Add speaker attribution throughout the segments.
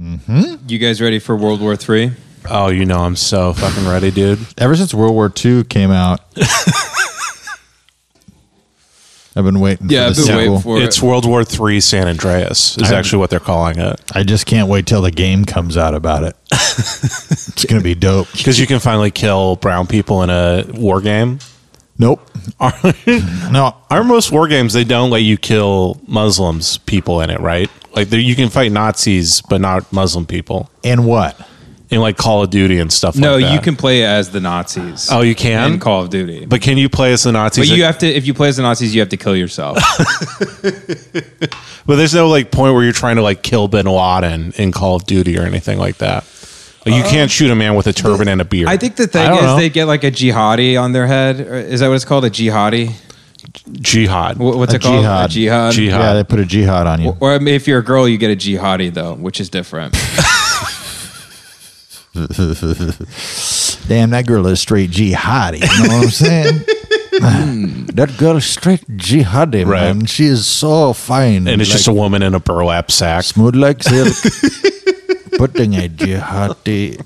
Speaker 1: You guys ready for World War Three?
Speaker 2: Oh, you know I'm so fucking ready, dude.
Speaker 3: Ever since World War II came out, I've been waiting.
Speaker 1: Yeah,
Speaker 3: for
Speaker 1: I've
Speaker 3: the
Speaker 1: been
Speaker 3: sequel.
Speaker 1: waiting for it.
Speaker 2: It's World War Three San Andreas is actually what they're calling it
Speaker 3: I just can't wait till the game comes out about it. it's gonna be dope.
Speaker 2: because you can finally kill brown people in a war game.
Speaker 3: Nope. No,
Speaker 2: Our most war games they don't let you kill Muslims people in it, right? Like there- you can fight Nazis but not Muslim people
Speaker 3: and what?
Speaker 2: in like Call of Duty and stuff.
Speaker 1: No,
Speaker 2: like that.
Speaker 1: you can play as the Nazis.
Speaker 2: Oh, you can?
Speaker 1: in Call of Duty. But,
Speaker 2: But can you play as the Nazis?
Speaker 1: you have to if you play as the Nazis, you have to kill yourself.
Speaker 2: But there's no like point where you're trying to like kill Bin Laden in Call of Duty or anything like that. Like, you can't shoot a man with a turban and a beard.
Speaker 1: Uh, I think the
Speaker 2: I
Speaker 1: thing
Speaker 2: don't
Speaker 1: is
Speaker 2: know.
Speaker 1: they get like a jihadi on their head. Or Is that what it's called? A jihadi?
Speaker 2: jihad.
Speaker 1: Wh- What's
Speaker 3: A
Speaker 1: it called? A
Speaker 3: jihad.
Speaker 1: jihad.
Speaker 2: Jihad.
Speaker 3: Yeah, they put a jihad on you.
Speaker 1: Or I mean, if you're a girl, you get a jihadi though, which is different.
Speaker 3: Damn, that girl is straight jihadi. You know what I'm saying? that girl is straight jihadi,
Speaker 2: Hmm. Right.
Speaker 3: man. She is so fine.
Speaker 2: and it's just a woman in a burlap sack.
Speaker 3: smooth like silk. Putting a jihadi.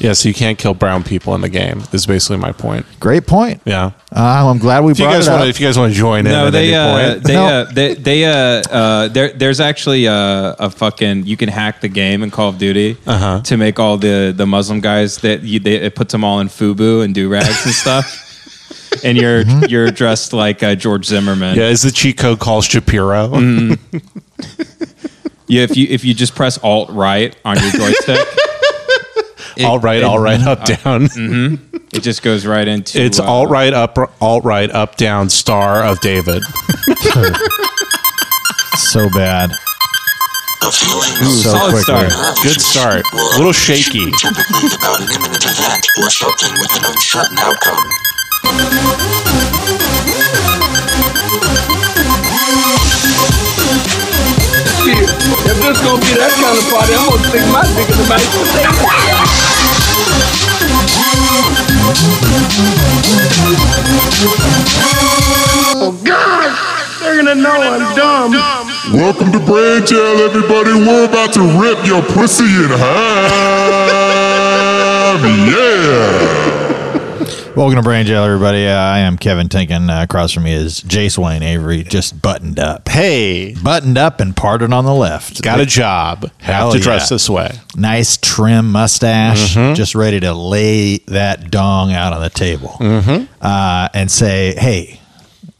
Speaker 2: Yeah, so you can't kill brown people in the game. Is basically my point.
Speaker 3: Great point.
Speaker 2: Yeah.
Speaker 3: Uh, I'm glad we
Speaker 2: If you
Speaker 3: brought
Speaker 2: guys
Speaker 3: it up.
Speaker 2: want, if you guys want to join in,
Speaker 1: no,
Speaker 2: at
Speaker 1: they,
Speaker 2: any
Speaker 1: uh,
Speaker 2: point,
Speaker 1: they,
Speaker 3: No.
Speaker 1: uh, they they uh uh there there's actually uh, a, a fucking you can hack the game in Call of Duty
Speaker 2: Uh-huh.
Speaker 1: to make all the the Muslim guys that you, they, it puts them all in fubu and do rags and stuff. And you're you're dressed like uh, George Zimmerman.
Speaker 2: Mm-hmm. yeah, is the cheat code called Shapiro?
Speaker 1: Yeah, if you if you just press Alt Right on your joystick,
Speaker 2: all right, all right, up down.
Speaker 1: it just goes right into.
Speaker 2: It's
Speaker 1: uh,
Speaker 2: all right, up, all right, up down. Star of David.
Speaker 3: so bad. So
Speaker 1: Solid
Speaker 3: quickly.
Speaker 1: start.
Speaker 2: Good start. A little shaky.
Speaker 4: Typically about an imminent event or something with an uncertain outcome.
Speaker 5: If this gonna be that kind of party, I'm gonna stick my dick in the mashed potato. Oh God! They're gonna know I'm dumb.
Speaker 6: Welcome to Brand Jail, everybody. We're about to rip your pussy in half. Yeah.
Speaker 3: Welcome to Brain Jail, everybody. Uh, I am Kevin Tinkin. Uh, across from me is Jace Wayne Avery, just buttoned up.
Speaker 2: Hey,
Speaker 3: Buttoned up and parted on the left.
Speaker 2: got a job. Have
Speaker 3: Hell
Speaker 2: to dress
Speaker 3: yeah.
Speaker 2: this way.
Speaker 3: nice trim mustache,
Speaker 2: Mm-hmm.
Speaker 3: just ready to lay that dong out on the table
Speaker 2: Mm-hmm.
Speaker 3: uh, and say, "Hey,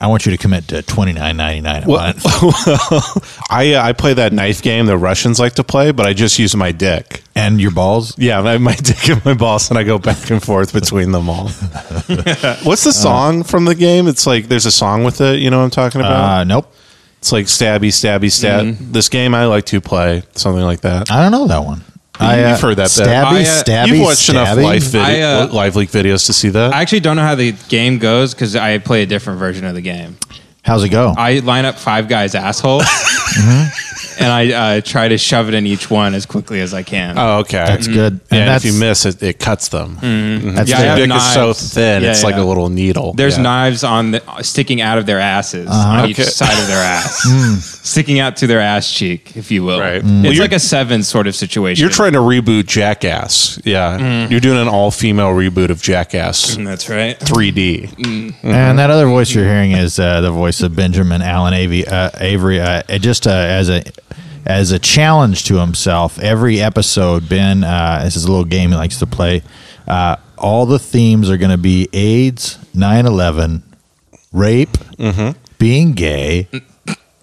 Speaker 3: I want you to commit to twenty nine ninety nine a month."
Speaker 2: I uh, I play that knife game the Russians like to play, but I just use my dick.
Speaker 3: and your balls.
Speaker 2: Yeah, I have my dick and my balls, and I go back and forth between them all. What's the
Speaker 1: Uh,
Speaker 2: song from the game? It's like there's a song with it. You know what I'm talking about?
Speaker 3: Uh, nope,
Speaker 2: it's like stabby, stabby, stab.
Speaker 1: Mm-hmm.
Speaker 2: This game I like to play something like that.
Speaker 3: I don't know that one. I,
Speaker 2: You've heard that bit.
Speaker 3: Stabby,
Speaker 1: I, uh,
Speaker 3: stabby,
Speaker 2: You've watched enough
Speaker 3: stabby.
Speaker 2: live video,
Speaker 1: I, uh,
Speaker 2: live leak videos to see that.
Speaker 1: I actually don't know how the game goes because I play a different version of the game.
Speaker 3: How's it go?
Speaker 1: I line up five guys' asshole,
Speaker 2: Mm-hmm.
Speaker 1: and I uh, try to shove it in each one as quickly as I can.
Speaker 2: oh, okay.
Speaker 3: that's good. And
Speaker 2: Yeah, and
Speaker 3: that's,
Speaker 2: if you miss it, it cuts them.
Speaker 3: that's
Speaker 1: Yeah, Mm-hmm. I
Speaker 3: good.
Speaker 1: have
Speaker 2: Dick is so
Speaker 1: knives.
Speaker 2: thin;
Speaker 1: Yeah,
Speaker 2: it's like
Speaker 1: yeah.
Speaker 2: a little needle.
Speaker 1: There's
Speaker 2: Yeah. Uh-huh.
Speaker 1: knives on the, uh, sticking out of their asses on each
Speaker 2: Okay. Hmm.
Speaker 1: side of their ass, sticking out to their ass cheek, if you will.
Speaker 2: Right.
Speaker 1: It's
Speaker 2: Mm. Well, you're-
Speaker 1: like a seven sort of situation.
Speaker 2: You're trying to reboot Jackass. Yeah,
Speaker 1: Mm-hmm.
Speaker 2: you're doing an all-female reboot of Jackass
Speaker 1: That's right.
Speaker 2: 3D.
Speaker 3: And that other voice you're hearing is uh, the voice of Benjamin Allen Avery. Uh, Avery uh, uh, just uh, as a as a challenge to himself, every episode, Ben, uh, this is a little game he likes to play. Uh, all the themes are going to be AIDS, 9 11, rape,
Speaker 1: Mm-hmm.
Speaker 3: being gay,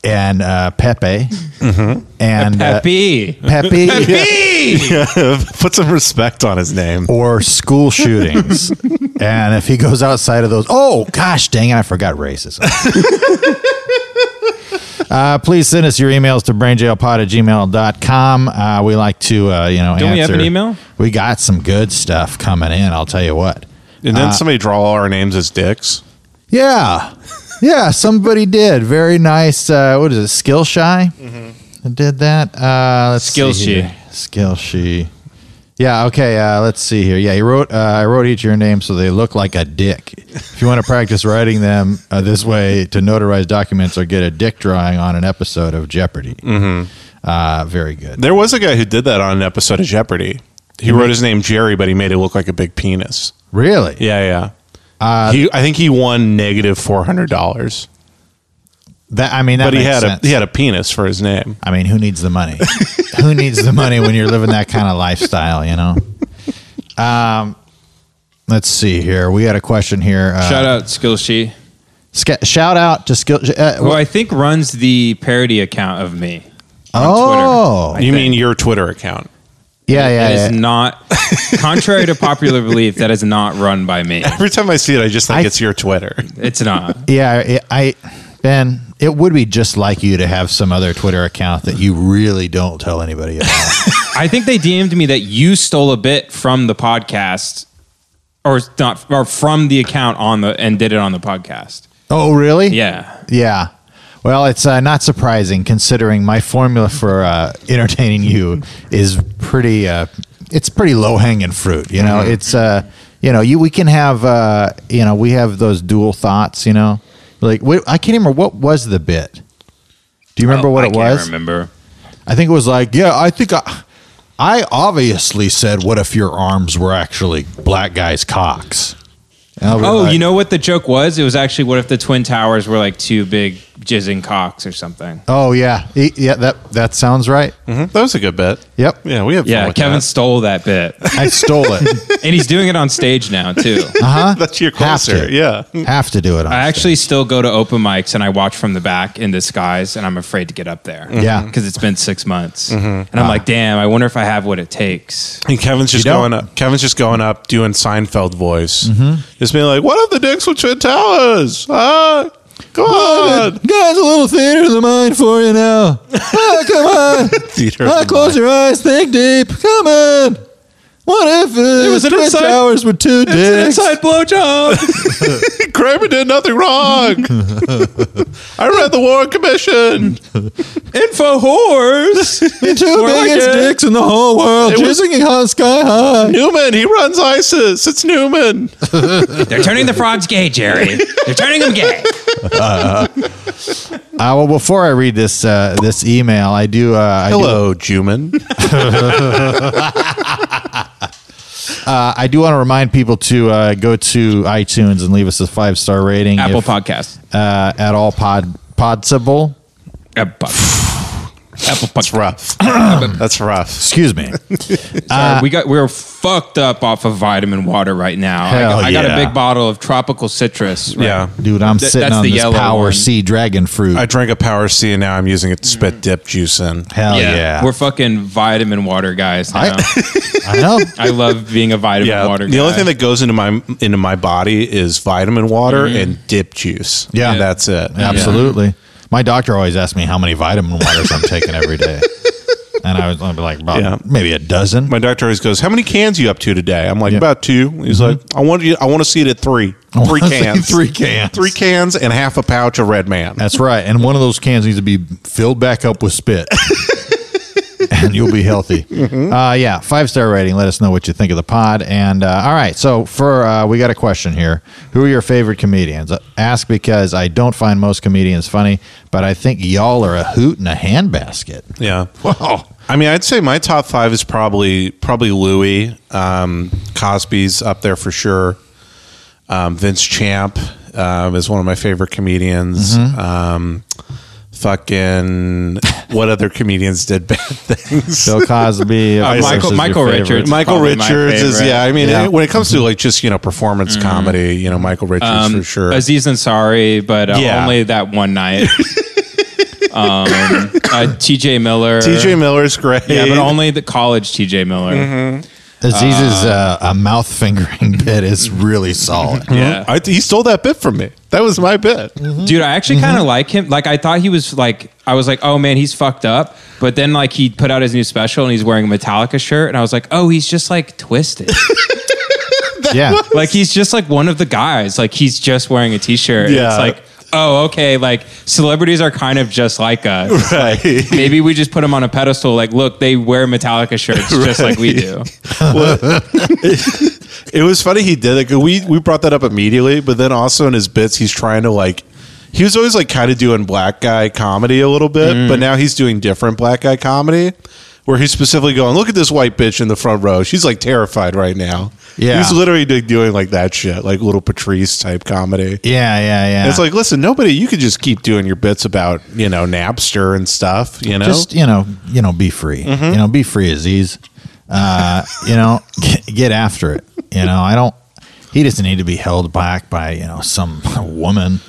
Speaker 3: and uh, Pepe.
Speaker 1: Mm-hmm.
Speaker 3: And
Speaker 1: Peppy.
Speaker 3: Uh, Pepe.
Speaker 2: Put some respect on his name.
Speaker 3: Or school shootings. and if he goes outside of those, oh, gosh dang it, I forgot racism. Uh, please send us your emails to brainjailpod at gmail.com. Uh, we like to, uh, you know,
Speaker 1: Don't we have
Speaker 3: answer.
Speaker 1: an email?
Speaker 3: We got some good stuff coming in, I'll tell you what.
Speaker 2: And then somebody draw all our names as dicks.
Speaker 3: Yeah. Yeah, somebody did. Very nice. Uh, what is it? Skill Shy
Speaker 2: Mm-hmm.
Speaker 3: did that. Uh, let's
Speaker 1: Skill
Speaker 3: see here. Skill She. Yeah, okay. Uh, let's see here. Yeah, he wrote, uh, I wrote each your name so they look like a dick. If you want to practice writing them
Speaker 2: Mm-hmm.
Speaker 3: uh, this way to notarize documents or get a dick drawing on an episode of Jeopardy. Uh, very good.
Speaker 2: There was a guy who did that on an episode of Jeopardy. He wrote his name Jerry, but he made it look like a big penis.
Speaker 3: Really?
Speaker 2: Yeah, yeah.
Speaker 3: Uh,
Speaker 2: he, I think he won negative four hundred dollars,
Speaker 3: That I mean, that
Speaker 2: but he
Speaker 3: makes
Speaker 2: had
Speaker 3: sense.
Speaker 2: a he had a penis for his name.
Speaker 3: I mean, who needs the money? who needs the money when you're living that kind of lifestyle? You know. Um, let's see here. We had a question here. Uh,
Speaker 1: Shout out Skillshare,
Speaker 3: Sca- shout out to skill. Uh,
Speaker 1: who I think runs the parody account of me. on
Speaker 3: oh,
Speaker 1: Twitter. I
Speaker 2: You
Speaker 1: think.
Speaker 2: mean your Twitter account?
Speaker 3: yeah,
Speaker 1: That
Speaker 3: yeah.
Speaker 1: is
Speaker 3: yeah.
Speaker 1: not, contrary to popular belief, that is not run by me.
Speaker 2: Every time I see it, I just think
Speaker 3: I-
Speaker 2: it's your Twitter.
Speaker 1: It's not.
Speaker 3: Yeah, I, I Ben, it would be just like you to have some other Twitter account that you really don't tell anybody about.
Speaker 1: I think they DM'd me that you stole a bit from the podcast, or not, or from the account on the and did it on the podcast.
Speaker 3: oh, really?
Speaker 1: Yeah,
Speaker 3: Yeah. Well, it's uh, not surprising considering my formula for uh, entertaining you is pretty. Uh, it's pretty low hanging fruit. You know,
Speaker 1: Mm-hmm.
Speaker 3: it's uh, you know, you we can have uh, you know, we have those dual thoughts. You know, like wait, I can't remember what was the bit. Do you remember what
Speaker 1: Oh, I
Speaker 3: it
Speaker 1: can't
Speaker 3: was?
Speaker 1: Remember?
Speaker 3: I think it was like, yeah, I think I, I obviously said, what if your arms were actually black guys' cocks? And I was
Speaker 1: Oh,
Speaker 3: like,
Speaker 1: you know what the joke was? It was actually what if the twin towers were like two big jizzing cocks or something.
Speaker 3: Oh yeah, E- yeah. That that sounds right.
Speaker 2: That was a good bit.
Speaker 3: Hmm? Yep.
Speaker 2: Yeah, we have. fun
Speaker 1: Yeah,
Speaker 2: with
Speaker 1: Kevin
Speaker 2: that.
Speaker 1: stole that bit,
Speaker 3: I stole it.
Speaker 1: and he's doing it on stage now too.
Speaker 3: Uh-huh.
Speaker 2: That's your
Speaker 3: Have
Speaker 2: closer.
Speaker 3: to.
Speaker 2: Yeah.
Speaker 3: Have to do it. On
Speaker 1: I actually still go to open mics and I watch from the back in disguise, and I'm afraid to get up there.
Speaker 3: Yeah. Mm-hmm.
Speaker 1: because it's been six months, and I'm like, damn, I wonder if I have what it takes.
Speaker 2: And Kevin's just
Speaker 3: You don't.
Speaker 2: going up. Kevin's just going up doing Seinfeld voice. Just being like, "What if the dicks were twin towers? Ah, come on,
Speaker 3: Guys, a little theater of the mind for you now. Ah, come on.
Speaker 2: theater."
Speaker 3: Ah, close your eyes. Think deep. Come on. What if uh,
Speaker 1: was an
Speaker 3: twin
Speaker 1: inside-
Speaker 3: towers with two dicks?
Speaker 1: blowjob.
Speaker 2: Kramer did nothing wrong. I read the Warren Commission.
Speaker 1: Info whores.
Speaker 3: The two
Speaker 1: More like
Speaker 3: biggest
Speaker 1: it.
Speaker 3: dicks in the whole world.
Speaker 2: It was-
Speaker 3: Jizzing hot sky high.
Speaker 2: Newman, he runs ISIS. It's Newman.
Speaker 1: They're turning the frogs gay, Jerry. They're turning them gay.
Speaker 3: Uh, well, before I read this uh, this email, I do. Uh, I do-
Speaker 2: Hello, Juman.
Speaker 3: uh, I do want to remind people to uh, go to iTunes and leave us a five star rating.
Speaker 1: Apple
Speaker 3: if,
Speaker 1: Podcast.
Speaker 3: uh, at all pod possible.
Speaker 1: Apple Podcast. Apple
Speaker 2: That's rough. That's rough.
Speaker 3: Excuse me.
Speaker 1: Sorry, we got we're fucked up off of vitamin water right now. I,
Speaker 3: Hell
Speaker 1: got- I got
Speaker 2: yeah.
Speaker 1: a big bottle of tropical citrus. right-
Speaker 2: Yeah.
Speaker 3: Dude, I'm
Speaker 1: Th-
Speaker 3: sitting
Speaker 1: that's
Speaker 3: on
Speaker 1: the
Speaker 3: this
Speaker 1: yellow
Speaker 3: Power
Speaker 1: one.
Speaker 3: C dragon fruit.
Speaker 2: I drank a Power C and now I'm using it to spit
Speaker 1: Mm.
Speaker 2: dip juice in.
Speaker 3: Hell yeah.
Speaker 1: We're fucking vitamin water guys now. I,
Speaker 3: I know.
Speaker 1: love being a vitamin
Speaker 2: Yeah,
Speaker 1: water guy.
Speaker 2: the only thing that goes into my into my body is vitamin water
Speaker 1: Mm.
Speaker 2: and dip juice.
Speaker 3: Yeah.
Speaker 2: And that's it.
Speaker 3: Absolutely. My doctor always asks me how many vitamin waters I'm taking every day. And I was I'd be like, about
Speaker 2: Yeah.
Speaker 3: maybe a dozen.
Speaker 2: My doctor always goes, "How many cans you up to today?" I'm like,
Speaker 3: Yeah. Mm-hmm.
Speaker 2: "About two. He's like, "I want you. I want to see it at three. Three
Speaker 3: wanna see
Speaker 2: cans.
Speaker 3: three cans.
Speaker 2: Three cans and half a pouch of Red Man."
Speaker 3: That's right. And one of those cans needs to be filled back up with spit. and you'll be healthy. Uh, yeah, five star rating. Let us know what you think of the pod. And uh, all right, so for uh, we got a question here. Who are your favorite comedians? Uh, Ask because I don't find most comedians funny, but I think y'all are a hoot and a handbasket.
Speaker 2: Yeah. Wow. I mean, I'd say my top five is probably probably Louis, um, Cosby's up there for sure. Um, Vince Champ um, is one of my favorite comedians.
Speaker 3: Mm-hmm.
Speaker 2: Um, fucking what other comedians did bad things?
Speaker 3: Bill Cosby, of
Speaker 1: Uh, Michael-
Speaker 3: course, is your
Speaker 1: Michael
Speaker 3: favorite.
Speaker 1: Richards.
Speaker 2: Michael
Speaker 1: Probably my
Speaker 2: Richards
Speaker 1: favorite.
Speaker 2: is
Speaker 1: Mm-hmm.
Speaker 2: yeah. I mean,
Speaker 3: Yeah.
Speaker 2: it- when it comes to like just you know performance comedy, you know Michael Richards
Speaker 1: Um,
Speaker 2: for sure.
Speaker 1: Aziz Ansari, but uh,
Speaker 2: Yeah.
Speaker 1: only that one night. um, uh, TJ Miller.
Speaker 2: TJ Miller's great.
Speaker 1: Yeah, but only the college TJ Miller.
Speaker 2: Mm-hmm.
Speaker 3: Aziz's uh, a mouth fingering bit is really solid.
Speaker 1: Yeah. Mm-hmm.
Speaker 2: I, he stole that bit from me. That was my bit.
Speaker 1: Dude, I actually
Speaker 2: Mm-hmm.
Speaker 1: kind of like him. Like, I thought he was like, I was like, oh man, he's fucked up. But then, like, he put out his new special and he's wearing a Metallica shirt. And I was like, oh, he's just like twisted.
Speaker 3: yeah,
Speaker 1: like, he's just like one of the guys. Like, he's just wearing a t shirt. Yeah.
Speaker 2: Yeah.
Speaker 1: It's like, oh, okay. Like, celebrities are kind of just like us.
Speaker 2: Right.
Speaker 1: Maybe we just put them on a pedestal. Like, look, they wear Metallica shirts just like we do.
Speaker 2: It was funny he did it. 'cause We we brought that up immediately, but then also in his bits, he's trying to like he was always like kind of doing black guy comedy a little bit,
Speaker 1: Mm.
Speaker 2: but now he's doing different black guy comedy where he's specifically going, look at this white bitch in the front row. She's like terrified right now.
Speaker 3: Yeah.
Speaker 2: He's literally like, doing like that shit, like little Patrice type comedy.
Speaker 3: Yeah, yeah, yeah.
Speaker 2: And It's like, listen, nobody, you could just keep doing your bits about, you know, Napster and stuff, you know?
Speaker 3: just you know, you know, be free.
Speaker 2: Mm-hmm.
Speaker 3: You know, be free, Aziz. Uh, you know, get, get after it. You know, I don't. He doesn't need to be held back by you know some woman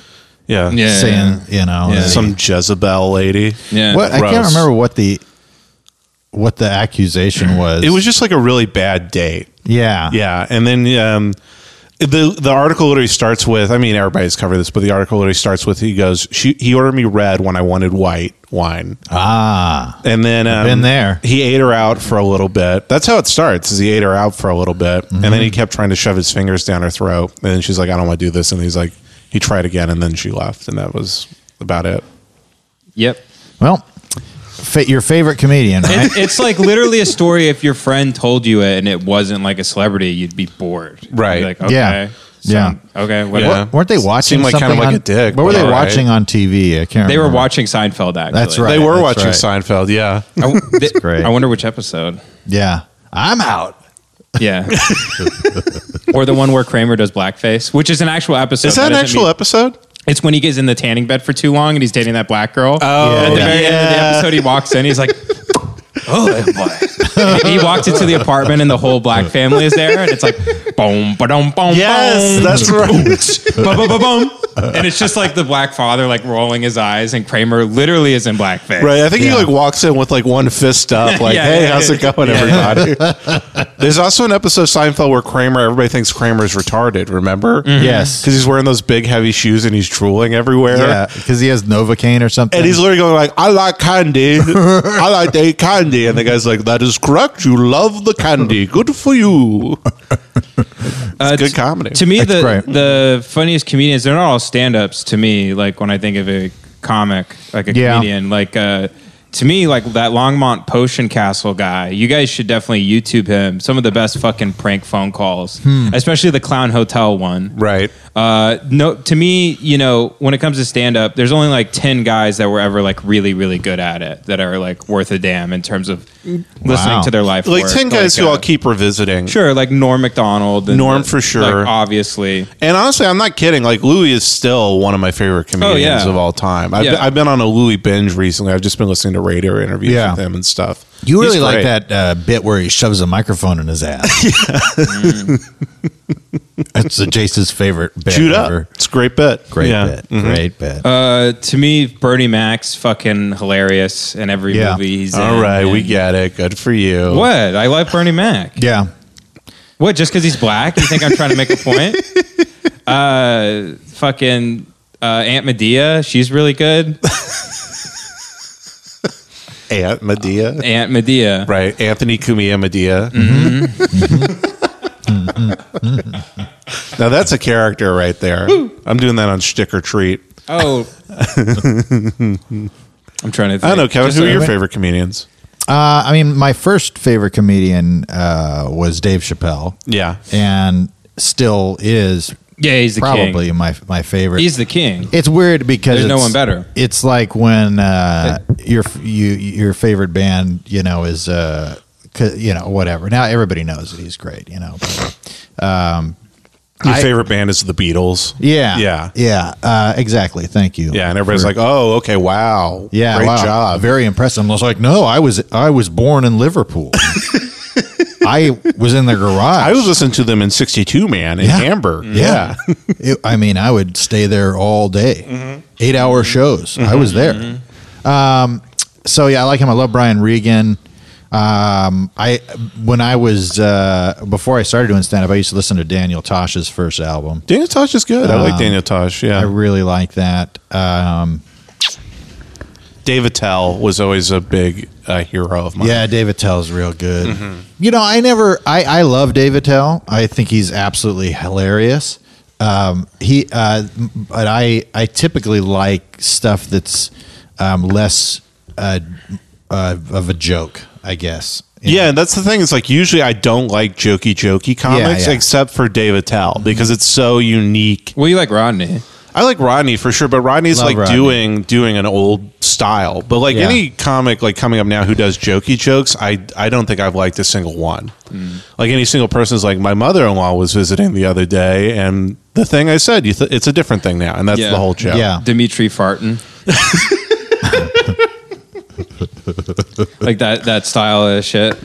Speaker 2: yeah.
Speaker 1: Yeah.
Speaker 3: saying you know that he-
Speaker 2: Some Jezebel lady.
Speaker 1: Yeah.
Speaker 3: What I can't
Speaker 2: Gross.
Speaker 3: remember what the what the accusation was.
Speaker 2: It was just like a really bad date.
Speaker 3: yeah,
Speaker 2: Yeah, and then um, the the article literally starts with. I mean, everybody's covered this, but the article literally starts with. He goes, she, "He ordered me red when I wanted white wine."
Speaker 3: Ah,
Speaker 2: And then um,
Speaker 3: been there.
Speaker 2: He ate her out for a little bit. That's how it starts. Is he ate her out for a little bit, and then
Speaker 3: Mm-hmm.
Speaker 2: he kept trying to shove his fingers down her throat. And then she's like, "I don't want to do this." And he's like, he tried again, and then she left, and that was about it.
Speaker 1: Yep.
Speaker 3: well, fa- your favorite comedian, right?
Speaker 1: It, it's like literally a story. If your friend told you it and it wasn't like a celebrity, you'd be bored. You'd be
Speaker 2: Right.
Speaker 1: like okay.
Speaker 3: Yeah.
Speaker 1: some- Okay. Whatever.
Speaker 2: Yeah.
Speaker 3: Weren't they watching?
Speaker 2: Seemed like
Speaker 3: something
Speaker 2: kind of like
Speaker 3: on-
Speaker 2: a dick,
Speaker 3: What were
Speaker 2: but
Speaker 3: they
Speaker 2: all right.
Speaker 3: watching on TV? I can't.
Speaker 1: They were
Speaker 3: remember.
Speaker 1: watching Seinfeld. Actually,
Speaker 3: That's right.
Speaker 2: They were
Speaker 3: that's
Speaker 2: watching
Speaker 3: right.
Speaker 2: Seinfeld. Yeah,
Speaker 1: I, w- th-
Speaker 3: great.
Speaker 1: I wonder which episode.
Speaker 3: Yeah, I'm out.
Speaker 1: Yeah. or the one where Kramer does blackface, which is an actual episode.
Speaker 2: is that an
Speaker 1: doesn't
Speaker 2: actual
Speaker 1: mean-
Speaker 2: episode?
Speaker 1: It's when he gets in the tanning bed for too long and he's dating that black girl.
Speaker 2: Oh,
Speaker 1: And at the very end of the
Speaker 2: yeah.
Speaker 1: episode, he walks in. He's like, oh, boy. he walked into the apartment and the whole black family is there. And it's like, boom, ba-dum, boom,
Speaker 2: Yes,
Speaker 1: boom,
Speaker 2: that's right.
Speaker 1: ba-ba-ba-boom. And it's just like the black father, like rolling his eyes. And Kramer literally is in blackface.
Speaker 2: Right. I think he like walks in with like one fist up, like,
Speaker 1: Yeah,
Speaker 2: "Hey,
Speaker 1: yeah,
Speaker 2: how's it going, everybody?" There's also an episode of Seinfeld where Kramer, everybody thinks Kramer's retarded. Remember?
Speaker 3: Yes.
Speaker 2: Because he's wearing those big heavy shoes and he's drooling everywhere.
Speaker 3: Yeah, because he has Novocaine or something.
Speaker 2: And he's literally going like, "I like candy. I like to eat candy." And the guy's like, "That is correct. You love the candy. Good for you."
Speaker 1: Uh,
Speaker 2: good
Speaker 1: t-
Speaker 2: comedy.
Speaker 1: To me, the
Speaker 3: great.
Speaker 1: the funniest comedians they're not all stand ups. To me, like when I think of a comic, like a
Speaker 3: Yeah.
Speaker 1: comedian, like uh, to me, like that Longmont Potion Castle guy. You guys should definitely YouTube him. Some of the best fucking prank phone calls,
Speaker 2: Hmm.
Speaker 1: especially the Clown Hotel one.
Speaker 2: Right.
Speaker 1: Uh, no, to me, you know, when it comes to stand up, there's only like 10 guys that were ever like really, really good at it that are like worth a damn in terms of listening
Speaker 3: Wow.
Speaker 1: to their life.
Speaker 2: Like
Speaker 1: work.
Speaker 2: ten guys
Speaker 1: Like,
Speaker 2: who
Speaker 1: uh,
Speaker 2: I'll keep revisiting.
Speaker 1: Sure, like Norm McDonald. And
Speaker 2: Norm
Speaker 1: the-
Speaker 2: for sure.
Speaker 1: like, obviously.
Speaker 2: And honestly, I'm not kidding. Like Louis is still one of my
Speaker 3: Oh,
Speaker 2: favorite comedians
Speaker 1: yeah.
Speaker 2: of all time. I've,
Speaker 1: Yeah.
Speaker 2: I've been on a Louis binge recently. I've just been listening to radio interviews
Speaker 3: Yeah.
Speaker 2: with him and stuff.
Speaker 3: you really
Speaker 2: He's
Speaker 3: like
Speaker 2: great.
Speaker 3: that uh, bit where he shoves a microphone in his ass. That's the Jace's favorite bit.
Speaker 2: Shoot
Speaker 3: ever.
Speaker 2: up. It's a great bit.
Speaker 3: Great
Speaker 2: Yeah.
Speaker 3: bit.
Speaker 1: Mm-hmm.
Speaker 2: Mhm.
Speaker 3: Great bit.
Speaker 1: Uh, to me, Bernie Mac's fucking hilarious in every
Speaker 3: Yeah.
Speaker 1: movie he's in.
Speaker 2: All right, we
Speaker 1: And-
Speaker 2: get it. Good for you.
Speaker 1: What? I like Bernie Mac.
Speaker 3: yeah.
Speaker 1: What? Just because he's black? You think I'm trying to make a point? Uh, fucking uh, Aunt Medea. She's really good.
Speaker 2: Aunt uh, Medea.
Speaker 1: Aunt Medea.
Speaker 2: Right, Anthony Cumia Medea. now that's a character right there. I'm doing that on Stick or Treat.
Speaker 1: Oh. I'm trying to. Think.
Speaker 2: I don't know, Kevin.
Speaker 1: Just
Speaker 2: who are
Speaker 1: a-
Speaker 2: your favorite comedians?
Speaker 3: Uh, I mean, my first favorite comedian uh, was Dave Chappelle,
Speaker 2: Yeah,
Speaker 3: and still is
Speaker 1: Yeah, he's the
Speaker 3: probably
Speaker 1: king.
Speaker 3: my my favorite.
Speaker 1: He's the king.
Speaker 3: it's weird because
Speaker 1: There's no
Speaker 3: it's-
Speaker 1: one better.
Speaker 3: It's like when uh, your you your favorite band, you know, is uh, c- you know whatever. Now everybody knows that he's great, you know. but-
Speaker 2: your
Speaker 3: I-
Speaker 2: favorite band is the Beatles.
Speaker 3: yeah,
Speaker 2: yeah,
Speaker 3: yeah. Uh, exactly. Thank you.
Speaker 2: Yeah, and everybody's
Speaker 3: for-
Speaker 2: like, "Oh, okay, wow,
Speaker 3: yeah,
Speaker 2: great
Speaker 3: wow,
Speaker 2: job."
Speaker 3: very impressive. I was like, no, I was I was born in Liverpool. I was in the garage.
Speaker 2: I was listening to them in '62, man, in
Speaker 3: Yeah.
Speaker 2: Hamburg.
Speaker 3: Yeah. It- I mean, I would stay there all day,
Speaker 2: Mm-hmm.
Speaker 3: eight hour shows. I was there. Um, so yeah, I like him. I love Brian Regan. Um, I when I was uh, before I started doing stand up, I used to listen to Daniel Tosh's first album.
Speaker 2: Daniel Tosh is good. I like Daniel Tosh.
Speaker 3: I
Speaker 2: Yeah,
Speaker 3: really like that. Um,
Speaker 2: Dave Attell was always a big uh, hero of mine.
Speaker 3: yeah, David Tell's real good.
Speaker 2: Mm-hmm.
Speaker 3: You know, I never, I, I love David Tell. I think he's absolutely hilarious. Um, he, uh, m- but I, I typically like stuff that's um, less uh, uh, of a joke, I guess. You
Speaker 2: Yeah, and that's the thing. It's like usually I don't like jokey jokey comics
Speaker 3: yeah. Mm-hmm.
Speaker 2: except for Dave Attell because it's so unique.
Speaker 1: Well, you like Rodney.
Speaker 2: I like Rodney for sure, but Rodney's
Speaker 3: Love
Speaker 2: like
Speaker 3: Rodney.
Speaker 2: doing doing an old style. But like
Speaker 3: Yeah.
Speaker 2: any comic like coming up now who does jokey jokes, I I don't think I've liked a single one.
Speaker 3: Mm-hmm.
Speaker 2: Like any single person's like my mother in law was visiting the other day, and the thing I said, you th- it's a different thing now, and that's
Speaker 1: Yeah.
Speaker 2: the whole joke.
Speaker 3: Yeah.
Speaker 1: Dimitri Farton. like that that style of shit.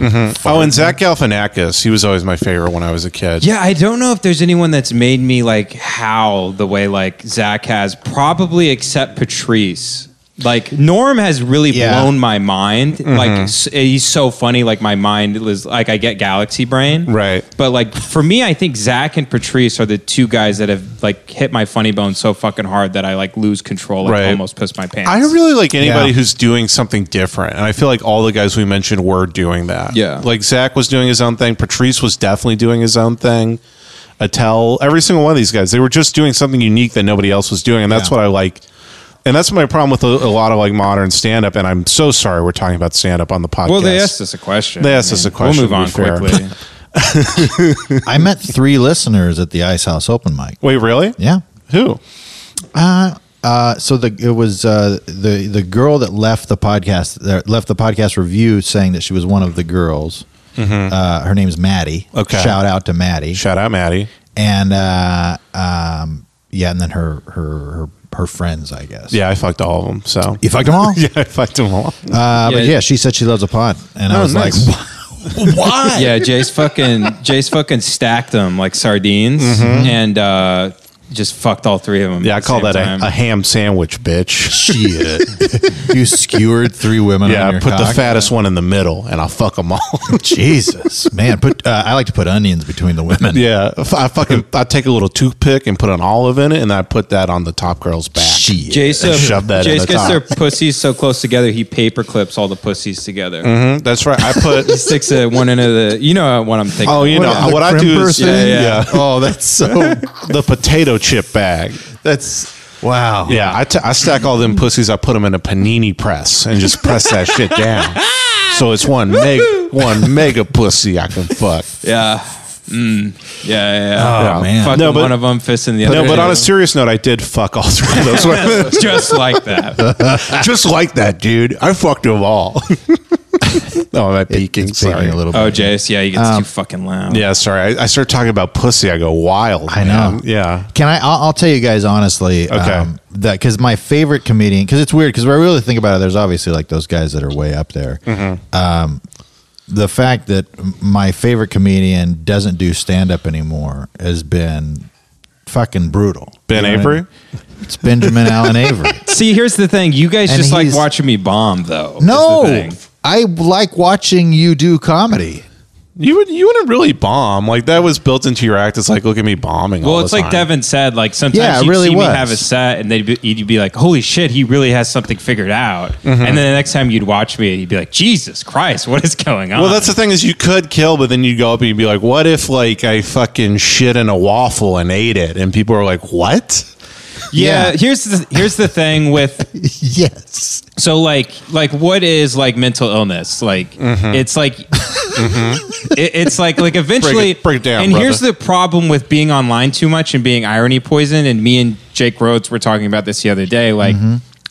Speaker 2: Oh, and Zach Galifianakis, he was always my favorite when I was a kid.
Speaker 1: Yeah, I don't know if there's anyone that's made me like howl the way like Zach has, probably except Patrice. Like Norm has really
Speaker 3: Yeah.
Speaker 1: blown my mind.
Speaker 2: Mm-hmm.
Speaker 1: Like s- he's so funny. Like my mind is like I get galaxy brain.
Speaker 2: Right.
Speaker 1: But like for me, I think Zach and Patrice are the two guys that have like hit my funny bone so fucking hard that I like lose control. Like
Speaker 2: Right.
Speaker 1: almost piss my pants.
Speaker 2: I really like anybody
Speaker 3: Yeah.
Speaker 2: who's doing something different. And I feel like all the guys we mentioned were doing that.
Speaker 1: Yeah.
Speaker 2: Like Zach was doing his own thing. Patrice was definitely doing his own thing. Attell, every single one of these guys, they were just doing something unique that nobody else was doing. And that's
Speaker 3: Yeah.
Speaker 2: what I like. And that's my problem with a, a lot of like modern stand up. And I'm so sorry we're talking about stand up on the podcast.
Speaker 1: Well, they asked us a question.
Speaker 2: They asked us a question,
Speaker 1: We'll move
Speaker 2: to be
Speaker 1: on
Speaker 2: fair.
Speaker 1: quickly.
Speaker 3: I met three listeners at the Ice House open mic.
Speaker 2: Wait, really?
Speaker 3: Yeah.
Speaker 2: Who?
Speaker 3: Uh, so the it was uh, the the girl that left the podcast that left the podcast review saying that she was one of the girls. Uh, her name's Maddie.
Speaker 2: Mm-hmm. Okay.
Speaker 3: Shout out to Maddie.
Speaker 2: Shout out, Maddie.
Speaker 3: and uh, um, yeah, and then her her her, her friends, I guess.
Speaker 2: Yeah, I fucked all of them. So.
Speaker 3: You fucked them all.
Speaker 2: Yeah, I fucked them all.
Speaker 3: Uh, But
Speaker 1: Yeah.
Speaker 3: yeah, she said she loves a pod, and I
Speaker 2: Oh,
Speaker 3: was
Speaker 2: nice.
Speaker 3: like, why?
Speaker 1: yeah, Jace fucking Jace fucking stacked them like sardines and uh, just fucked all three of them.
Speaker 2: Mm-hmm. yeah, I call that a, a
Speaker 1: a,
Speaker 2: ham sandwich, bitch.
Speaker 3: Shit. you skewered three women.
Speaker 2: Yeah,
Speaker 3: on your
Speaker 2: put the
Speaker 3: cock?
Speaker 2: fattest one in the middle, and I'll fuck them all.
Speaker 3: Jesus, man. Put uh, I like to put onions between the women.
Speaker 2: yeah, if I fucking I take a little toothpick and put an olive in it, and I put that on the top girl's back.
Speaker 3: Shit.
Speaker 1: Jace,
Speaker 2: And
Speaker 1: uh,
Speaker 2: shove that in
Speaker 1: Jace
Speaker 2: the
Speaker 1: gets
Speaker 2: top.
Speaker 1: their pussies so close together he paper clips all the pussies together.
Speaker 2: Mm, That's right. I put.
Speaker 1: Sticks it one into the you know what I'm thinking.
Speaker 2: oh, you know
Speaker 3: the
Speaker 2: what I do
Speaker 3: crimper
Speaker 2: is
Speaker 3: thing?
Speaker 1: Yeah, yeah.
Speaker 3: Oh, that's so.
Speaker 2: yeah, the potato chip bag. That's
Speaker 3: wow.
Speaker 2: yeah. I, t- I stack all them pussies. I put them in a panini press and just press that shit down. So it's one meg one mega pussy I can fuck.
Speaker 1: yeah. Mm. Yeah, yeah, yeah.
Speaker 2: Yeah.
Speaker 3: man.
Speaker 1: Fucking
Speaker 2: Oh, No, but-
Speaker 1: one of them fisting the other.
Speaker 2: No, but
Speaker 1: two.
Speaker 2: on a serious note, I did fuck all three of those women.
Speaker 1: just like that.
Speaker 2: just like that, dude. I fucked them all. oh, am I peeking?
Speaker 3: It's sorry.
Speaker 2: Sorry.
Speaker 3: a little bit.
Speaker 1: Oh, Jace, yeah, he gets too fucking loud.
Speaker 2: Um, Yeah, sorry. I, I started talking about pussy. I go wild.
Speaker 3: I
Speaker 2: man.
Speaker 3: know.
Speaker 2: Yeah.
Speaker 3: Can I? I'll, I'll tell you guys honestly. um,
Speaker 2: Okay.
Speaker 3: that because my favorite comedian, because it's weird, because when I really think about it, there's obviously like those guys that are way up there.
Speaker 2: Mm-hmm.
Speaker 3: Um, the fact that my favorite comedian doesn't do stand up anymore has been fucking brutal.
Speaker 2: Ben
Speaker 3: You know what I
Speaker 2: Avery?
Speaker 3: mean? It's Benjamin Allen Avery.
Speaker 1: See, here's the thing. You guys
Speaker 3: And
Speaker 1: just like
Speaker 3: he's-
Speaker 1: watching me bomb, though. is the
Speaker 3: No,
Speaker 1: thing.
Speaker 3: I like watching you do comedy.
Speaker 2: You would you wouldn't really bomb. Like that was built into your act. It's like look at me bombing. all
Speaker 1: Well, it's
Speaker 2: the
Speaker 1: like
Speaker 2: time.
Speaker 1: Devin said. Like sometimes
Speaker 3: Yeah, it
Speaker 1: you'd
Speaker 3: really
Speaker 1: see
Speaker 3: was.
Speaker 1: me have a set, and they'd be, you'd be like, "Holy shit, he really has something figured out." And then the next time you'd watch me, you'd be like, "Jesus Christ, what is going on?"
Speaker 2: Well, that's the thing is you could kill, but then you would go up and you'd be like, "What if like I fucking shit in a waffle and ate it?" And people are like, "What?"
Speaker 1: yeah.
Speaker 3: yeah.
Speaker 1: Here's the here's the thing with
Speaker 3: Yes.
Speaker 1: so like like what is like mental illness? Like it's like it- it's like like eventually
Speaker 2: Mm-hmm. break it down,
Speaker 1: And here's the problem with being online too much and being irony poison. And me and Jake Rhodes were talking about this the other day. Like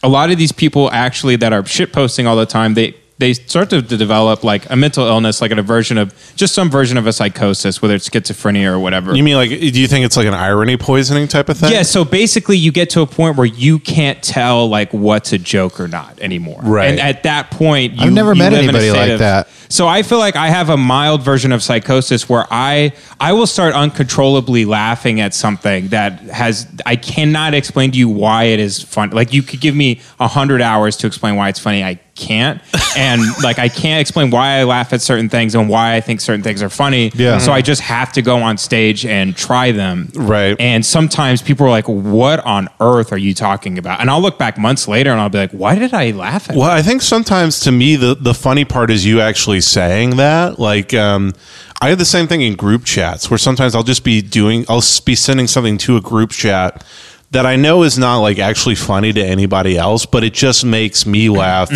Speaker 1: a lot of these people actually that are shit posting all the time, they they start to, to develop like a mental illness, like an aversion of just some version of a psychosis, whether it's schizophrenia or whatever.
Speaker 2: You mean like? Do you think it's like an irony poisoning type of thing?
Speaker 1: Yeah, so basically you get to a point where you can't tell like what's a joke or not anymore.
Speaker 2: Right.
Speaker 1: And at that point you
Speaker 3: I've never
Speaker 1: you
Speaker 3: met
Speaker 1: live in a
Speaker 3: anybody
Speaker 1: state
Speaker 3: like
Speaker 1: of-
Speaker 3: that.
Speaker 1: So I feel like I have a mild version of psychosis where I I will start uncontrollably laughing at something that has I cannot explain to you why it is fun. Like you could give me a hundred hours to explain why it's funny. I can't. And like I can't explain why I laugh at certain things and why I think certain things are funny.
Speaker 3: Yeah. Mm-hmm.
Speaker 1: So I just have to go on stage and try them.
Speaker 2: Right.
Speaker 1: And sometimes people are like, "What on earth are you talking about?" And I'll look back months later and I'll be like, "Why did I laugh at?"
Speaker 2: Well, I think sometimes to me the the funny part is you actually saying that. Like, um, I have the same thing in group chats where sometimes I'll just be doing, I'll s- be sending something to a group chat that I know is not like actually funny to anybody else, but it just makes me laugh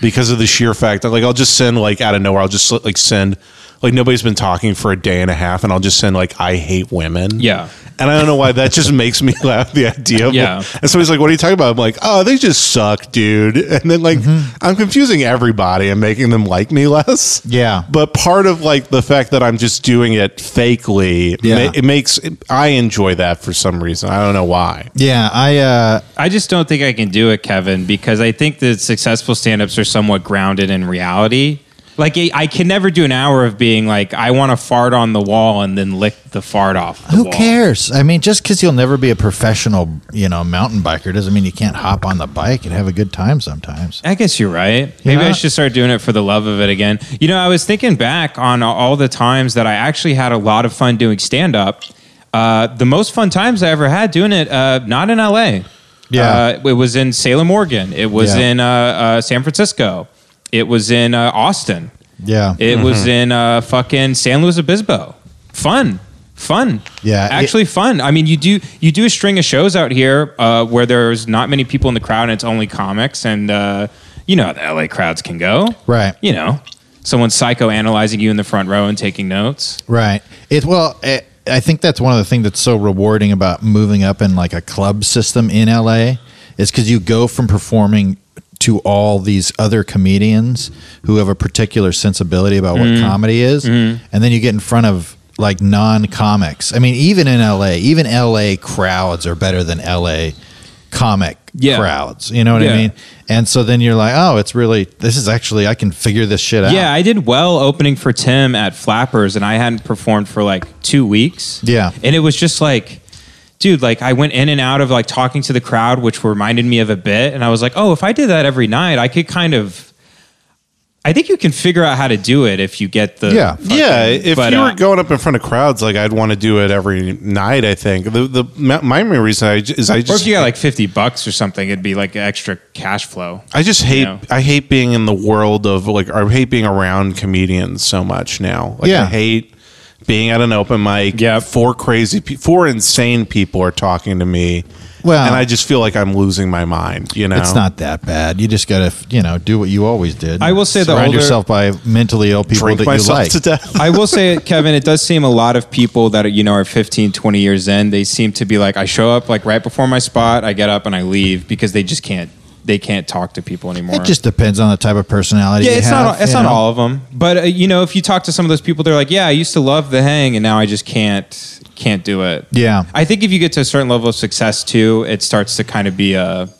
Speaker 2: because of the sheer fact that like I'll just send like out of nowhere, I'll just like send like nobody's been talking for a day and a half, and I'll just send like I hate women.
Speaker 1: Yeah.
Speaker 2: And I don't know why that just makes me laugh. The idea of
Speaker 1: Yeah.
Speaker 2: and somebody's like, "What are you talking about?" I'm like, "Oh, they just suck, dude." And then like,
Speaker 1: Mm-hmm.
Speaker 2: I'm confusing everybody and making them like me less.
Speaker 3: Yeah.
Speaker 2: But part of like the fact that I'm just doing it fakely,
Speaker 3: Yeah.
Speaker 2: ma- it makes I enjoy that for some reason. I don't know why.
Speaker 3: Yeah, I uh,
Speaker 1: I just don't think I can do it, Kevin, because I think that successful stand-ups are somewhat grounded in reality. Like I I can never do an hour of being like, I want to fart on the wall and then lick the fart off. The
Speaker 3: who
Speaker 1: wall.
Speaker 3: cares? I mean, just because you'll never be a professional, you know, mountain biker doesn't mean you can't hop on the bike and have a good time sometimes.
Speaker 1: I guess you're right. Maybe I
Speaker 3: Yeah.
Speaker 1: should start doing it for the love of it again. You know, I was thinking back on all the times that I actually had a lot of fun doing stand up. Uh, the most fun times I ever had doing it, uh, not in LA.
Speaker 3: Yeah.
Speaker 1: Uh, it was in Salem, Oregon. It was
Speaker 3: Yeah.
Speaker 1: in uh, uh, San Francisco. It was in uh, Austin.
Speaker 3: Yeah,
Speaker 1: It was in uh, fucking San Luis Obispo. Fun, fun.
Speaker 3: Yeah, it-
Speaker 1: actually fun. I mean, you do you do a string of shows out here uh, where there's not many people in the crowd and it's only comics, and uh, you know how the LA crowds can go.
Speaker 3: Right.
Speaker 1: You know, someone's psychoanalyzing you in the front row and taking notes.
Speaker 3: right. It well, it, I think that's one of the things that's so rewarding about moving up in like a club system in LA is because you go from performing to all these other comedians who have a particular sensibility about
Speaker 1: Mm.
Speaker 3: what comedy is,
Speaker 1: Mm-hmm.
Speaker 3: and then you get in front of like non-comics. I mean, even in LA, even LA crowds are better than LA comic
Speaker 1: Yeah.
Speaker 3: crowds. You know what
Speaker 1: Yeah.
Speaker 3: I mean? And so then you're like, oh, it's really this is actually I can figure this shit out.
Speaker 1: Yeah, I did well opening for Tim at Flappers, and I hadn't performed for like two weeks.
Speaker 3: Yeah.
Speaker 1: and it was just like. Dude, like I went in and out of like talking to the crowd, which reminded me of a bit. And I was like, oh, if I did that every night, I could kind of. I think you can figure out how to do it if you get the.
Speaker 3: Yeah.
Speaker 1: fucking-
Speaker 2: yeah, if
Speaker 1: but,
Speaker 2: you
Speaker 1: uh,
Speaker 2: were going up in front of crowds, like I'd want to do it every night. I think the the my my main reason I j- is I
Speaker 1: Or
Speaker 2: just
Speaker 1: if you got like 50 bucks or something, it'd be like extra cash flow.
Speaker 2: I just hate
Speaker 1: know.
Speaker 2: I hate being in the world of like I hate being around comedians so much now. Like
Speaker 3: Yeah.
Speaker 2: I hate being at an open mic.
Speaker 1: Yeah.
Speaker 2: four crazy, pe- four insane people are talking to me.
Speaker 3: Well-
Speaker 2: and I just feel like I'm losing my mind. You know,
Speaker 3: It's not that bad. You just gotta, you know, do what you always did.
Speaker 1: I will say the
Speaker 3: surround
Speaker 1: older-
Speaker 3: yourself by mentally ill people
Speaker 2: drink
Speaker 3: that you
Speaker 2: myself
Speaker 3: like.
Speaker 2: to death.
Speaker 1: I will say, Kevin, it does seem a lot of people that are, you know are 15, 20 years in. They seem to be like, I show up like right before my spot, I get up and I leave because they just can't they can't talk to people anymore.
Speaker 3: It just depends on the type of personality.
Speaker 1: yeah,
Speaker 3: you
Speaker 1: it's
Speaker 3: have,
Speaker 1: not it's
Speaker 3: you
Speaker 1: not
Speaker 3: know?
Speaker 1: all of them, but uh, you know if you talk to some of those people, they're like, yeah, I used to love the hang, and now I just can't can't do it.
Speaker 3: Yeah.
Speaker 1: I think if you get to a certain level of success too, it starts to kind of be a.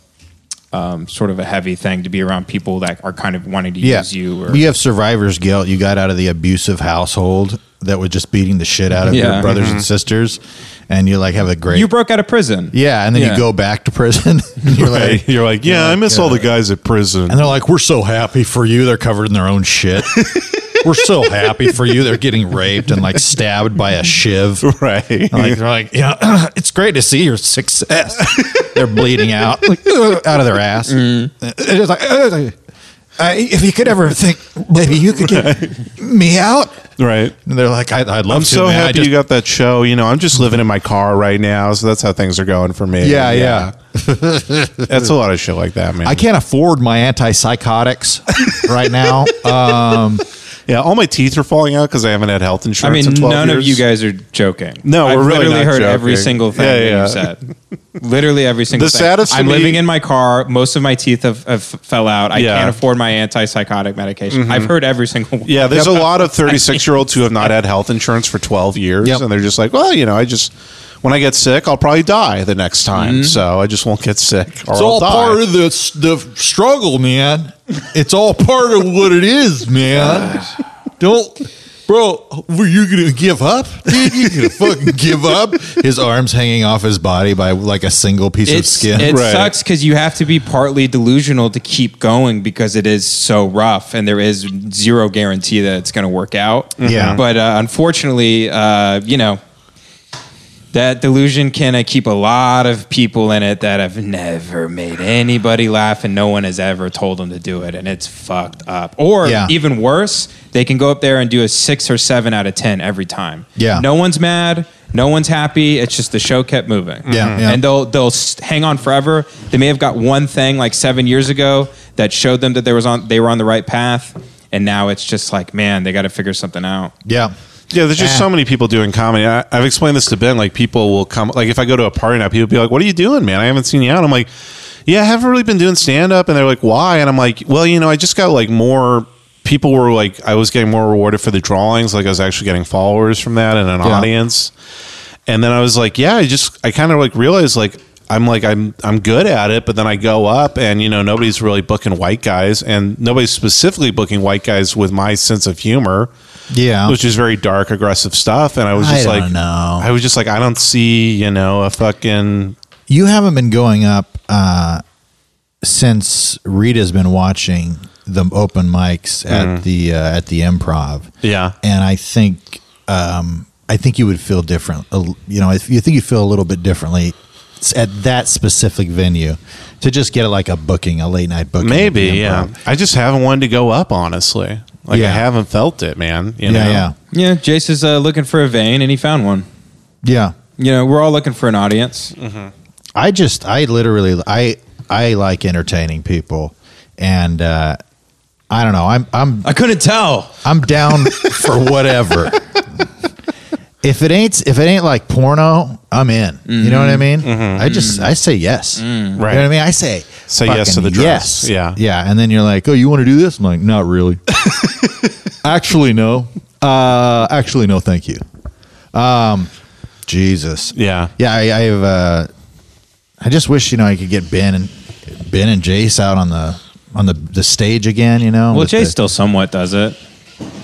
Speaker 1: Um, sort of a heavy thing to be around people that are kind of wanting to
Speaker 3: Yeah,
Speaker 1: use you. Or,
Speaker 3: you have survivor's guilt. You got out of the abusive household that was just beating the shit out of
Speaker 1: Yeah.
Speaker 3: your brothers
Speaker 2: Mm-hmm.
Speaker 3: and sisters, and you like have a great.
Speaker 1: you broke out of prison.
Speaker 3: yeah, and then
Speaker 1: Yeah.
Speaker 3: you go back to prison. and you're like,
Speaker 2: You're like, yeah, I miss all the guys at prison.
Speaker 3: and they're like, "We're so happy for you." They're covered in their own shit. We're so happy for you. They're getting raped and like stabbed by a shiv.
Speaker 2: Right.
Speaker 3: And, like they're like, yeah, it's great to see your success. they're bleeding out, like, out of their ass.
Speaker 2: Mm.
Speaker 3: It's just like, "Ugh." I, if you could ever think, maybe you could get me out.
Speaker 2: right.
Speaker 3: And they're like, I, I'd love
Speaker 2: I'm
Speaker 3: to.
Speaker 2: so
Speaker 3: man. I
Speaker 2: happy
Speaker 3: just-
Speaker 2: you got that show. You know, I'm just living in my car right now, so that's how things are going for me.
Speaker 3: Yeah, yeah.
Speaker 2: That's a lot of shit like that, man.
Speaker 3: I can't afford my antipsychotics right now. Um,
Speaker 2: yeah, all my teeth are falling out because I haven't had health
Speaker 1: I
Speaker 2: insurance.
Speaker 1: mean,
Speaker 2: in 12
Speaker 1: none of
Speaker 2: years.
Speaker 1: you guys are joking.
Speaker 2: No,
Speaker 1: I've
Speaker 2: we're really
Speaker 1: literally
Speaker 2: not
Speaker 1: heard every
Speaker 2: joking.
Speaker 1: single thing
Speaker 2: Yeah,
Speaker 1: that
Speaker 2: yeah.
Speaker 1: you've said. Literally every single.
Speaker 2: The
Speaker 1: thing.
Speaker 2: saddest to
Speaker 1: I'm
Speaker 2: me-
Speaker 1: living in my car. Most of my teeth have, have fell out. I
Speaker 2: Yeah. Mm-hmm.
Speaker 1: can't afford my antipsychotic medication. I've heard every single one.
Speaker 2: Yeah, there's a lot of 36 year olds who have not had health insurance for 12 years,
Speaker 3: Yep.
Speaker 2: and they're just like, well, you know, I just when I get sick, I'll probably die the next time,
Speaker 1: Mm-hmm.
Speaker 2: so I just won't get sick. Or
Speaker 3: it's
Speaker 2: I'll
Speaker 3: all
Speaker 2: die.
Speaker 3: part of the, the struggle, man. It's all part of what it is, man. Don't, bro, were you going to give up? Dude, you going to fucking give up? His arms hanging off his body by like a single piece of
Speaker 1: It's,
Speaker 3: skin.
Speaker 1: it
Speaker 2: Right.
Speaker 1: sucks because you have to be partly delusional to keep going because it is so rough and there is zero guarantee that it's going to work out.
Speaker 3: Yeah.
Speaker 1: But uh, unfortunately, uh, you know, that delusion can uh, keep a lot of people in it that have never made anybody laugh and no one has ever told them to do it. And it's fucked up. Or
Speaker 3: Yeah.
Speaker 1: even worse, they can go up there and do a six or seven out of 10 every time.
Speaker 3: Yeah.
Speaker 1: No one's mad. No one's happy. It's just the show kept moving.
Speaker 3: Yeah, yeah.
Speaker 1: Mm-hmm. And they'll they'll s- hang on forever. They may have got one thing like seven years ago that showed them that there was on they were on the right path, and now it's just like, man, they got to figure something out.
Speaker 3: Yeah.
Speaker 2: Yeah, there's just
Speaker 3: Ah.
Speaker 2: so many people doing comedy. I, I've explained this to Ben. Like, people will come. Like, if I go to a party now, people be like, "What are you doing, man? I haven't seen you out." I'm like, "Yeah, I haven't really been doing stand up." And they're like, "Why?" And I'm like, "Well, you know, I just got like more." People were like, I was getting more rewarded for the drawings. Like, I was actually getting followers from that and an audience. And then I was like, yeah, I just I kind of like realized like I'm like I'm I'm good at it, but then I go up and you know nobody's really booking white guys, and nobody's specifically booking white guys with my sense of humor
Speaker 3: Yeah.
Speaker 2: which is very dark, aggressive stuff. And I was
Speaker 3: Oh. I
Speaker 2: just
Speaker 3: don't
Speaker 2: like,
Speaker 3: know.
Speaker 2: I was just like, I don't see, you know, a fucking
Speaker 3: You haven't been going up uh, since Rita's been watching the open mics at
Speaker 2: Mm.
Speaker 3: the uh, at the improv.
Speaker 2: yeah,
Speaker 3: and I think um, I think you would feel different. a l- You know, if you think you feel a little bit differently s- at that specific venue to just get like a booking, a late night booking. at
Speaker 2: maybe,
Speaker 3: the
Speaker 2: yeah.
Speaker 3: Improv.
Speaker 2: I just haven't wanted to go up, honestly. Like I
Speaker 3: Yeah.
Speaker 2: haven't felt it, man. You
Speaker 3: yeah,
Speaker 2: know?
Speaker 3: yeah,
Speaker 1: Yeah, Jace is uh, looking for a vein, and he found one.
Speaker 3: yeah.
Speaker 1: You know, we're all looking for an audience.
Speaker 3: I just, I literally, I, I like entertaining people, and uh, I don't know. I'm, I'm,
Speaker 1: I couldn't tell.
Speaker 3: I'm down for whatever. If it ain't if it ain't like porno, I'm in. You know what I mean? I just I say yes. You
Speaker 2: Mm-hmm. Mm. Right.
Speaker 3: know what I mean? I say
Speaker 2: Say yes to
Speaker 3: fucking
Speaker 2: the drugs.
Speaker 3: Yes.
Speaker 2: Yeah.
Speaker 3: Yeah. And then you're like, oh, you want to do this? I'm like, not really. actually, no. Uh, actually, no. Thank you. Um, Jesus.
Speaker 2: Yeah.
Speaker 3: Yeah. I, I have. Uh, I just wish you know I could get Ben and Ben and Jace out on the on the, the stage again. You know.
Speaker 1: Well,
Speaker 3: with
Speaker 1: Jace
Speaker 3: the-
Speaker 1: still somewhat does it.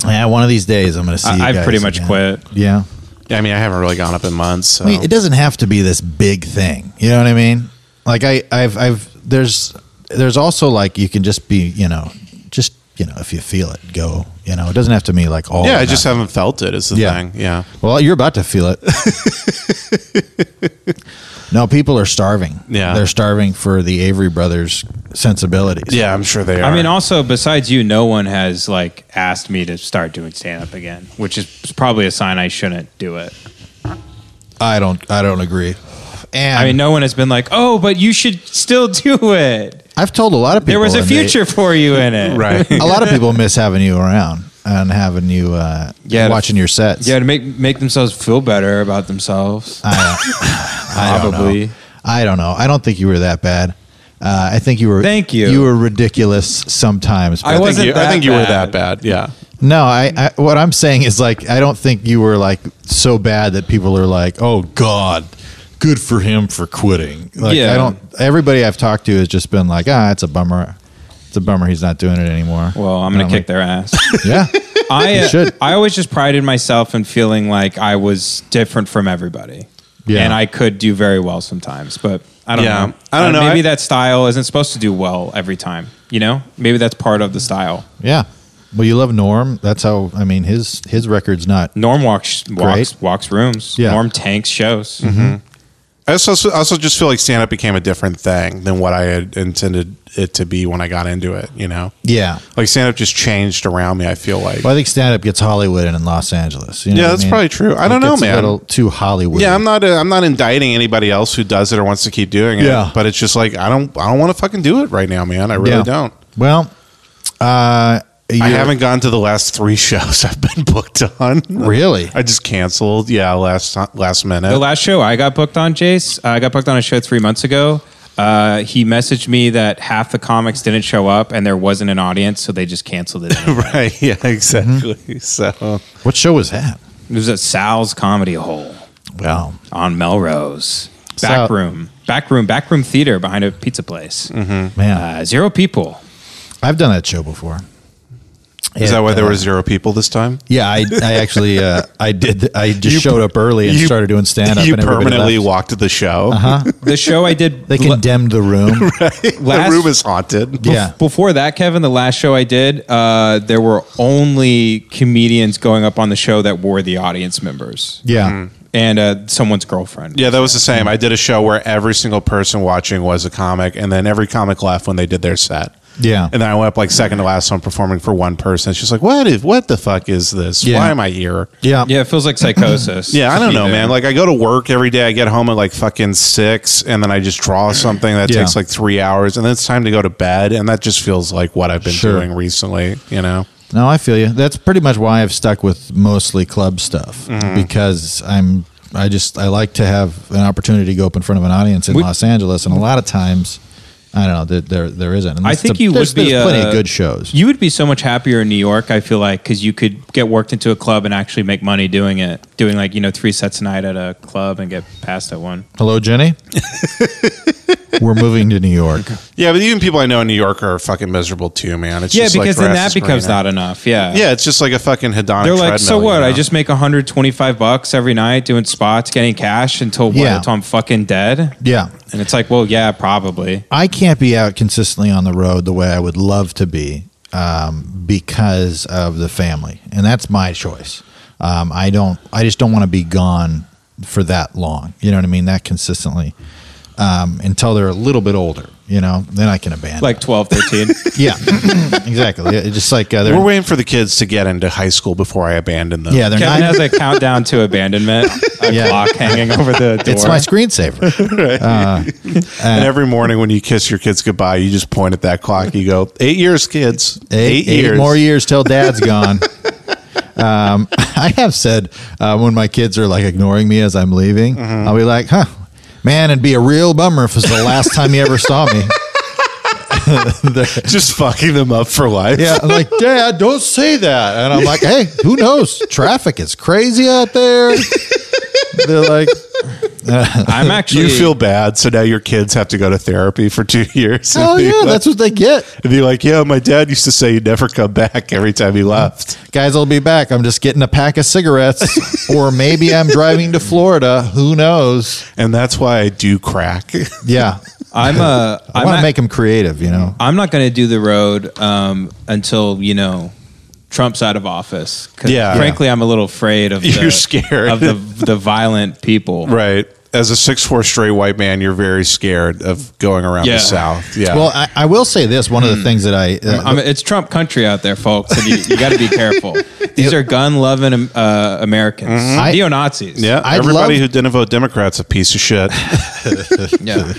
Speaker 3: yeah, one of these days I'm going to see. you
Speaker 1: I, I've
Speaker 3: guys
Speaker 1: pretty much
Speaker 3: again.
Speaker 1: quit.
Speaker 3: Yeah,
Speaker 2: I mean, I haven't really gone up in months. So.
Speaker 3: I mean, it doesn't have to be this big thing. You know what I mean? Like I, I've, I've, there's, there's also like you can just be, you know, just you know, if you feel it, go. You know, it doesn't have to be like all.
Speaker 2: yeah,
Speaker 3: or
Speaker 2: I just
Speaker 3: nothing.
Speaker 2: haven't felt it. Is the
Speaker 3: Yeah.
Speaker 2: thing. Yeah.
Speaker 3: Well, you're about to feel it. no, people are starving.
Speaker 2: Yeah.
Speaker 3: they're starving for the Avery Brothers sensibilities.
Speaker 2: Yeah, I'm sure they are.
Speaker 1: I mean, also besides you, no one has like asked me to start doing stand up again, which is probably a sign I shouldn't do it.
Speaker 3: I don't, I don't agree. And
Speaker 1: I mean, no one has been like, "Oh, but you should still do it.
Speaker 3: I've told a lot of people
Speaker 1: There was a
Speaker 3: and they-
Speaker 1: future for you in it."
Speaker 2: right.
Speaker 3: a lot of people miss having you around and having you uh,
Speaker 1: Yeah, to-
Speaker 3: watching your sets.
Speaker 1: Yeah, to make make themselves feel better about themselves.
Speaker 3: I don't know.
Speaker 1: probably.
Speaker 3: I don't know. I don't think you were that bad. Uh, I think you were.
Speaker 1: Thank you.
Speaker 3: You were ridiculous sometimes.
Speaker 1: I
Speaker 3: but-
Speaker 2: I think,
Speaker 1: wasn't
Speaker 2: you, I
Speaker 1: that
Speaker 2: think you were
Speaker 1: bad.
Speaker 2: that bad. Yeah.
Speaker 3: no, I, I. What I'm saying is like I don't think you were like so bad that people are like, oh God, good for him for quitting. Like
Speaker 1: Yeah.
Speaker 3: I don't. Everybody I've talked to has just been like, ah, it's a bummer. It's a bummer he's not doing it anymore.
Speaker 1: well, I'm gonna
Speaker 3: And
Speaker 1: kick their ass.
Speaker 3: like, Yeah.
Speaker 1: I uh,
Speaker 3: You should.
Speaker 1: I always just prided myself in feeling like I was different from everybody.
Speaker 3: Yeah.
Speaker 1: And I could do very well sometimes, but I don't
Speaker 2: Yeah.
Speaker 1: know. Uh,
Speaker 2: I don't know.
Speaker 1: Maybe
Speaker 2: I-
Speaker 1: that style isn't supposed to do well every time. You know, maybe that's part of the style.
Speaker 3: Yeah. Well, you love Norm. That's how. I mean, his his record's not.
Speaker 1: Norm walks walks, walks rooms.
Speaker 3: Yeah. Mm-hmm.
Speaker 1: Norm tanks shows.
Speaker 2: I also, I also just feel like stand up became a different thing than what I had intended it to be when I got into it. You know,
Speaker 3: Yeah.
Speaker 2: like stand up just changed around me. I feel like.
Speaker 3: Well, I think stand up gets Hollywood and in Los Angeles. you know
Speaker 2: Yeah,
Speaker 3: what I
Speaker 2: that's
Speaker 3: mean?
Speaker 2: probably true. I
Speaker 3: It
Speaker 2: don't know,
Speaker 3: gets
Speaker 2: man.
Speaker 3: A little too Hollywood.
Speaker 2: Yeah, I'm not. Uh, I'm not indicting anybody else who does it or wants to keep doing it.
Speaker 3: Yeah.
Speaker 2: but it's just like I don't. I don't want to fucking do it right now, man. I really
Speaker 3: Yeah.
Speaker 2: don't.
Speaker 3: Well, uh,
Speaker 2: I haven't gone to the last three shows I've been booked on.
Speaker 3: Really?
Speaker 2: I just canceled. Yeah, last last minute.
Speaker 1: The last show I got booked on, Jace, uh, I got booked on a show three months ago. Uh, he messaged me that half the comics didn't show up and there wasn't an audience, so they just canceled it. anyway.
Speaker 2: right? Yeah, exactly.
Speaker 3: Mm-hmm.
Speaker 2: So
Speaker 3: What show was that?
Speaker 1: it was at Sal's Comedy Hole.
Speaker 3: Well,
Speaker 1: on Melrose.
Speaker 3: So- Mm-hmm.
Speaker 1: Back room, back room, back room theater behind a pizza place.
Speaker 3: man,
Speaker 1: Uh, zero people.
Speaker 3: I've done that show before.
Speaker 2: is that why there
Speaker 3: were?
Speaker 2: were zero people this time?
Speaker 3: Yeah, I, I actually, uh, I did. I just
Speaker 2: You
Speaker 3: showed
Speaker 2: per-
Speaker 3: up early and
Speaker 2: you-
Speaker 3: started doing stand up.
Speaker 2: You
Speaker 3: and everybody
Speaker 2: permanently
Speaker 3: left. Uh-huh.
Speaker 2: walked the show.
Speaker 1: The show I did
Speaker 3: They condemned the room.
Speaker 2: the
Speaker 1: Last-
Speaker 2: room is haunted.
Speaker 1: bef-
Speaker 3: yeah.
Speaker 1: before that, Kevin, the last show I did, uh, there were only comedians going up on the show that were the audience members
Speaker 3: yeah.
Speaker 2: Hmm.
Speaker 1: and uh, someone's girlfriend.
Speaker 2: Yeah, that was the same. I did a show where every single person watching was a comic, and then every comic left when they did their set.
Speaker 3: Yeah.
Speaker 2: And then I went up like second to last one performing for one person. She's like, "What is? What the fuck is this?
Speaker 3: Yeah.
Speaker 2: Why am I here?"
Speaker 3: Yeah.
Speaker 1: Yeah, it feels like psychosis.
Speaker 2: Yeah, I
Speaker 1: to
Speaker 2: don't
Speaker 1: be
Speaker 2: know,
Speaker 1: there.
Speaker 2: man. Like I go to work every day. I get home at like fucking six, and then I just draw something that
Speaker 3: Yeah.
Speaker 2: takes like three hours, and then it's time to go to bed, and that just feels like what I've been
Speaker 3: Sure.
Speaker 2: doing recently. You know?
Speaker 3: No, I feel you. That's pretty much why I've stuck with mostly club stuff
Speaker 1: Mm-hmm.
Speaker 3: because I'm I just I like to have an opportunity to go up in front of an audience in
Speaker 1: We-
Speaker 3: Los Angeles, and a lot of times I don't know there there, there isn't. And
Speaker 1: I
Speaker 3: that's
Speaker 1: think
Speaker 3: the-
Speaker 1: you
Speaker 3: there's,
Speaker 1: would be
Speaker 3: there's plenty
Speaker 1: uh,
Speaker 3: of good shows.
Speaker 1: You would be so much happier in New York. I feel like because you could get worked into a club and actually make money doing it, doing like you know three sets a night at a club and get past at one.
Speaker 3: Hello, Jenny. We're moving to New York.
Speaker 2: Yeah, but even people I know in New York are fucking miserable too, man. It's
Speaker 1: yeah,
Speaker 2: just
Speaker 1: because
Speaker 2: like
Speaker 1: then
Speaker 2: grass
Speaker 1: that
Speaker 2: is
Speaker 1: becomes
Speaker 2: greener.
Speaker 1: not enough. Yeah,
Speaker 2: Yeah, it's just like a fucking hedonic.
Speaker 1: They're like,
Speaker 2: treadmill,
Speaker 1: so what?
Speaker 2: you
Speaker 1: I
Speaker 2: know?
Speaker 1: just make 125 bucks every night doing spots, getting cash until what?
Speaker 3: Yeah.
Speaker 1: Until I'm fucking dead.
Speaker 3: Yeah,
Speaker 1: And it's like, well, yeah, probably.
Speaker 3: I can't be out consistently on the road the way I would love to be um, because of the family, and that's my choice. Um, I don't. I just don't want to be gone for that long. You know what I mean? That consistently um, until they're a little bit older. You know, then I can abandon.
Speaker 1: Like 12, 13.
Speaker 3: yeah, exactly. Yeah, just like uh,
Speaker 2: We're
Speaker 3: they're
Speaker 2: waiting for the kids to get into high school before I abandon them.
Speaker 3: yeah they're
Speaker 1: Kevin
Speaker 3: nine.
Speaker 1: has a countdown to abandonment, a
Speaker 3: Yeah.
Speaker 1: clock hanging over the door.
Speaker 3: It's my screensaver. uh,
Speaker 2: And every morning when you kiss your kids goodbye, you just point at that clock. You go, eight years, kids.
Speaker 3: Eight, eight
Speaker 2: years.
Speaker 3: more years till dad's gone. um, I have said uh, when my kids are like ignoring me as I'm leaving,
Speaker 2: Mm-hmm.
Speaker 3: I'll be like, huh, man, it'd be a real bummer if it's the last time you ever saw me.
Speaker 2: just fucking them up for life.
Speaker 3: Yeah, I'm like, Dad, don't say that. And I'm like, hey, who knows? Traffic is crazy out there. They're like,
Speaker 1: I'm actually.
Speaker 2: You feel bad, so now your kids have to go to therapy for two years.
Speaker 3: oh,
Speaker 2: And be
Speaker 3: yeah,
Speaker 2: like-
Speaker 3: that's what they get.
Speaker 2: and be like, yeah, my dad used to say he'd never come back every time he left.
Speaker 3: Guys, I'll be back. I'm just getting a pack of cigarettes, or maybe I'm driving to Florida. Who knows?
Speaker 2: And that's why I do crack.
Speaker 3: Yeah.
Speaker 1: I'm a.
Speaker 3: I
Speaker 1: I'm
Speaker 3: want
Speaker 1: a-
Speaker 3: to make them creative, you know?
Speaker 1: I'm not going to do the road um, until you know Trump's out of office. 'Cause
Speaker 2: Yeah.
Speaker 1: frankly, I'm a little afraid of the,
Speaker 2: You're scared.
Speaker 1: of the the violent people.
Speaker 2: right. As a six four straight white man, you're very scared of going around
Speaker 1: Yeah.
Speaker 2: the South. Yeah.
Speaker 3: Well, I, I will say this. One of the things that I, uh,
Speaker 1: I mean, it's Trump country out there, folks, and you, you got to be careful. These are gun loving uh, Americans,
Speaker 3: Mm-hmm. I-
Speaker 1: neo Nazis.
Speaker 2: yeah.
Speaker 3: I'd
Speaker 2: everybody
Speaker 3: love-
Speaker 2: who didn't vote Democrat's a piece of shit.
Speaker 1: yeah.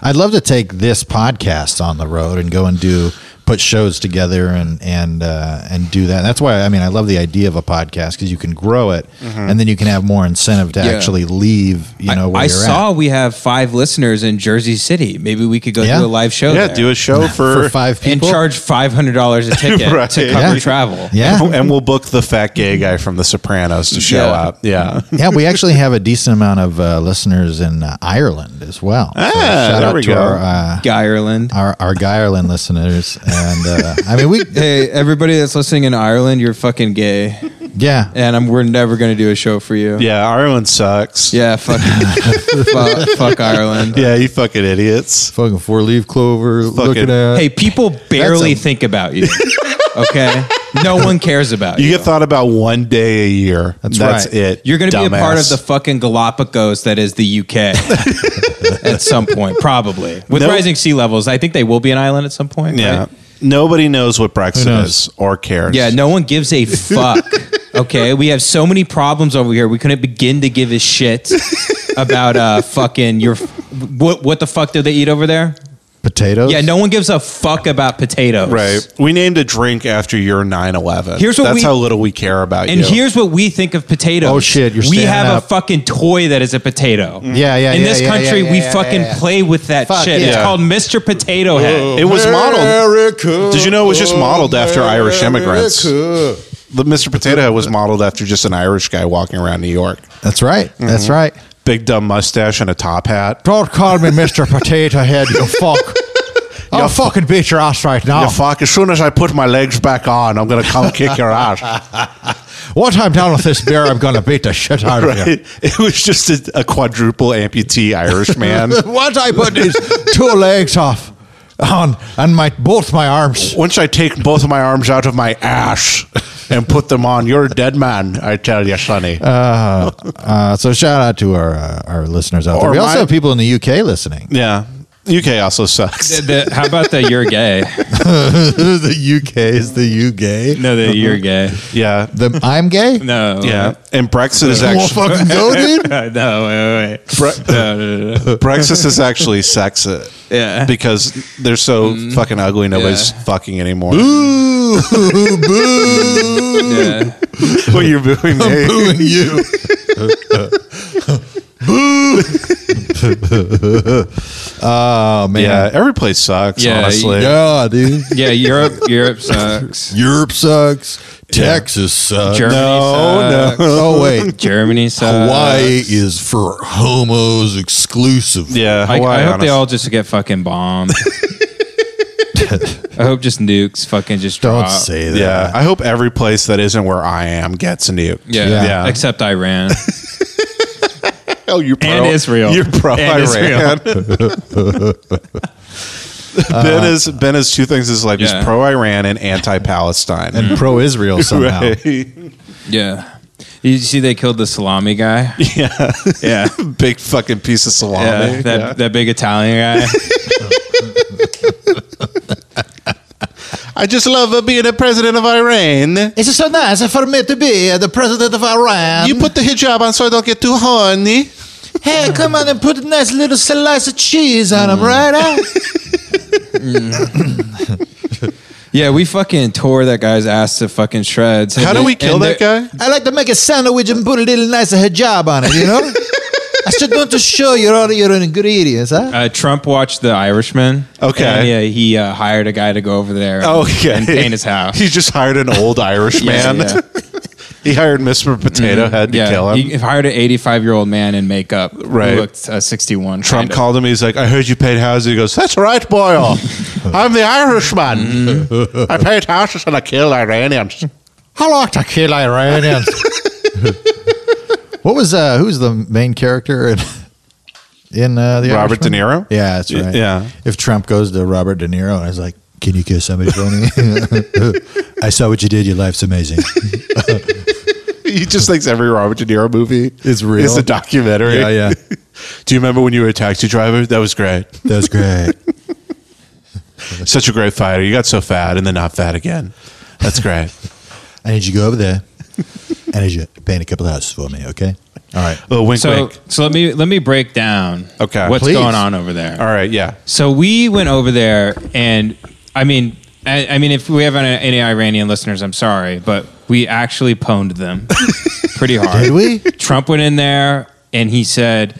Speaker 3: I'd love to take this podcast on the road and go and do put shows together and and uh, and do that. That's why I mean I love the idea of a podcast because you can grow it and then you can have more incentive to
Speaker 1: Yeah.
Speaker 3: actually leave. You know, where
Speaker 1: I, I
Speaker 3: you're
Speaker 1: saw
Speaker 3: at.
Speaker 1: we have five listeners in Jersey City. Maybe we could go
Speaker 3: Yeah.
Speaker 1: do a live show.
Speaker 2: yeah.
Speaker 1: there
Speaker 2: Do a show for,
Speaker 3: for five
Speaker 1: and
Speaker 3: people.
Speaker 1: charge five hundred dollars a ticket
Speaker 2: Right.
Speaker 1: to cover
Speaker 3: Yeah.
Speaker 1: travel.
Speaker 3: yeah,
Speaker 2: and we'll book the fat gay guy from The Sopranos to show
Speaker 1: Yeah.
Speaker 2: up. Yeah.
Speaker 3: yeah, we actually have a decent amount of uh, listeners in uh, Ireland as well. So
Speaker 2: Ah,
Speaker 3: shout
Speaker 2: there
Speaker 3: out
Speaker 2: we
Speaker 3: to
Speaker 2: go.
Speaker 3: our uh,
Speaker 1: Ireland.
Speaker 3: our, our Guy Ireland listeners, and uh, I mean we,
Speaker 1: Hey, everybody that's listening in Ireland, you're fucking gay,
Speaker 3: yeah,
Speaker 1: and I'm, we're never gonna do a show for you.
Speaker 2: Yeah. Ireland sucks.
Speaker 1: yeah, fuck, fuck, fuck Ireland.
Speaker 2: Yeah. You fucking idiots.
Speaker 3: fucking four leaf clover, looking at
Speaker 1: Hey, people barely
Speaker 3: a-
Speaker 1: think about you. Okay, no one cares about you.
Speaker 2: You get thought about one day a year. That's,
Speaker 3: right.
Speaker 2: it.
Speaker 1: You're going to be a part of
Speaker 2: dumbass.
Speaker 1: the fucking Galapagos that is the UK at some point, probably. With
Speaker 2: No.
Speaker 1: rising sea levels, I think they will be an island at some point.
Speaker 2: Yeah.
Speaker 1: right?
Speaker 2: Nobody knows what Brexit
Speaker 3: knows?
Speaker 2: is or cares.
Speaker 1: Yeah, no one gives a fuck. Okay, we have so many problems over here. We couldn't begin to give a shit about uh fucking your what what the fuck do they eat over there?
Speaker 3: potatoes.
Speaker 1: Yeah, no one gives a fuck about potatoes.
Speaker 2: Right. We named a drink after your 9 11.
Speaker 1: Here's what
Speaker 2: That's
Speaker 1: we-
Speaker 2: how little we care about
Speaker 1: And
Speaker 2: you.
Speaker 1: here's what we think of potatoes.
Speaker 3: Oh, shit, you're
Speaker 1: we
Speaker 3: standing
Speaker 1: have a
Speaker 3: up.
Speaker 1: fucking toy that is a potato.
Speaker 3: Yeah, yeah,
Speaker 1: In
Speaker 3: yeah,
Speaker 1: this
Speaker 3: yeah,
Speaker 1: country,
Speaker 3: yeah,
Speaker 1: we
Speaker 3: yeah, yeah,
Speaker 1: fucking
Speaker 3: yeah.
Speaker 1: play with that
Speaker 3: Fuck
Speaker 1: shit. It's
Speaker 2: yeah.
Speaker 1: called Mr. Potato Head.
Speaker 2: it was modeled.
Speaker 3: America.
Speaker 2: Did you know it was just modeled after Irish immigrants?
Speaker 3: America.
Speaker 2: The Mr. Potato Head was modeled after just an Irish guy walking around New York.
Speaker 3: That's right.
Speaker 2: Mm-hmm.
Speaker 3: That's right.
Speaker 2: Big dumb mustache and a top hat.
Speaker 3: Don't call me Mr. Potato Head, you fuck. I'll
Speaker 2: You
Speaker 3: fucking beat your ass right now.
Speaker 2: You fuck, as soon as I put my legs back on, I'm going to come kick your ass.
Speaker 3: Once I'm done with this beer, I'm going to beat the shit out of you.
Speaker 2: It, it was just a, a quadruple amputee Irish man.
Speaker 3: Once I put these two legs off on and my both my arms.
Speaker 2: Once I take both of my arms out of my ass and put them on, you're a dead man, I tell you, Sonny.
Speaker 3: Uh, so shout out to our uh, our listeners out there.
Speaker 2: Or
Speaker 3: We also
Speaker 2: my-
Speaker 3: have people in the UK listening.
Speaker 2: yeah. UK also sucks.
Speaker 1: The- the- how about the you're gay?
Speaker 7: the UK is the you gay.
Speaker 1: No, the you're gay.
Speaker 2: Yeah.
Speaker 7: The I'm gay.
Speaker 1: No.
Speaker 2: Yeah. And Brexit is
Speaker 7: Well,
Speaker 2: actually
Speaker 7: fucking go, dude.
Speaker 1: Uh, no, wait, wait, wait.
Speaker 2: Bre-
Speaker 1: No, no, no, no.
Speaker 2: Brexit is actually sexist.
Speaker 1: Yeah.
Speaker 2: Because they're so
Speaker 1: Mm-hmm.
Speaker 2: fucking ugly nobody's fucking anymore.
Speaker 1: Yeah.
Speaker 2: Well, you're booing me.
Speaker 7: Booing you. oh man.
Speaker 2: Yeah, every place sucks,
Speaker 1: Yeah,
Speaker 2: honestly.
Speaker 7: Yeah, dude.
Speaker 1: Yeah, Europe Europe sucks.
Speaker 7: Europe sucks. Texas sucks.
Speaker 1: Germany
Speaker 2: no.
Speaker 1: sucks.
Speaker 7: Oh wait.
Speaker 1: Germany sucks.
Speaker 7: Hawaii is for homos exclusive.
Speaker 2: Yeah,
Speaker 1: I, I
Speaker 2: Hawaii,
Speaker 1: hope they
Speaker 2: honestly.
Speaker 1: all just get fucking bombed. I hope just nukes fucking just
Speaker 7: Don't
Speaker 1: drop.
Speaker 7: say that.
Speaker 2: Yeah, I hope every place that isn't where I am gets nuked.
Speaker 1: Yeah.
Speaker 7: Yeah.
Speaker 1: Except Iran.
Speaker 2: Oh, you're pro,
Speaker 1: And Israel.
Speaker 2: You're pro
Speaker 1: And
Speaker 2: Iran. ben is Ben is two things in his life.
Speaker 1: Yeah.
Speaker 2: He's pro Iran and anti Palestine.
Speaker 7: And pro Israel somehow.
Speaker 1: Yeah. You see they killed the salami guy?
Speaker 2: yeah,
Speaker 1: Yeah.
Speaker 2: big fucking piece of salami.
Speaker 1: Yeah, that,
Speaker 2: Yeah.
Speaker 1: that big Italian guy.
Speaker 2: I just love uh, being the president of Iran.
Speaker 7: It's so nice for me to be the president of Iran.
Speaker 2: You put the hijab on so I don't get too horny.
Speaker 7: hey, come on and put a nice little slice of cheese on them, right?
Speaker 1: Yeah, we fucking tore that guy's ass to fucking shreds.
Speaker 2: How do we kill that guy?
Speaker 7: I like to make a sandwich and put a little nice hijab on it, you know? I just want to show you all your ingredients, huh?
Speaker 1: Uh, Trump watched The Irishman.
Speaker 2: Okay. Oh,
Speaker 1: And, yeah, he uh, hired a guy to go over there.
Speaker 2: Okay,
Speaker 1: And paint his house.
Speaker 2: He just hired an old Irish
Speaker 1: Yeah,
Speaker 2: man.
Speaker 1: yeah.
Speaker 2: he hired Mr. Potato Head to
Speaker 1: yeah,
Speaker 2: kill him.
Speaker 1: He hired an 85 year old man in makeup. who
Speaker 2: Right.
Speaker 1: looked uh, 61.
Speaker 2: Trump
Speaker 1: kind of.
Speaker 2: called him. He's like, I heard you paid houses. He goes, That's right, Boyle. I'm the Irishman. I paid houses and I killed Iranians.
Speaker 7: I like to kill Iranians. what was uh who's the main character in in uh, the
Speaker 2: Robert
Speaker 7: Irishman?
Speaker 2: De Niro?
Speaker 7: Yeah, that's right.
Speaker 2: yeah.
Speaker 7: If Trump goes to Robert De Niro and is like, "Can you kiss somebody for me?" I saw what you did. Your life's amazing.
Speaker 2: He just thinks every Robert De Niro movie
Speaker 7: Is real.
Speaker 2: Is a documentary.
Speaker 7: yeah, yeah,
Speaker 2: Do you remember when you were a taxi driver? That was great.
Speaker 7: that was great.
Speaker 2: Such a great fighter. You got so fat and then not fat again. That's great.
Speaker 7: I need you to go over there. I need you to paint a couple houses for me, okay? All right.
Speaker 2: Oh, wink,
Speaker 1: So,
Speaker 2: wink.
Speaker 1: so let me let me break down.
Speaker 2: Okay.
Speaker 1: What's
Speaker 2: Please.
Speaker 1: going on over there?
Speaker 2: All right. Yeah.
Speaker 1: So we went over there, and I mean, I, I mean, if we have any, any Iranian listeners, I'm sorry, but we actually pwned them pretty hard.
Speaker 7: Did we?
Speaker 1: Trump went in there, and he said,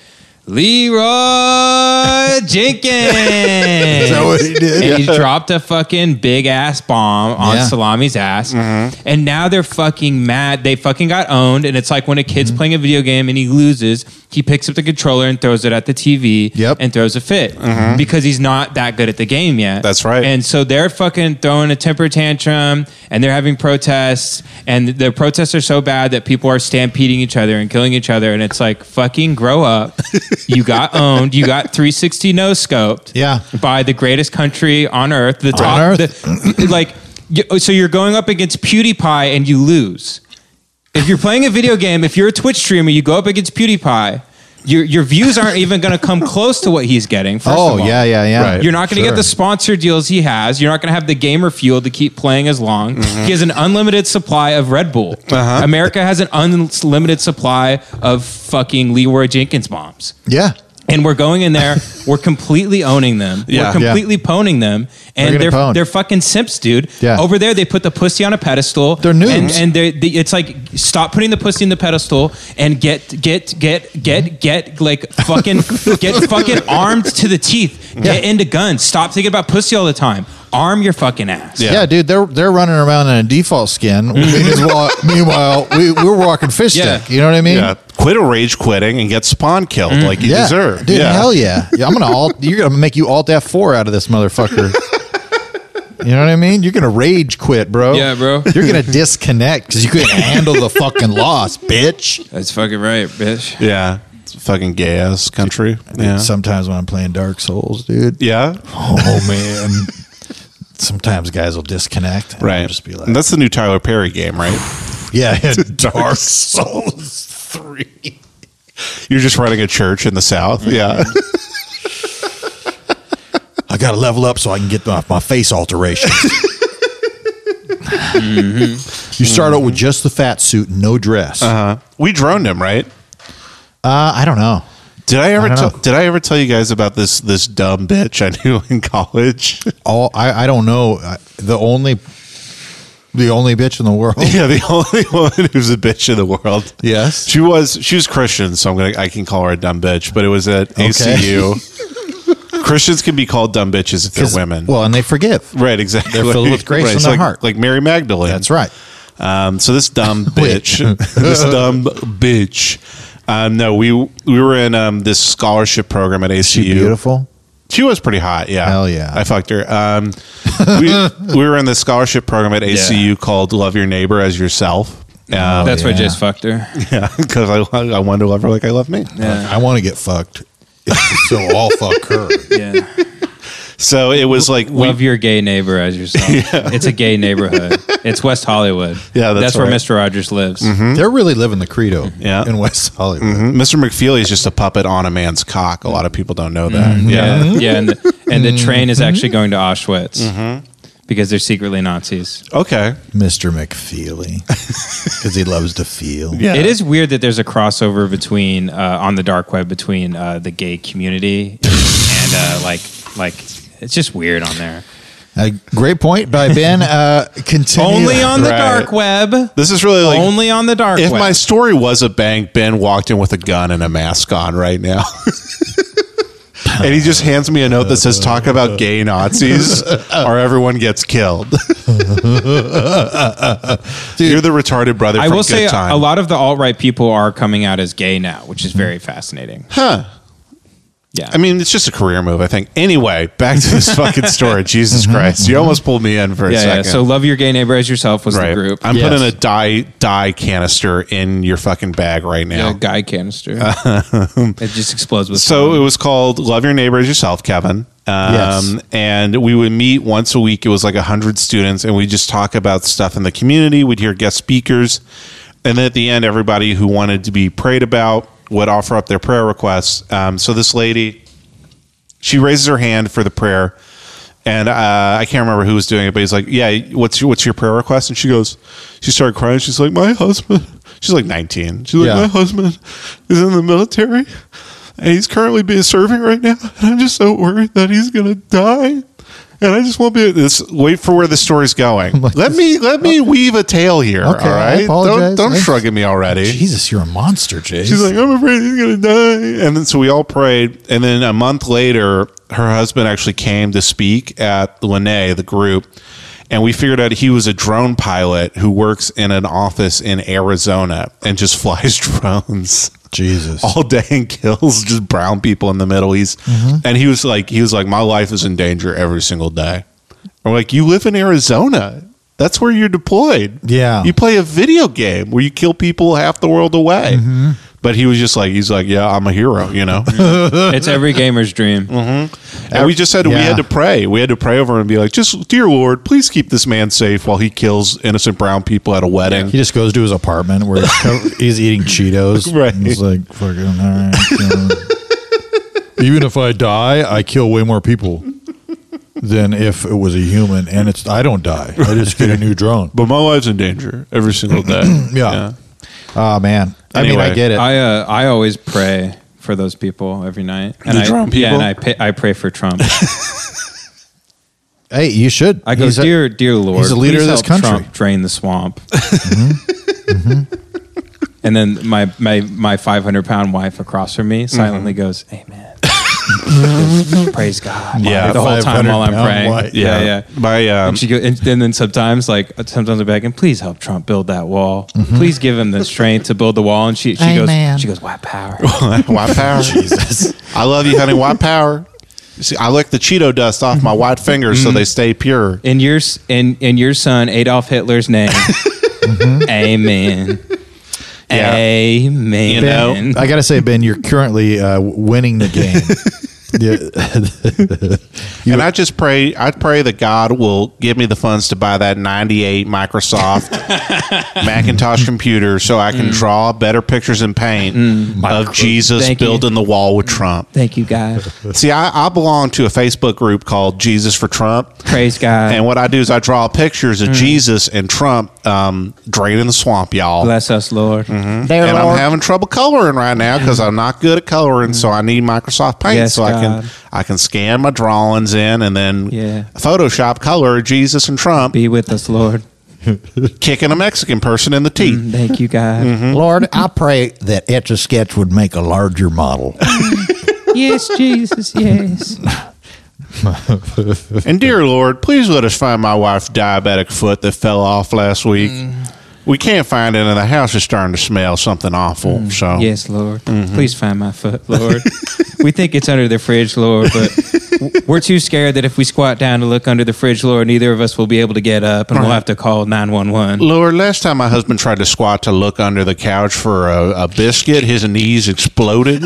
Speaker 1: "Leroy Jenkins."
Speaker 7: Is that what he did?
Speaker 1: and he dropped a fucking big ass bomb on
Speaker 7: Yeah. Mm-hmm.
Speaker 1: Salami's ass. And now they're fucking mad. They fucking got owned. And it's like when a
Speaker 7: Mm-hmm.
Speaker 1: kid's playing a video game and he loses, he picks up the controller and throws it at the TV
Speaker 7: Yep.
Speaker 1: and throws a fit because he's not that good at the game yet.
Speaker 2: That's right.
Speaker 1: And so they're fucking throwing a temper tantrum and they're having protests. And the protests are so bad that people are stampeding each other and killing each other. And it's like, fucking grow up. you got owned. You got 360 no scoped
Speaker 7: Yeah.
Speaker 1: by the greatest country on earth. The top,
Speaker 7: Earth?
Speaker 1: the- like, you- so you're going up against PewDiePie and you lose. If you're playing a video game, if you're a Twitch streamer, you go up against PewDiePie. Your, your views aren't even going to come close to what he's getting. First
Speaker 7: Oh
Speaker 1: of all.
Speaker 7: yeah, yeah, yeah.
Speaker 2: Right.
Speaker 1: You're not going to
Speaker 7: Sure.
Speaker 1: get the sponsor deals he has. You're not going to have the gamer fuel to keep playing as long.
Speaker 7: Mm-hmm.
Speaker 1: He has an unlimited supply of Red Bull.
Speaker 7: Uh-huh.
Speaker 1: America has an unlimited supply of fucking Leroy Jenkins bombs
Speaker 7: Yeah.
Speaker 1: and we're going in there. we're completely owning them.
Speaker 2: Yeah.
Speaker 1: We're completely poning them, and
Speaker 7: getting
Speaker 1: they're
Speaker 7: pwned.
Speaker 1: they're fucking simps, dude.
Speaker 7: Yeah.
Speaker 1: Over there, they put the pussy on a pedestal.
Speaker 7: They're
Speaker 1: new,
Speaker 7: noobs.
Speaker 1: and, and they they, it's like stop putting the pussy in the pedestal and get get get get get like fucking get fucking armed to the teeth. Get into guns. Stop thinking about pussy all the time. Arm your fucking ass.
Speaker 7: Yeah. dude, they're they're running around in a default skin. meanwhile, meanwhile, we, we're walking fish
Speaker 1: Yeah.
Speaker 7: stick. You know what I mean?
Speaker 2: Yeah. Quit a rage quitting and get spawn killed like you
Speaker 7: Yeah.
Speaker 2: deserve.
Speaker 7: Dude, hell yeah. yeah. I'm gonna alt you're gonna make you alt F four out of this motherfucker. you know what I mean? You're gonna rage quit, bro.
Speaker 1: Yeah, bro.
Speaker 7: You're gonna disconnect because you couldn't handle the fucking loss, bitch.
Speaker 1: That's fucking right, bitch.
Speaker 2: Yeah. It's a fucking gay ass country. Yeah.
Speaker 7: Sometimes when I'm playing Dark Souls, dude.
Speaker 2: Yeah.
Speaker 7: Oh man. Sometimes guys will disconnect. and I'll
Speaker 2: Right.
Speaker 7: Just be like,
Speaker 2: and that's the new Tyler Perry game, right?
Speaker 7: yeah,
Speaker 2: Dark Souls
Speaker 7: Mm-hmm.
Speaker 2: 3. You're just running a church in the South. Yeah.
Speaker 7: got to level up so I can get my, my face alteration. Mm-hmm. You start out with just the fat suit, no dress.
Speaker 2: Uh-huh.
Speaker 7: uh
Speaker 2: We droned him, right?
Speaker 7: I don't know.
Speaker 2: Did I ever
Speaker 7: I don't
Speaker 2: tell
Speaker 7: know.
Speaker 2: did I ever tell you guys about this this dumb bitch I knew in college?
Speaker 7: All I, I don't know. I- The only, the only bitch in the world.
Speaker 2: yeah, the only woman who's a bitch in the world.
Speaker 7: Yes.
Speaker 2: she was. She was Christian, so I'm gonna I can call her a dumb bitch. But it was at ACU. Christians can be called dumb bitches if they're
Speaker 7: 'Cause-
Speaker 2: women.
Speaker 7: Well, and they forgive.
Speaker 2: right, exactly.
Speaker 7: they're filled with grace
Speaker 2: Right,
Speaker 7: in
Speaker 2: it's
Speaker 7: their
Speaker 2: like,
Speaker 7: heart.
Speaker 2: like Mary Magdalene.
Speaker 7: That's right.
Speaker 2: Um, so this dumb bitch, this dumb bitch. Um, no, we we were in um, this scholarship program at ACU.
Speaker 7: She beautiful.
Speaker 2: She was pretty hot. Yeah.
Speaker 7: Hell yeah.
Speaker 2: I fucked her. Um, we, we were in the scholarship program at ACU called Love Your Neighbor as Yourself. Uh,
Speaker 1: That's why
Speaker 7: yeah.
Speaker 1: Jizz fucked her.
Speaker 2: because I, I wanted to love her like I love me.
Speaker 7: I want to get fucked. so I'll fuck her.
Speaker 1: Yeah.
Speaker 2: So it was like, we,
Speaker 1: Love your gay neighbor as yourself. It's a gay neighborhood. It's West Hollywood.
Speaker 2: Yeah, that's
Speaker 1: where
Speaker 2: right. Mm-hmm.
Speaker 1: Mr. Rogers lives.
Speaker 7: They're really living the credo
Speaker 2: Yeah. Mm-hmm.
Speaker 7: in West Hollywood.
Speaker 2: Mr. McFeely is just a puppet on a man's cock. A lot of people don't know that.
Speaker 1: Yeah, yeah, and the, and
Speaker 2: Mm-hmm.
Speaker 1: the train is actually going to Auschwitz because they're secretly Nazis.
Speaker 2: Okay.
Speaker 7: Mr. McFeely, because he loves to feel.
Speaker 1: It is weird that there's a crossover between uh, on the dark web between uh, the gay community and uh, like like it's just weird on there.
Speaker 7: Uh, great point by Ben. Uh, continue.
Speaker 1: Only on the
Speaker 2: Right.
Speaker 1: dark web.
Speaker 2: This is really like.
Speaker 1: Only on the dark
Speaker 2: if
Speaker 1: web.
Speaker 2: my story was a bank, Ben walked in with a gun and a mask on right now. and he just hands me a note that says, Talk about gay Nazis or everyone gets killed. You're the retarded brother
Speaker 1: I
Speaker 2: from
Speaker 1: will say
Speaker 2: Good Time.
Speaker 1: a lot of the alt right people are coming out as gay now, which is very fascinating.
Speaker 2: Huh.
Speaker 1: Yeah,
Speaker 2: I mean, it's just a career move, I think. Anyway, back to this fucking story. Jesus Christ. You almost pulled me in for a
Speaker 1: Mm-hmm. yeah, yeah.
Speaker 2: second.
Speaker 1: So love your gay neighbor as yourself was
Speaker 2: right.
Speaker 1: the group.
Speaker 2: I'm
Speaker 7: Yes.
Speaker 2: putting a dye dye canister in your fucking bag right now.
Speaker 1: yeah, guy canister. it just explodes with.
Speaker 2: So it was called Love Your Neighbor as Yourself, Kevin. Um,
Speaker 7: Yes.
Speaker 2: And we would meet once a week. It was like 100 students, and we'd just talk about stuff in the community. We'd hear guest speakers. And then at the end, everybody who wanted to be prayed about would offer up their prayer requests. Um, so this lady, she raises her hand for the prayer. And uh, I can't remember who was doing it, but he's like, "Yeah, what's your what's your prayer request?" And she goes, she started crying. She's like, "My husband." She's like 19. She's like,
Speaker 7: Yeah.
Speaker 2: "My husband is in the military, and he's currently being serving right now. And I'm just so worried that he's gonna die. And I just won't be this. Wait for where the story's going. let me let me weave a tale here.
Speaker 7: Okay,
Speaker 2: all
Speaker 7: I
Speaker 2: right, don't
Speaker 7: apologize.
Speaker 2: don't
Speaker 7: I-
Speaker 2: shrug at me already.
Speaker 7: Jesus, you're a monster, Jay.
Speaker 2: She's like, I'm afraid he's gonna die. And then so we all prayed. And then a month later, her husband actually came to speak at Lene, the group. And we figured out he was a drone pilot who works in an office in Arizona and just flies drones
Speaker 7: Jesus.
Speaker 2: all day and kills just brown people in the Middle East. And he was like, he was like, my life is in danger every single day. I'm like, you live in Arizona. That's where you're deployed.
Speaker 7: Yeah.
Speaker 2: You play a video game where you kill people half the world away. But he was just like, he's like, yeah, I'm a hero, you know?
Speaker 1: it's every gamer's dream.
Speaker 2: and we just said we
Speaker 7: Yeah.
Speaker 2: had to pray. We had to pray over him and be like, just, dear Lord, please keep this man safe while he kills innocent brown people at a wedding.
Speaker 7: He just goes to his apartment where he's, co- he's eating Cheetos.
Speaker 2: Right.
Speaker 7: And he's like, fucking, all right. uh, Even if I die, I kill way more people than if it was a human. And it's I don't die. I just get a new drone.
Speaker 2: But my life's in danger every single day.
Speaker 7: Yeah. Oh, man. I mean, I
Speaker 2: Anyway,
Speaker 7: get it.
Speaker 1: I uh, I always pray for those people every night. And
Speaker 2: The
Speaker 1: I,
Speaker 2: Trump
Speaker 1: Yeah, and
Speaker 2: people?
Speaker 1: I pay, I pray for Trump.
Speaker 7: hey, you should.
Speaker 1: I go,
Speaker 7: He's a-
Speaker 1: dear dear Lord,
Speaker 7: he's the leader
Speaker 1: please
Speaker 7: of this
Speaker 1: help
Speaker 7: country."
Speaker 1: Trump drain the swamp. And then my my my 500 pound wife across from me silently goes, Amen. Praise God.
Speaker 2: Yeah,
Speaker 1: the whole time while I'm
Speaker 7: 500-pound
Speaker 1: praying.
Speaker 7: wife.
Speaker 1: Yeah, yeah.
Speaker 2: My, um,
Speaker 1: And she go, and then, then sometimes like uh, sometimes I'm back and please help Trump build that wall.
Speaker 2: Mm-hmm.
Speaker 1: Please give him the strength to build the wall. And she she
Speaker 7: Amen.
Speaker 1: goes she goes white power.
Speaker 2: white power.
Speaker 7: Jesus.
Speaker 2: I love you, honey. White power. See, I lick the Cheeto dust off my white fingers
Speaker 1: Mm-hmm.
Speaker 2: so they stay pure.
Speaker 1: in your s- in in your son Adolf Hitler's name. Amen.
Speaker 2: Mm-hmm. Yeah.
Speaker 1: Amen.
Speaker 2: You know,
Speaker 7: I gotta say, Ben, you're currently uh, winning the game.
Speaker 2: and I just pray, I pray that God will give me the funds to buy that 98 Microsoft Macintosh computer so I
Speaker 1: Mm.
Speaker 2: can draw better pictures in paint of Jesus
Speaker 1: Thank you.
Speaker 2: building the wall with Trump.
Speaker 1: Thank you, God.
Speaker 2: See, I, I belong to a Facebook group called Jesus for Trump.
Speaker 1: Praise God.
Speaker 2: And what I do is I draw pictures
Speaker 1: Mm.
Speaker 2: of Jesus and Trump um, draining the swamp, y'all.
Speaker 1: Bless us, Lord.
Speaker 2: and I'm having trouble coloring right now because I'm not good at coloring, so I need Microsoft Paint
Speaker 1: Yes,
Speaker 2: so I
Speaker 1: God.
Speaker 2: can I can scan my drawings in and then
Speaker 1: Yeah.
Speaker 2: Photoshop color Jesus and Trump
Speaker 1: Be with us, Lord.
Speaker 2: kicking a Mexican person in the teeth.
Speaker 1: Thank you, God.
Speaker 2: Mm-hmm.
Speaker 3: Lord, I pray that Etch a Sketch would make a larger model.
Speaker 1: Yes, Jesus. Yes.
Speaker 2: And dear Lord, please let us find my wife's diabetic foot that fell off last week.
Speaker 1: Mm.
Speaker 2: We can't find it, and the house is starting to smell something awful.
Speaker 1: Mm.
Speaker 7: Oh.
Speaker 2: So
Speaker 1: Yes, Lord.
Speaker 7: Mm-hmm.
Speaker 1: Please find my foot, Lord. we think it's under the fridge, Lord, but w- we're too scared that if we squat down to look under the fridge, Lord, neither of us will be able to get up and we'll have to call 911.
Speaker 2: Lord, last time my husband tried to squat to look under the couch for a, a biscuit, his knees exploded.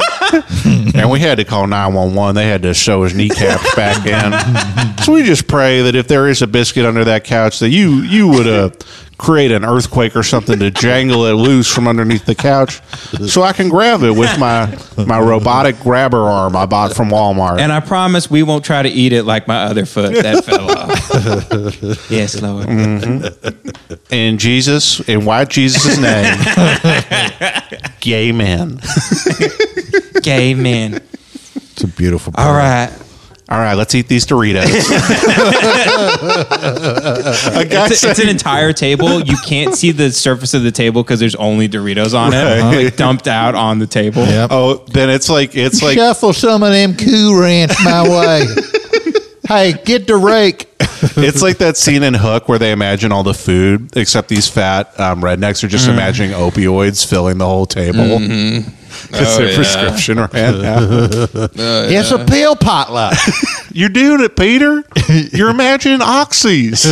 Speaker 2: and we had to call 911. They had to sew his kneecaps back in. So we just pray that if there is a biscuit under that couch, that you, you would uh, create an earthquake or something to jangle it loose from underneath the couch so I can grab it with my, my robotic grabber arm I bought from Walmart.
Speaker 1: And I promise we won't try to eat it like my other foot that fell off. yes, Lord.
Speaker 7: Mm-hmm.
Speaker 2: in Jesus, in white Jesus' name, gay man.
Speaker 1: Gay man.
Speaker 3: It's a beautiful.
Speaker 1: All right.
Speaker 2: All right, let's eat these Doritos. a guy
Speaker 1: It's, a- it's
Speaker 2: said-
Speaker 1: an entire table. You can't see the surface of the table because there's only Doritos on it, like dumped out on the table.
Speaker 7: Yep.
Speaker 2: oh, then it's like it's like
Speaker 3: Shuffle some of them Cool Ranch my way. hey, get the rake.
Speaker 2: it's like that scene in Hook where they imagine all the food, except these fat um, rednecks are just imagining opioids filling the whole table. It's their prescription, right?
Speaker 7: Uh,
Speaker 3: It's a pill potluck.
Speaker 2: You're doing it, Peter. You're imagining oxys.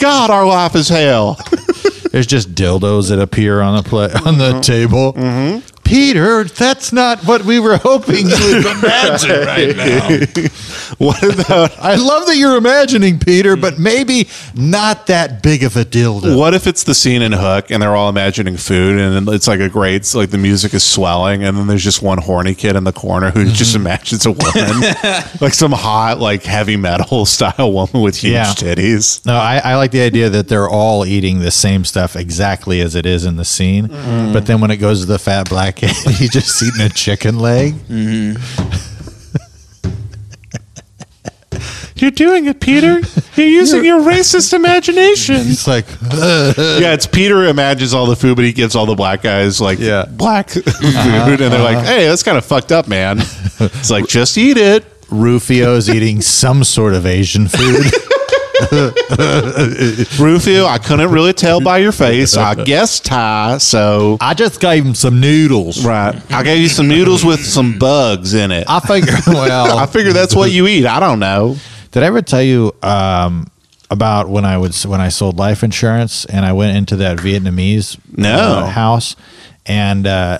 Speaker 2: God, our life is hell.
Speaker 7: There's just dildos that appear on the play on the table. Mm-hmm. Peter, that's not what we were hoping you would imagine right now.
Speaker 2: What about
Speaker 7: I love that you're imagining Peter, but maybe not that big of a dildo.
Speaker 2: What if it's the scene in Hook and they're all imagining food and then it's like a great, it's like the music is swelling and then there's just one horny kid in the corner who just
Speaker 7: Mm-hmm.
Speaker 2: imagines a woman, like some hot, like heavy metal style woman with huge
Speaker 7: Yeah.
Speaker 2: titties.
Speaker 7: No, I, I like the idea that they're all eating the same stuff exactly as it is in the scene. But then when it goes to the fat black kid, he's just eating a chicken leg.
Speaker 2: You're doing it, Peter. You're using your racist imagination.
Speaker 7: It's like,
Speaker 2: yeah, it's Peter imagines all the food, but he gives all the black guys like
Speaker 7: Yeah. Uh-huh.
Speaker 2: black food, and they're like, "Hey, that's kind of fucked up, man." It's like just eat it.
Speaker 7: Rufio's eating some sort of Asian food.
Speaker 2: Rufio, I couldn't really tell by your face. I guess Thai, so
Speaker 7: I just gave him some noodles.
Speaker 2: Right. I gave you some noodles with some bugs in it.
Speaker 7: I figure, well,
Speaker 2: I figure that's what you eat. I don't know.
Speaker 7: Did I ever tell you um, about when I was when I sold life insurance and I went into that Vietnamese uh,
Speaker 2: No.
Speaker 7: house and uh,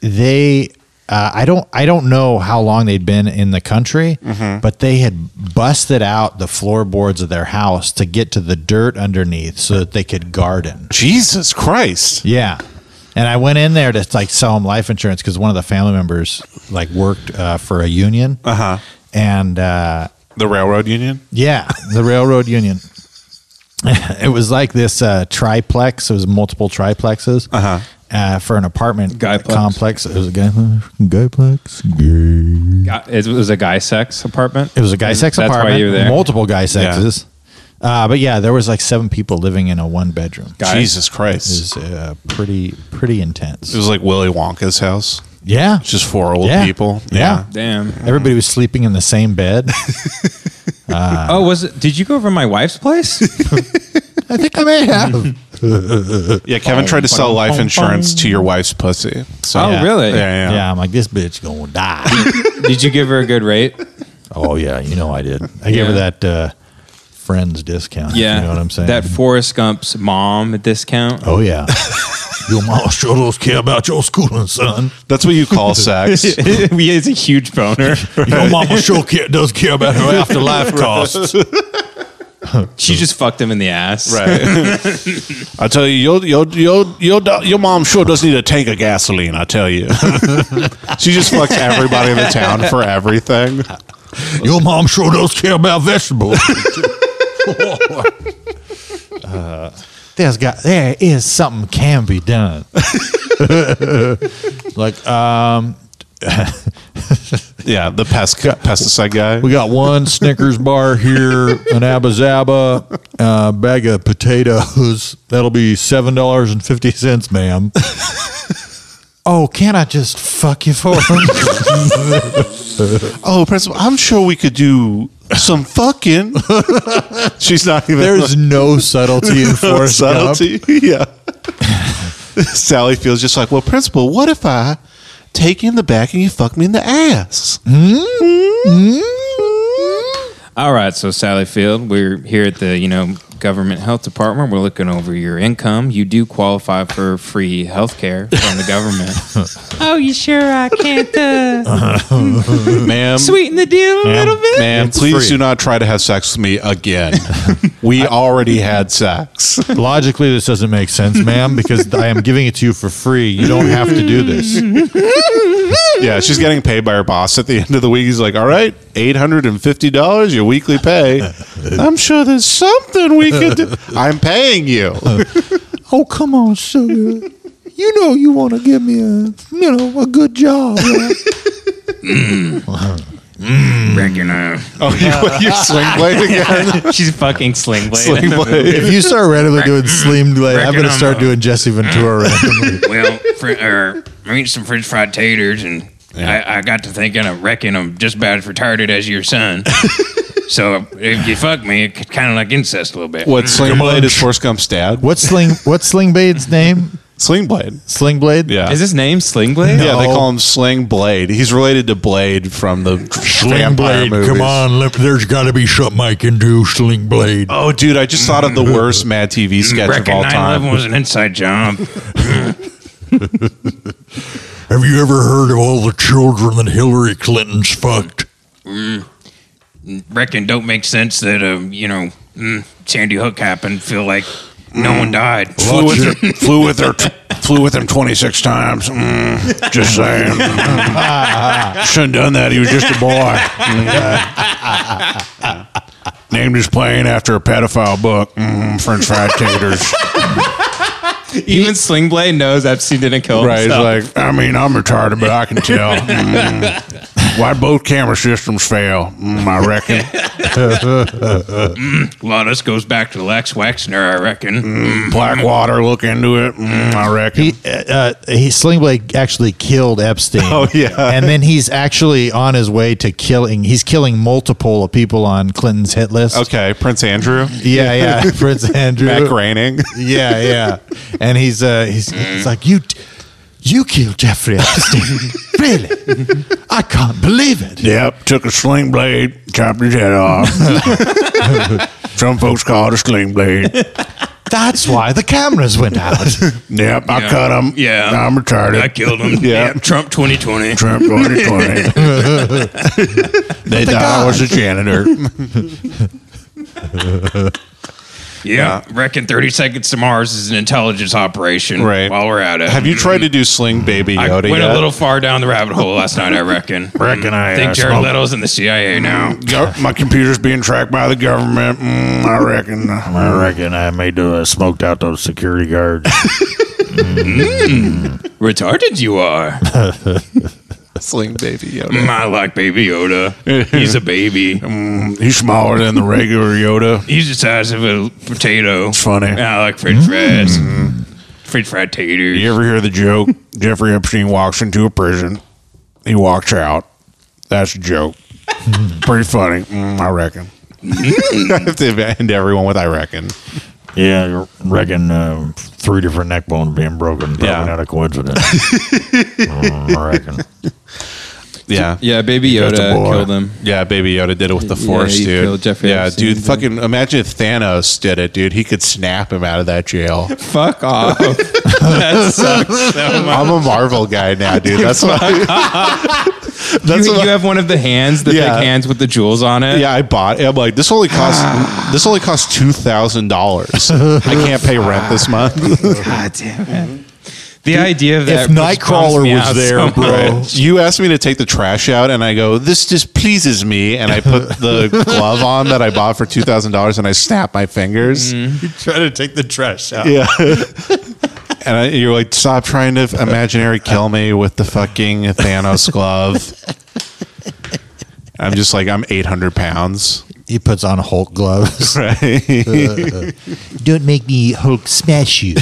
Speaker 7: they uh, I don't I don't know how long they'd been in the country,
Speaker 2: Mm-hmm.
Speaker 7: but they had busted out the floorboards of their house to get to the dirt underneath so that they could garden.
Speaker 2: Jesus Christ.
Speaker 7: Yeah. And I went in there to like sell him life insurance because one of the family members like worked uh, for a union,
Speaker 2: Uh-huh.
Speaker 7: and uh,
Speaker 2: The railroad union?
Speaker 7: yeah, the railroad union. it was like this uh, triplex. It was multiple triplexes uh for an apartment
Speaker 1: Guyplex.
Speaker 7: complex. It was a guy, guyplex. Gay.
Speaker 1: God, It was a guy sex apartment.
Speaker 7: It was a guy sex
Speaker 1: That's why
Speaker 7: apartment.
Speaker 1: you were there.
Speaker 7: Multiple guy sexes. Uh, but yeah, there was like seven people living in a one bedroom.
Speaker 1: Guys.
Speaker 2: Jesus
Speaker 7: It
Speaker 2: Christ.
Speaker 7: was uh, pretty pretty intense.
Speaker 2: It was like Willy Wonka's house.
Speaker 7: yeah,
Speaker 2: It's just four old
Speaker 7: Yeah.
Speaker 2: people.
Speaker 7: Yeah.
Speaker 1: Damn.
Speaker 7: everybody was sleeping in the same bed.
Speaker 1: oh, was it? Did you go over to my wife's place?
Speaker 7: I think I may have.
Speaker 2: Yeah. Yeah, Kevin tried to sell life insurance to your wife's pussy. So
Speaker 1: Oh,
Speaker 2: yeah.
Speaker 1: really?
Speaker 2: Yeah, yeah.
Speaker 7: yeah, I'm like this bitch gonna die.
Speaker 1: did you give her a good rate?
Speaker 7: Oh yeah, you know I did. I gave
Speaker 1: Yeah.
Speaker 7: her that uh, friends discount. if
Speaker 1: Yeah.
Speaker 7: you know what I'm saying.
Speaker 1: That Forrest Gump's mom discount.
Speaker 7: oh yeah, Your mama sure does care about your schooling, son.
Speaker 2: That's what you call sex.
Speaker 8: he is a huge boner.
Speaker 7: Your mama sure care, does care about her afterlife costs.
Speaker 8: She just fucked him in the ass.
Speaker 2: Right. I tell you, your your your your do- your mom sure does need a tank of gasoline. I tell you, she just fucks everybody in the town for everything.
Speaker 7: Your mom sure does care about vegetables. there's got there is something can be done. like um,
Speaker 2: Yeah, the pest pesticide guy.
Speaker 7: we got one Snickers bar here, an Abba Zaba, uh, bag of potatoes. That'll be seven dollars and fifty cents, ma'am. oh, can't I just fuck you for him?
Speaker 2: oh, principal, I'm sure we could do some fucking. She's not even
Speaker 7: There's no subtlety in
Speaker 2: no
Speaker 7: Forrest Gump.
Speaker 2: subtlety. Yeah. Sally feels just like, well, principal, what if I take you in the back and you fuck me in the ass?
Speaker 8: All right, so Sally Field, we're here at the you know government health department. We're looking over your income. You do qualify for free health care from the government. oh, you sure I can't uh,
Speaker 2: Ma'am,
Speaker 8: sweeten the deal a little bit?
Speaker 2: Ma'am,
Speaker 7: It's
Speaker 2: please
Speaker 7: free.
Speaker 2: do not try to have sex with me again. we already had sex.
Speaker 7: Logically, this doesn't make sense, ma'am, because I am giving it to you for free. You don't have to do this.
Speaker 2: Yeah, she's getting paid by her boss at the end of the week. He's like, all right, $850, your weekly pay. I'm sure there's something we could do. I'm paying you.
Speaker 7: Oh, come on, sugar. You know you want to give me a, you know, a good job.
Speaker 8: Reckon, uh,
Speaker 2: Oh, you, you swing blade again?
Speaker 8: she's fucking sling blade.
Speaker 2: Swing blade.
Speaker 7: If you start randomly doing Slim Blade, I'm
Speaker 8: Reckon
Speaker 7: going to
Speaker 8: I'm
Speaker 7: start
Speaker 8: a-
Speaker 9: uh,
Speaker 7: doing Jesse Ventura randomly.
Speaker 1: Well, fr- er, I'm eating some French fried taters, and I, I got to thinking, I reckon I'm just about as retarded as your son. so if you fuck me, it's kind of like incest a little bit.
Speaker 2: What, sling blade is Forrest Gump's dad?
Speaker 7: What's Sling? What's Sling Blade's name?
Speaker 2: Sling blade.
Speaker 7: Sling Blade.
Speaker 2: Yeah.
Speaker 8: Is his name Sling Blade? Oh,
Speaker 2: Yeah, they
Speaker 7: No.
Speaker 2: call him Sling Blade. He's related to Blade from the vampire movies.
Speaker 7: let- there's got to be something I can do, Sling Blade.
Speaker 2: Oh, dude, I just thought of the worst Mad TV sketch of
Speaker 1: reckon
Speaker 2: all
Speaker 1: 9/11
Speaker 2: time.
Speaker 1: was an inside job.
Speaker 7: Have you ever heard of all the children that Hillary Clinton's fucked?
Speaker 1: reckon don't make sense that um, you know mm, Sandy Hook happened. Feel like no one died.
Speaker 2: Flew with, her, flew with her, flew with him twenty six times. Mm, just saying, Mm. shouldn't done that. He was just a boy. Mm. Named his plane after a pedophile book. Mm, French fried taters.
Speaker 8: Even Sling Blade knows Epstein didn't kill
Speaker 2: Right. He's
Speaker 8: himself.
Speaker 2: like, I mean, I'm retarded, but I can tell. Mm. Why both camera systems fail? Mm, I reckon.
Speaker 1: A lot of this goes back to Lex Wexner, I
Speaker 2: Mm.
Speaker 1: reckon.
Speaker 2: Blackwater, look into it. Mm, I reckon.
Speaker 7: He, uh, he Sling Blade actually killed Epstein.
Speaker 2: Oh, yeah.
Speaker 7: and then he's actually on his way to killing. He's killing multiple people on Clinton's hit list.
Speaker 2: okay, Prince Andrew.
Speaker 7: Yeah, yeah, Prince Andrew.
Speaker 2: Mac Raining.
Speaker 7: Yeah, yeah, and he's uh, he's, he's like you, you killed Jeffrey Epstein. really? I can't believe it.
Speaker 2: Yep, took a sling blade, chopped his head off. Some folks call it a sling blade.
Speaker 7: That's why the cameras went out.
Speaker 2: Yep, I cut him.
Speaker 1: Yeah.
Speaker 2: I'm retarded.
Speaker 1: I killed him.
Speaker 2: Yeah.
Speaker 1: Damn, Trump 2020.
Speaker 2: Trump 2020. they thought I was a janitor.
Speaker 1: Yeah, reckon 30 Seconds to Mars is an intelligence operation.
Speaker 2: Right.
Speaker 1: While we're at it, Mm.
Speaker 2: Have you tried to do sling baby
Speaker 1: I
Speaker 2: Yoda
Speaker 1: went
Speaker 2: yet?
Speaker 1: a little far down the rabbit hole last night. I reckon. Mm.
Speaker 2: Reckon I,
Speaker 1: think
Speaker 2: uh,
Speaker 1: Jared
Speaker 2: smoked-
Speaker 1: Leto's in the CIA now.
Speaker 2: Gov- My computer's being tracked by the government. Mm, I reckon. I reckon.
Speaker 1: Retarded you are.
Speaker 2: Sling baby Yoda.
Speaker 1: Mm, I like Baby Yoda. He's a baby.
Speaker 2: Mm, he's smaller than the regular Yoda.
Speaker 1: He's the size of a potato.
Speaker 2: It's Mm. funny.
Speaker 1: I like French fries. French fried taters.
Speaker 2: You ever hear the joke? Jeffrey Epstein walks into a prison. He walks out. That's a joke. Pretty funny, mm, I reckon. I have to end everyone with I reckon.
Speaker 10: Yeah, I reckon uh, three different neck bones being broken. Probably
Speaker 2: Yeah.
Speaker 10: not a coincidence. Mm, I reckon.
Speaker 2: Yeah.
Speaker 9: Yeah, Baby
Speaker 2: That's a
Speaker 9: Yoda
Speaker 2: boy.
Speaker 9: killed him.
Speaker 2: Yeah, Baby Yoda did it with the
Speaker 9: Yeah,
Speaker 2: Force,
Speaker 9: he
Speaker 2: dude.
Speaker 9: killed Jeffrey
Speaker 2: yeah,
Speaker 9: Epstein,
Speaker 2: dude.
Speaker 9: dude.
Speaker 2: Fucking imagine if Thanos did it, dude. He could snap him out of that jail.
Speaker 9: Fuck off.
Speaker 2: that sucks. I'm a Marvel guy now, dude. That's what. I, that's
Speaker 1: you,
Speaker 2: what.
Speaker 1: you have one of the hands, the
Speaker 2: Yeah.
Speaker 1: big hands with the jewels on
Speaker 2: I,
Speaker 1: it.
Speaker 2: yeah, I bought. It. I'm like, this only costs. this only costs two thousand dollars. I can't pay rent this month.
Speaker 1: God damn it. The idea of that
Speaker 3: if Nightcrawler was there, bro,
Speaker 2: you asked me to take the trash out, and I go, "This just pleases me," and I put the glove on that I bought for two thousand dollars, and I snap my fingers.
Speaker 9: Mm-hmm.
Speaker 11: Try to take the trash out.
Speaker 2: Yeah. and I, you're like, stop trying to imaginary kill me with the fucking Thanos glove. I'm just like, I'm 800 pounds.
Speaker 3: he puts on Hulk gloves.
Speaker 2: Right.
Speaker 7: Don't make me Hulk smash you.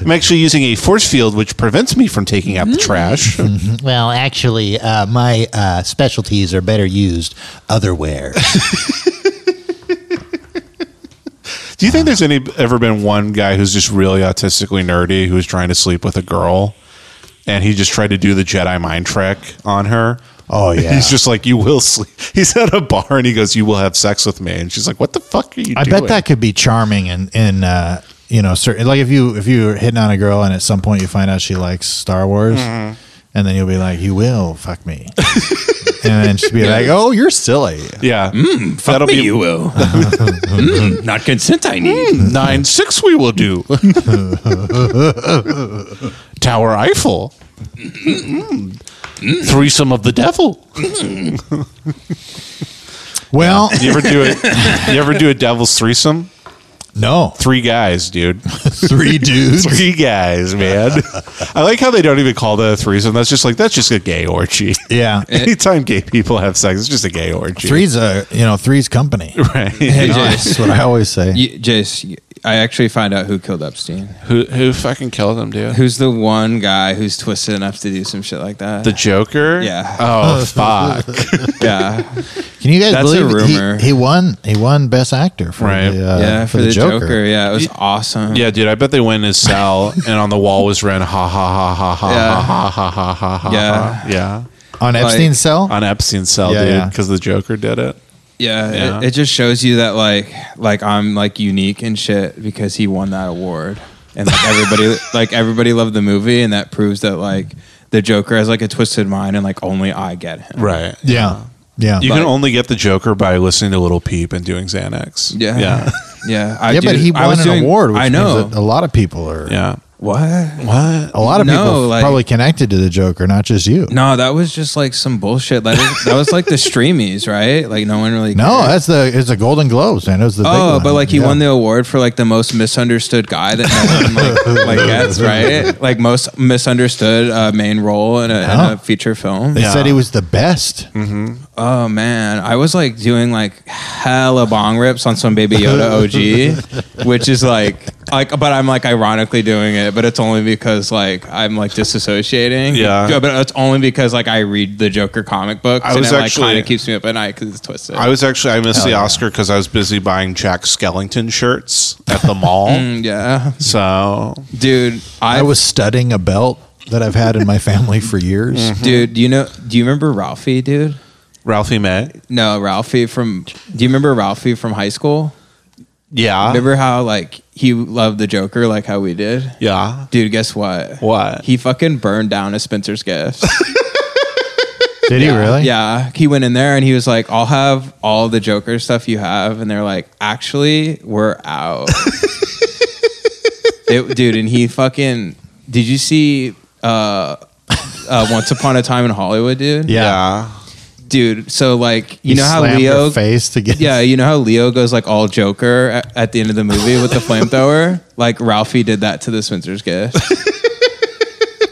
Speaker 2: I'm actually using a force field which prevents me from taking out the trash.
Speaker 7: well, actually, uh, my uh, specialties are better used otherwhere.
Speaker 2: Do you think there's any ever been one guy who's just really autistically nerdy who's trying to sleep with a girl and he just tried to do the Jedi mind trick on her?
Speaker 3: Oh, yeah.
Speaker 2: He's just like, you will sleep. He's at a bar and he goes, you will have sex with me. And she's like, what the fuck are you
Speaker 3: I
Speaker 2: doing?
Speaker 3: bet that could be charming and in uh, you know certain like if you if you're hitting on a girl and at some point you find out she likes Star Wars
Speaker 7: Mm-hmm.
Speaker 3: and then you'll be like you will fuck me and then she'll be like oh you're silly
Speaker 2: Yeah.
Speaker 12: Fuck
Speaker 2: That'll
Speaker 12: me,
Speaker 2: be-
Speaker 12: you will. Mm, not consent I need.
Speaker 2: Nine six we will do. Tower Eiffel.
Speaker 9: Mm-hmm.
Speaker 2: Threesome of the devil.
Speaker 3: well
Speaker 2: You ever do it? You ever do a devil's threesome?
Speaker 3: no
Speaker 2: Three guys, dude.
Speaker 3: three dudes
Speaker 2: Three guys, man. I like how they don't even call that a threesome. That's just like that's just a gay orgy.
Speaker 3: yeah
Speaker 2: Anytime gay people have sex, it's just a gay orgy.
Speaker 3: three's a you know three's company
Speaker 2: Right.
Speaker 9: Hey,
Speaker 3: that's
Speaker 9: Jace.
Speaker 3: what I always say
Speaker 9: You, Jace, you- I actually found out who killed Epstein.
Speaker 2: Who who fucking killed him, dude?
Speaker 9: Who's the one guy who's twisted enough to do some shit like that?
Speaker 2: The Joker?
Speaker 9: Yeah.
Speaker 2: Oh fuck.
Speaker 9: yeah.
Speaker 3: can you guys
Speaker 9: That's a
Speaker 3: believe he-
Speaker 9: rumor.
Speaker 3: He, won he won best actor for
Speaker 2: Right.
Speaker 3: the, uh,
Speaker 9: yeah, for, the, Joker. Yeah, it was awesome.
Speaker 2: Yeah, dude, I bet they went in his cell and on the wall was written ha ha ha ha ha
Speaker 9: Yeah.
Speaker 2: ha ha ha ha ha.
Speaker 9: Yeah.
Speaker 2: yeah.
Speaker 3: on Epstein's cell
Speaker 2: On Epstein's cell,
Speaker 3: Yeah,
Speaker 2: dude,
Speaker 3: yeah.
Speaker 2: because the Joker did it.
Speaker 9: Yeah,
Speaker 2: Yeah.
Speaker 9: It, it just shows you that like like I'm like unique and shit because he won that award and like everybody like everybody loved the movie and that proves that like the Joker has like a twisted mind and like only I get him.
Speaker 2: Right.
Speaker 3: yeah yeah
Speaker 2: You
Speaker 9: But-
Speaker 2: can only get the Joker by listening to Little Peep and doing Xanax.
Speaker 9: Yeah.
Speaker 2: Yeah.
Speaker 9: Yeah. I
Speaker 3: yeah
Speaker 9: do-
Speaker 3: but he
Speaker 9: I
Speaker 3: won
Speaker 9: was
Speaker 3: an
Speaker 9: doing-
Speaker 3: award which
Speaker 9: I know.
Speaker 3: means that a lot of people are
Speaker 2: Yeah.
Speaker 9: what?
Speaker 2: What?
Speaker 3: A lot of
Speaker 9: No,
Speaker 3: people
Speaker 9: like-
Speaker 3: probably connected to the Joker, not just you. No,
Speaker 9: No, that was just like some bullshit. That was, that was like the streamies, right? Like no one really. cared.
Speaker 3: that's the it's the Golden Globes, man. It was the big
Speaker 9: Oh,
Speaker 3: one.
Speaker 9: but like he
Speaker 3: Yeah.
Speaker 9: won the award for like the most misunderstood guy that no one like, like gets, right? Like most misunderstood uh, main role in a, in
Speaker 3: Yeah.
Speaker 9: a feature film.
Speaker 3: They said he was the best.
Speaker 9: Oh man, I was like doing like hella bong rips on some Baby Yoda OG, which is like like, but I'm like ironically doing it, but it's only because like I'm like disassociating.
Speaker 2: Yeah.
Speaker 9: but it's only because like I read the Joker comic books,
Speaker 2: I
Speaker 9: and
Speaker 2: was
Speaker 9: it like
Speaker 2: actually-
Speaker 9: kind of keeps me up at night because it's twisted.
Speaker 2: I was actually I missed the Oscar because I was busy buying Jack Skellington shirts at the mall.
Speaker 9: Mm, yeah,
Speaker 2: so
Speaker 9: dude,
Speaker 3: I
Speaker 9: I
Speaker 3: was studding a belt that I've had in my family for years.
Speaker 9: dude. Do you know? Do you remember Ralphie, dude?
Speaker 2: Ralphie May.
Speaker 9: No, Ralphie from. Do you remember Ralphie from high school?
Speaker 2: Yeah.
Speaker 9: Remember how like he loved the Joker like how we did?
Speaker 2: Yeah.
Speaker 9: Dude, guess what?
Speaker 2: What?
Speaker 9: He fucking burned down a Spencer's gifts.
Speaker 3: Did he really?
Speaker 9: yeah. He went in there and he was like, I'll have all the Joker stuff you have. And they're like, actually, we're out. it, dude, and he fucking did you see uh uh, Once Upon a Time in Hollywood, dude.
Speaker 2: yeah.
Speaker 9: Dude, so like
Speaker 3: He
Speaker 9: you know how
Speaker 3: slammed her
Speaker 9: Leo
Speaker 3: face to get
Speaker 9: Yeah, you know how Leo goes like all Joker at, at the end of the movie with the flamethrower? Like Ralphie did that to the Spencer's gift.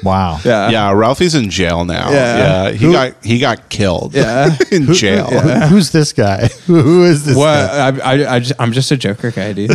Speaker 3: Wow.
Speaker 9: Yeah.
Speaker 2: Yeah, Uh, Ralphie's in jail now.
Speaker 9: Yeah.
Speaker 2: he got he got killed.
Speaker 9: Yeah.
Speaker 2: in jail.
Speaker 3: Who- Who's this guy? Who is this?
Speaker 9: What?
Speaker 3: guy?
Speaker 9: I, I, I just, I'm just a Joker guy, dude.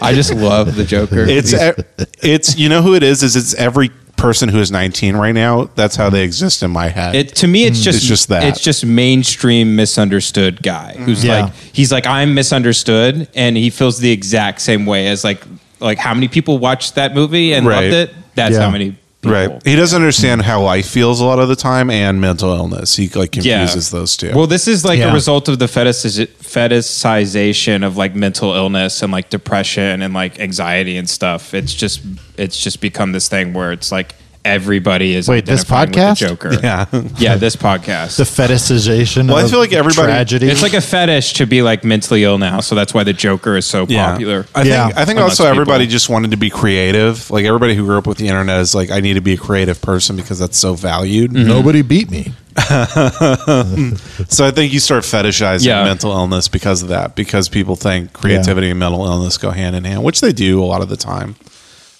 Speaker 9: I just love the Joker.
Speaker 2: It's e- it's you know who it is is it's every person who is 19 right now. That's how they exist in my head. Mm.
Speaker 1: It to me, it's just
Speaker 2: It's just that.
Speaker 1: it's just mainstream misunderstood guy who's
Speaker 3: Yeah.
Speaker 1: like he's like I'm misunderstood, and he feels the exact same way as like like how many people watched that movie and
Speaker 2: Right.
Speaker 1: loved it. That's
Speaker 3: Yeah.
Speaker 1: how many
Speaker 9: people.
Speaker 8: Right. He doesn't understand how life feels a lot of the time and mental illness. He like confuses those two.
Speaker 9: Well, this is like
Speaker 7: Yeah.
Speaker 9: a result of the fetish- fetishization of like mental illness and like depression and like anxiety and stuff. It's just it's just become this thing where it's like everybody is
Speaker 7: Wait, this
Speaker 9: identifying
Speaker 7: podcast?
Speaker 9: with the Joker.
Speaker 8: yeah.
Speaker 9: yeah, this podcast.
Speaker 7: The fetishization.
Speaker 8: Well, I
Speaker 7: of
Speaker 8: feel like everybody-
Speaker 7: tragedy.
Speaker 9: it's like a fetish to be like mentally ill now, so that's why the Joker is so
Speaker 8: Yeah.
Speaker 9: popular.
Speaker 8: I
Speaker 7: Yeah.
Speaker 8: think I think
Speaker 9: Amongst
Speaker 8: also everybody
Speaker 9: people.
Speaker 8: just wanted to be creative. Like everybody who grew up with the internet is like, I need to be a creative person because that's so valued.
Speaker 9: Mm-hmm.
Speaker 7: nobody beat me.
Speaker 8: So I think you start fetishizing
Speaker 9: Yeah.
Speaker 8: mental illness because of that, because people think creativity and mental illness go hand in hand, which they do a lot of the time.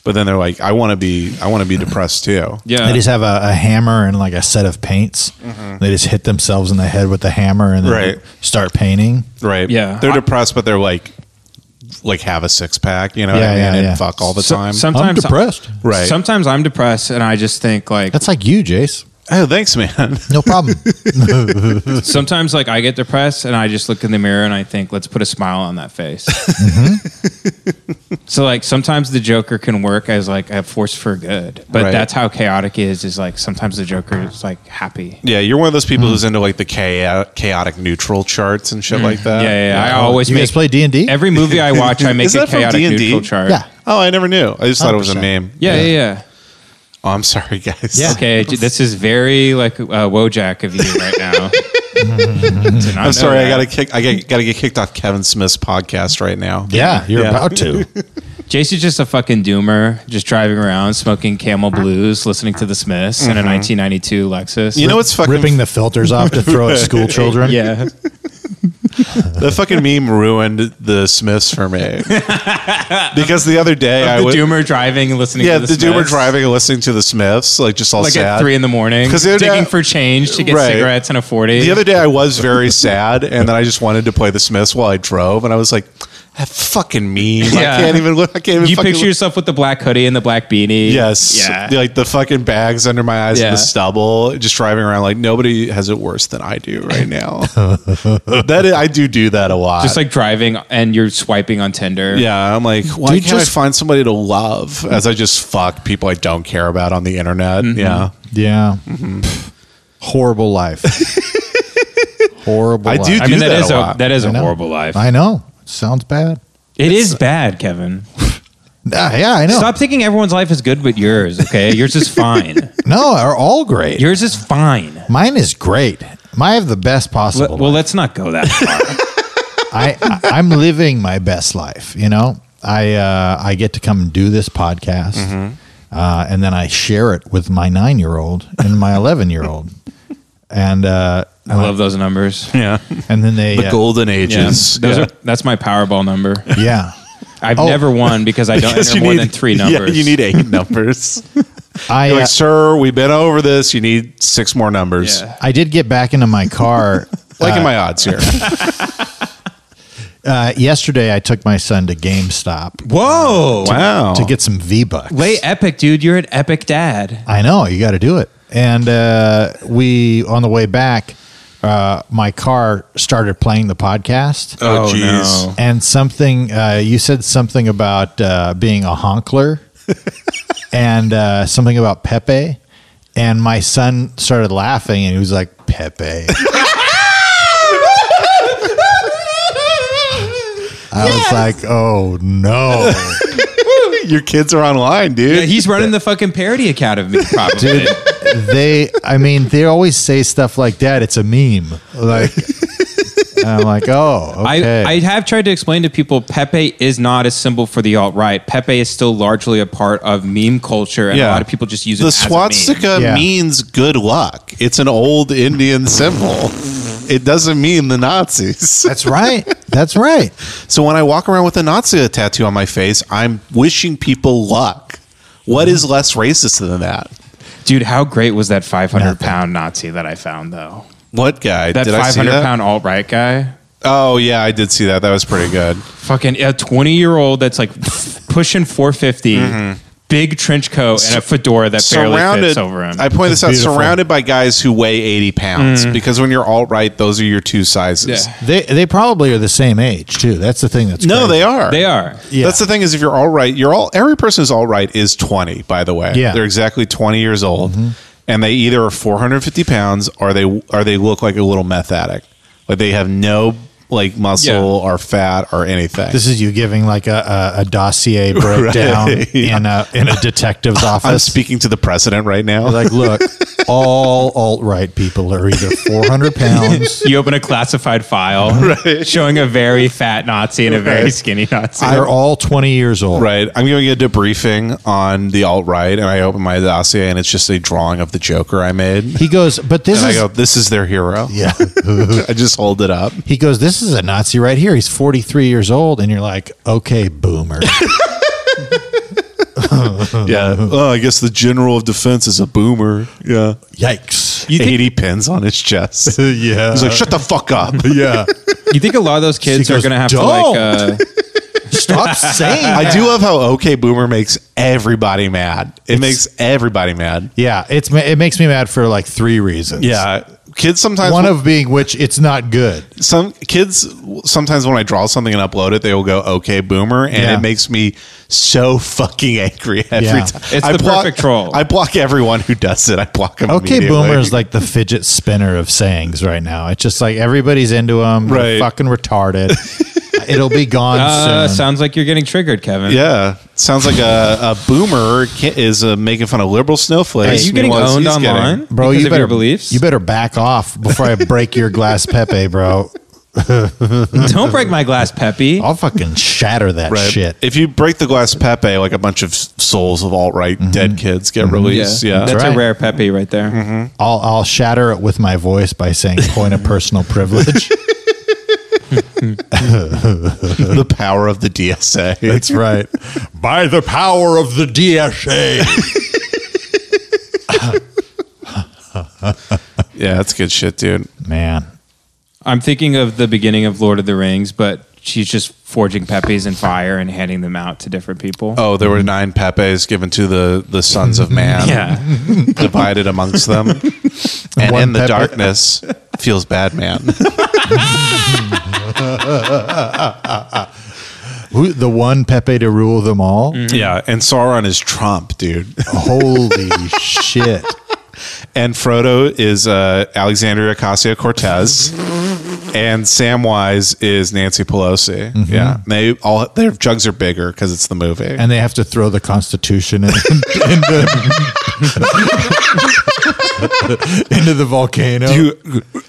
Speaker 8: But then they're like, I want to be, I want to be depressed too.
Speaker 9: Yeah, Mm-hmm.
Speaker 7: they just have a, a hammer and like a set of paints. They just hit themselves in the head with the hammer and then
Speaker 8: Right.
Speaker 7: start painting.
Speaker 8: Right.
Speaker 9: Yeah.
Speaker 8: They're depressed, but they're like, like have a six pack, you know what I
Speaker 7: Yeah,
Speaker 8: mean?
Speaker 7: yeah,
Speaker 8: and
Speaker 7: yeah.
Speaker 8: fuck all the
Speaker 9: So-
Speaker 8: time.
Speaker 7: I'm
Speaker 9: sometimes
Speaker 7: depressed.
Speaker 8: right.
Speaker 9: Sometimes I'm depressed and I just think like
Speaker 7: That's like you, Jace.
Speaker 8: oh, thanks, man.
Speaker 7: No problem.
Speaker 9: sometimes like I get depressed and I just look in the mirror and I think, let's put a smile on that face.
Speaker 7: Mm-hmm.
Speaker 9: so like sometimes the Joker can work as like a force for good, but
Speaker 8: Right.
Speaker 9: that's how chaotic it is. Is like sometimes the Joker is like happy.
Speaker 8: yeah. You're one of those people
Speaker 9: Mm.
Speaker 8: who's into like the chao- chaotic neutral charts and shit like
Speaker 9: Yeah,
Speaker 8: that. Oh,
Speaker 9: yeah. yeah. I always
Speaker 7: Oh, you
Speaker 9: make
Speaker 7: guys play D and D.
Speaker 9: every movie I watch. I make
Speaker 8: Is
Speaker 9: a
Speaker 8: that from
Speaker 9: chaotic
Speaker 8: D&D?
Speaker 9: neutral chart.
Speaker 7: Yeah.
Speaker 8: Oh, I never knew. I just thought it was a
Speaker 7: 100%.
Speaker 8: meme.
Speaker 9: yeah, yeah, yeah.
Speaker 8: Oh, I'm sorry, guys.
Speaker 9: Okay, j- this is very like uh, Wojak of you right now.
Speaker 8: I'm sorry. I gotta kick. I get, gotta get kicked off Kevin Smith's podcast right now.
Speaker 7: Yeah, you're about to.
Speaker 9: Jason's just a fucking doomer, just driving around smoking Camel Blues, listening to the Smiths in a 1992 Lexus.
Speaker 8: You know what's fucking
Speaker 7: Ripping the filters off to throw at school children.
Speaker 9: yeah.
Speaker 8: the fucking meme ruined the Smiths for me because the other day I
Speaker 9: the
Speaker 8: was
Speaker 9: doomer driving and listening
Speaker 8: yeah
Speaker 9: to
Speaker 8: the,
Speaker 9: the
Speaker 8: doomer
Speaker 9: Smiths,
Speaker 8: driving and listening to the Smiths like just all
Speaker 9: like
Speaker 8: sad
Speaker 9: at three in the morning
Speaker 8: 'Cause the other
Speaker 9: digging
Speaker 8: day-
Speaker 9: for change to get
Speaker 8: Right.
Speaker 9: cigarettes and a 40
Speaker 8: The other day I was very sad, and then I just wanted to play the Smiths while I drove, and I was like, "That fucking meme!
Speaker 9: Yeah.
Speaker 8: I can't even look. I can't even."
Speaker 9: you
Speaker 8: fucking
Speaker 9: picture
Speaker 8: look."
Speaker 9: yourself with the black hoodie and the black beanie
Speaker 8: Yes.
Speaker 9: yeah
Speaker 8: Like the fucking bags under my eyes and
Speaker 9: Yeah.
Speaker 8: the stubble, just driving around like nobody has it worse than I do right now. that is, I do do that a lot.
Speaker 9: just like driving and you're swiping on tinder
Speaker 8: yeah, I'm like, why
Speaker 7: Dude,
Speaker 8: can't
Speaker 7: just-
Speaker 8: I find somebody to love as I just fuck people I don't care about on the internet?
Speaker 2: Mm-hmm.
Speaker 8: Yeah.
Speaker 7: Yeah.
Speaker 9: Mm-hmm.
Speaker 7: Horrible life. Horrible.
Speaker 8: I do
Speaker 7: life.
Speaker 9: i mean
Speaker 8: do
Speaker 9: that
Speaker 8: that
Speaker 9: is
Speaker 8: a
Speaker 9: a
Speaker 8: lot.
Speaker 9: that is
Speaker 7: I
Speaker 9: a
Speaker 7: know.
Speaker 9: horrible life
Speaker 7: I know. Sounds bad.
Speaker 9: it is bad kevin
Speaker 7: Ah, yeah, I know.
Speaker 9: stop thinking everyone's life is good but yours okay yours is fine
Speaker 7: No, are all great.
Speaker 9: yours is fine
Speaker 7: Mine is great. Mine have the best
Speaker 9: Le-
Speaker 7: possible.
Speaker 9: well let's not go that far
Speaker 7: I, I I'm living my best life. You know, I uh, I get to come and do this podcast,
Speaker 8: Mm-hmm.
Speaker 7: uh, and then I share it with my nine year old and my eleven year old, and uh,
Speaker 9: i love those numbers
Speaker 8: Yeah.
Speaker 7: and then they
Speaker 8: The
Speaker 7: uh,
Speaker 8: golden
Speaker 9: yeah,
Speaker 8: ages.
Speaker 9: those Are, that's my powerball number
Speaker 7: yeah.
Speaker 9: i've
Speaker 7: Oh.
Speaker 9: never won because i don't
Speaker 8: Because
Speaker 9: enter
Speaker 8: you
Speaker 9: more
Speaker 8: need-
Speaker 9: than three
Speaker 8: yeah,
Speaker 9: numbers
Speaker 8: you need eight numbers.
Speaker 7: I
Speaker 8: You're
Speaker 7: uh,
Speaker 8: like, sir, we've been over this. You need six more numbers.
Speaker 9: Yeah.
Speaker 7: I did get back into my car.
Speaker 8: Like in my odds here.
Speaker 7: uh, yesterday, I took my son to GameStop
Speaker 9: whoa
Speaker 8: wow.
Speaker 7: to get some V bucks.
Speaker 9: Way epic, dude. You're an epic dad.
Speaker 7: I know you got to do it. And uh, we on the way back, uh, my car started playing the podcast,
Speaker 8: oh, jeez.
Speaker 7: and something uh, you said something about uh, being a honkler, and uh, something about Pepe, and my son started laughing, and he was like Pepe. I was like, oh no.
Speaker 8: Your kids are online, dude.
Speaker 9: Yeah, he's running the fucking parody academy, probably.
Speaker 7: Dude, they, I mean, they always say stuff like that. It's a meme. Like, and I'm like, oh, okay.
Speaker 9: I, I have tried to explain to people Pepe is not a symbol for the alt right. Pepe is still largely a part of meme culture, and
Speaker 8: Yeah.
Speaker 9: a lot of people just use it
Speaker 8: the
Speaker 9: as a meme.
Speaker 8: swastika
Speaker 7: Yeah.
Speaker 8: means good luck. It's an old Indian symbol. It doesn't mean the Nazis.
Speaker 7: That's right. That's right.
Speaker 8: So when I walk around with a Nazi tattoo on my face, I'm wishing people luck. What is less racist than that?
Speaker 9: Dude, how great was that 500
Speaker 7: Nothing.
Speaker 9: pound Nazi that I found, though?
Speaker 8: What guy?
Speaker 9: That
Speaker 8: did I see
Speaker 9: 500
Speaker 8: that?
Speaker 9: pound alt right guy?
Speaker 8: Oh yeah, I did see that. That was pretty good.
Speaker 9: Fucking a 20 year old that's like pushing 450.
Speaker 1: big trench coat and a fedora that barely fits over him.
Speaker 9: I point
Speaker 1: It's
Speaker 9: this out.
Speaker 1: beautiful.
Speaker 9: Surrounded by guys who weigh eighty pounds,
Speaker 1: Mm.
Speaker 9: because when you're alt right, those are your two sizes.
Speaker 7: They they probably are the same age too. That's the thing that's
Speaker 9: No,
Speaker 7: crazy.
Speaker 9: they are.
Speaker 1: They are.
Speaker 7: Yeah.
Speaker 9: That's the thing is, if you're all right, you're all every person who's all right is twenty. By the way,
Speaker 7: Yeah. Mm-hmm.
Speaker 9: they're exactly twenty years old, and they either are four hundred fifty pounds or they or they look like a little meth addict, like they have no like muscle or fat or anything.
Speaker 7: This is you giving like a, a, a dossier breakdown
Speaker 9: Right.
Speaker 7: in a in a detective's
Speaker 9: I'm
Speaker 7: office.
Speaker 9: speaking to the president right now.
Speaker 7: Like, look, all alt right people are either 400 pounds.
Speaker 1: you open a classified file showing a very fat Nazi and a very skinny Nazi.
Speaker 7: They're all 20 years old.
Speaker 9: Right. I'm giving a debriefing on the alt right, and I open my dossier, and it's just a drawing of the Joker I made.
Speaker 7: He goes, but this
Speaker 9: and I
Speaker 7: is
Speaker 9: go, "This is their hero."
Speaker 7: yeah.
Speaker 9: I just hold it up.
Speaker 7: He goes, this is a Nazi right here. He's 43 years old, and you're like, okay, boomer.
Speaker 9: Yeah. Oh, I guess the general of defense is a boomer. Yeah.
Speaker 7: Yikes.
Speaker 9: Eighty pins on his chest.
Speaker 7: yeah.
Speaker 9: He's like, "Shut the fuck up."
Speaker 7: yeah.
Speaker 6: You think a lot of those kids
Speaker 7: She
Speaker 6: are
Speaker 7: goes,
Speaker 6: going to have
Speaker 7: "Don't."
Speaker 6: to like. Uh,
Speaker 7: Stop saying.
Speaker 9: I do love how OK Boomer makes everybody mad. It makes everybody mad.
Speaker 7: Yeah, it's ma- it makes me mad for like three reasons.
Speaker 9: Kids sometimes
Speaker 7: One of being which it's not good.
Speaker 9: some kids sometimes when I draw something and upload it, they will go "Okay, boomer," and
Speaker 7: Yeah.
Speaker 9: it makes me so fucking angry every
Speaker 7: Yeah.
Speaker 9: time.
Speaker 6: It's
Speaker 9: I
Speaker 6: the perfect troll.
Speaker 9: I block everyone who does it. I block them.
Speaker 7: Okay, boomer is like the fidget spinner of sayings right now. It's just like everybody's into them.
Speaker 9: Right.
Speaker 7: fucking retarded. It'll be gone
Speaker 6: uh,
Speaker 7: soon.
Speaker 6: sounds like you're getting triggered, Kevin.
Speaker 9: yeah. Sounds like a, a boomer ki- is uh, making fun of liberal snowflakes.
Speaker 6: Are you getting
Speaker 9: Meanwhile,
Speaker 6: owned
Speaker 9: he's getting-
Speaker 6: online?
Speaker 7: bro,
Speaker 6: because
Speaker 7: you
Speaker 6: of
Speaker 7: better
Speaker 6: your beliefs?
Speaker 7: You better back off before I break your glass, Pepe, bro.
Speaker 6: Don't break my glass, Peppy.
Speaker 7: I'll fucking shatter that
Speaker 9: Right.
Speaker 7: shit.
Speaker 9: If you break the glass, Pepe, like a bunch of s- souls of alt right dead kids get released. Yeah.
Speaker 6: That's
Speaker 7: Mm-hmm. right.
Speaker 6: a rare Peppy right there.
Speaker 7: I'll I'll shatter it with my voice by saying point of personal privilege.
Speaker 9: the power of the DSA.
Speaker 7: That's right. By the power of the DSA.
Speaker 9: yeah, that's good shit, dude.
Speaker 7: Man.
Speaker 1: I'm thinking of the beginning of Lord of the Rings, but she's just forging Pepes and fire and handing them out to different people.
Speaker 9: Oh, there were nine Pepes given to the the sons of man.
Speaker 1: Yeah.
Speaker 9: divided amongst them. and
Speaker 7: One
Speaker 9: in the
Speaker 7: pepper-
Speaker 9: darkness feels bad, man.
Speaker 7: Who, the one Pepe to rule them all?
Speaker 9: yeah, and Sauron is Trump, dude.
Speaker 7: Holy shit.
Speaker 9: And Frodo is uh, Alexandria Ocasio Cortez, and Samwise is Nancy Pelosi. Yeah, they all their jugs are bigger because it's the movie.
Speaker 7: And they have to throw the Constitution in, into- into the volcano.
Speaker 9: you,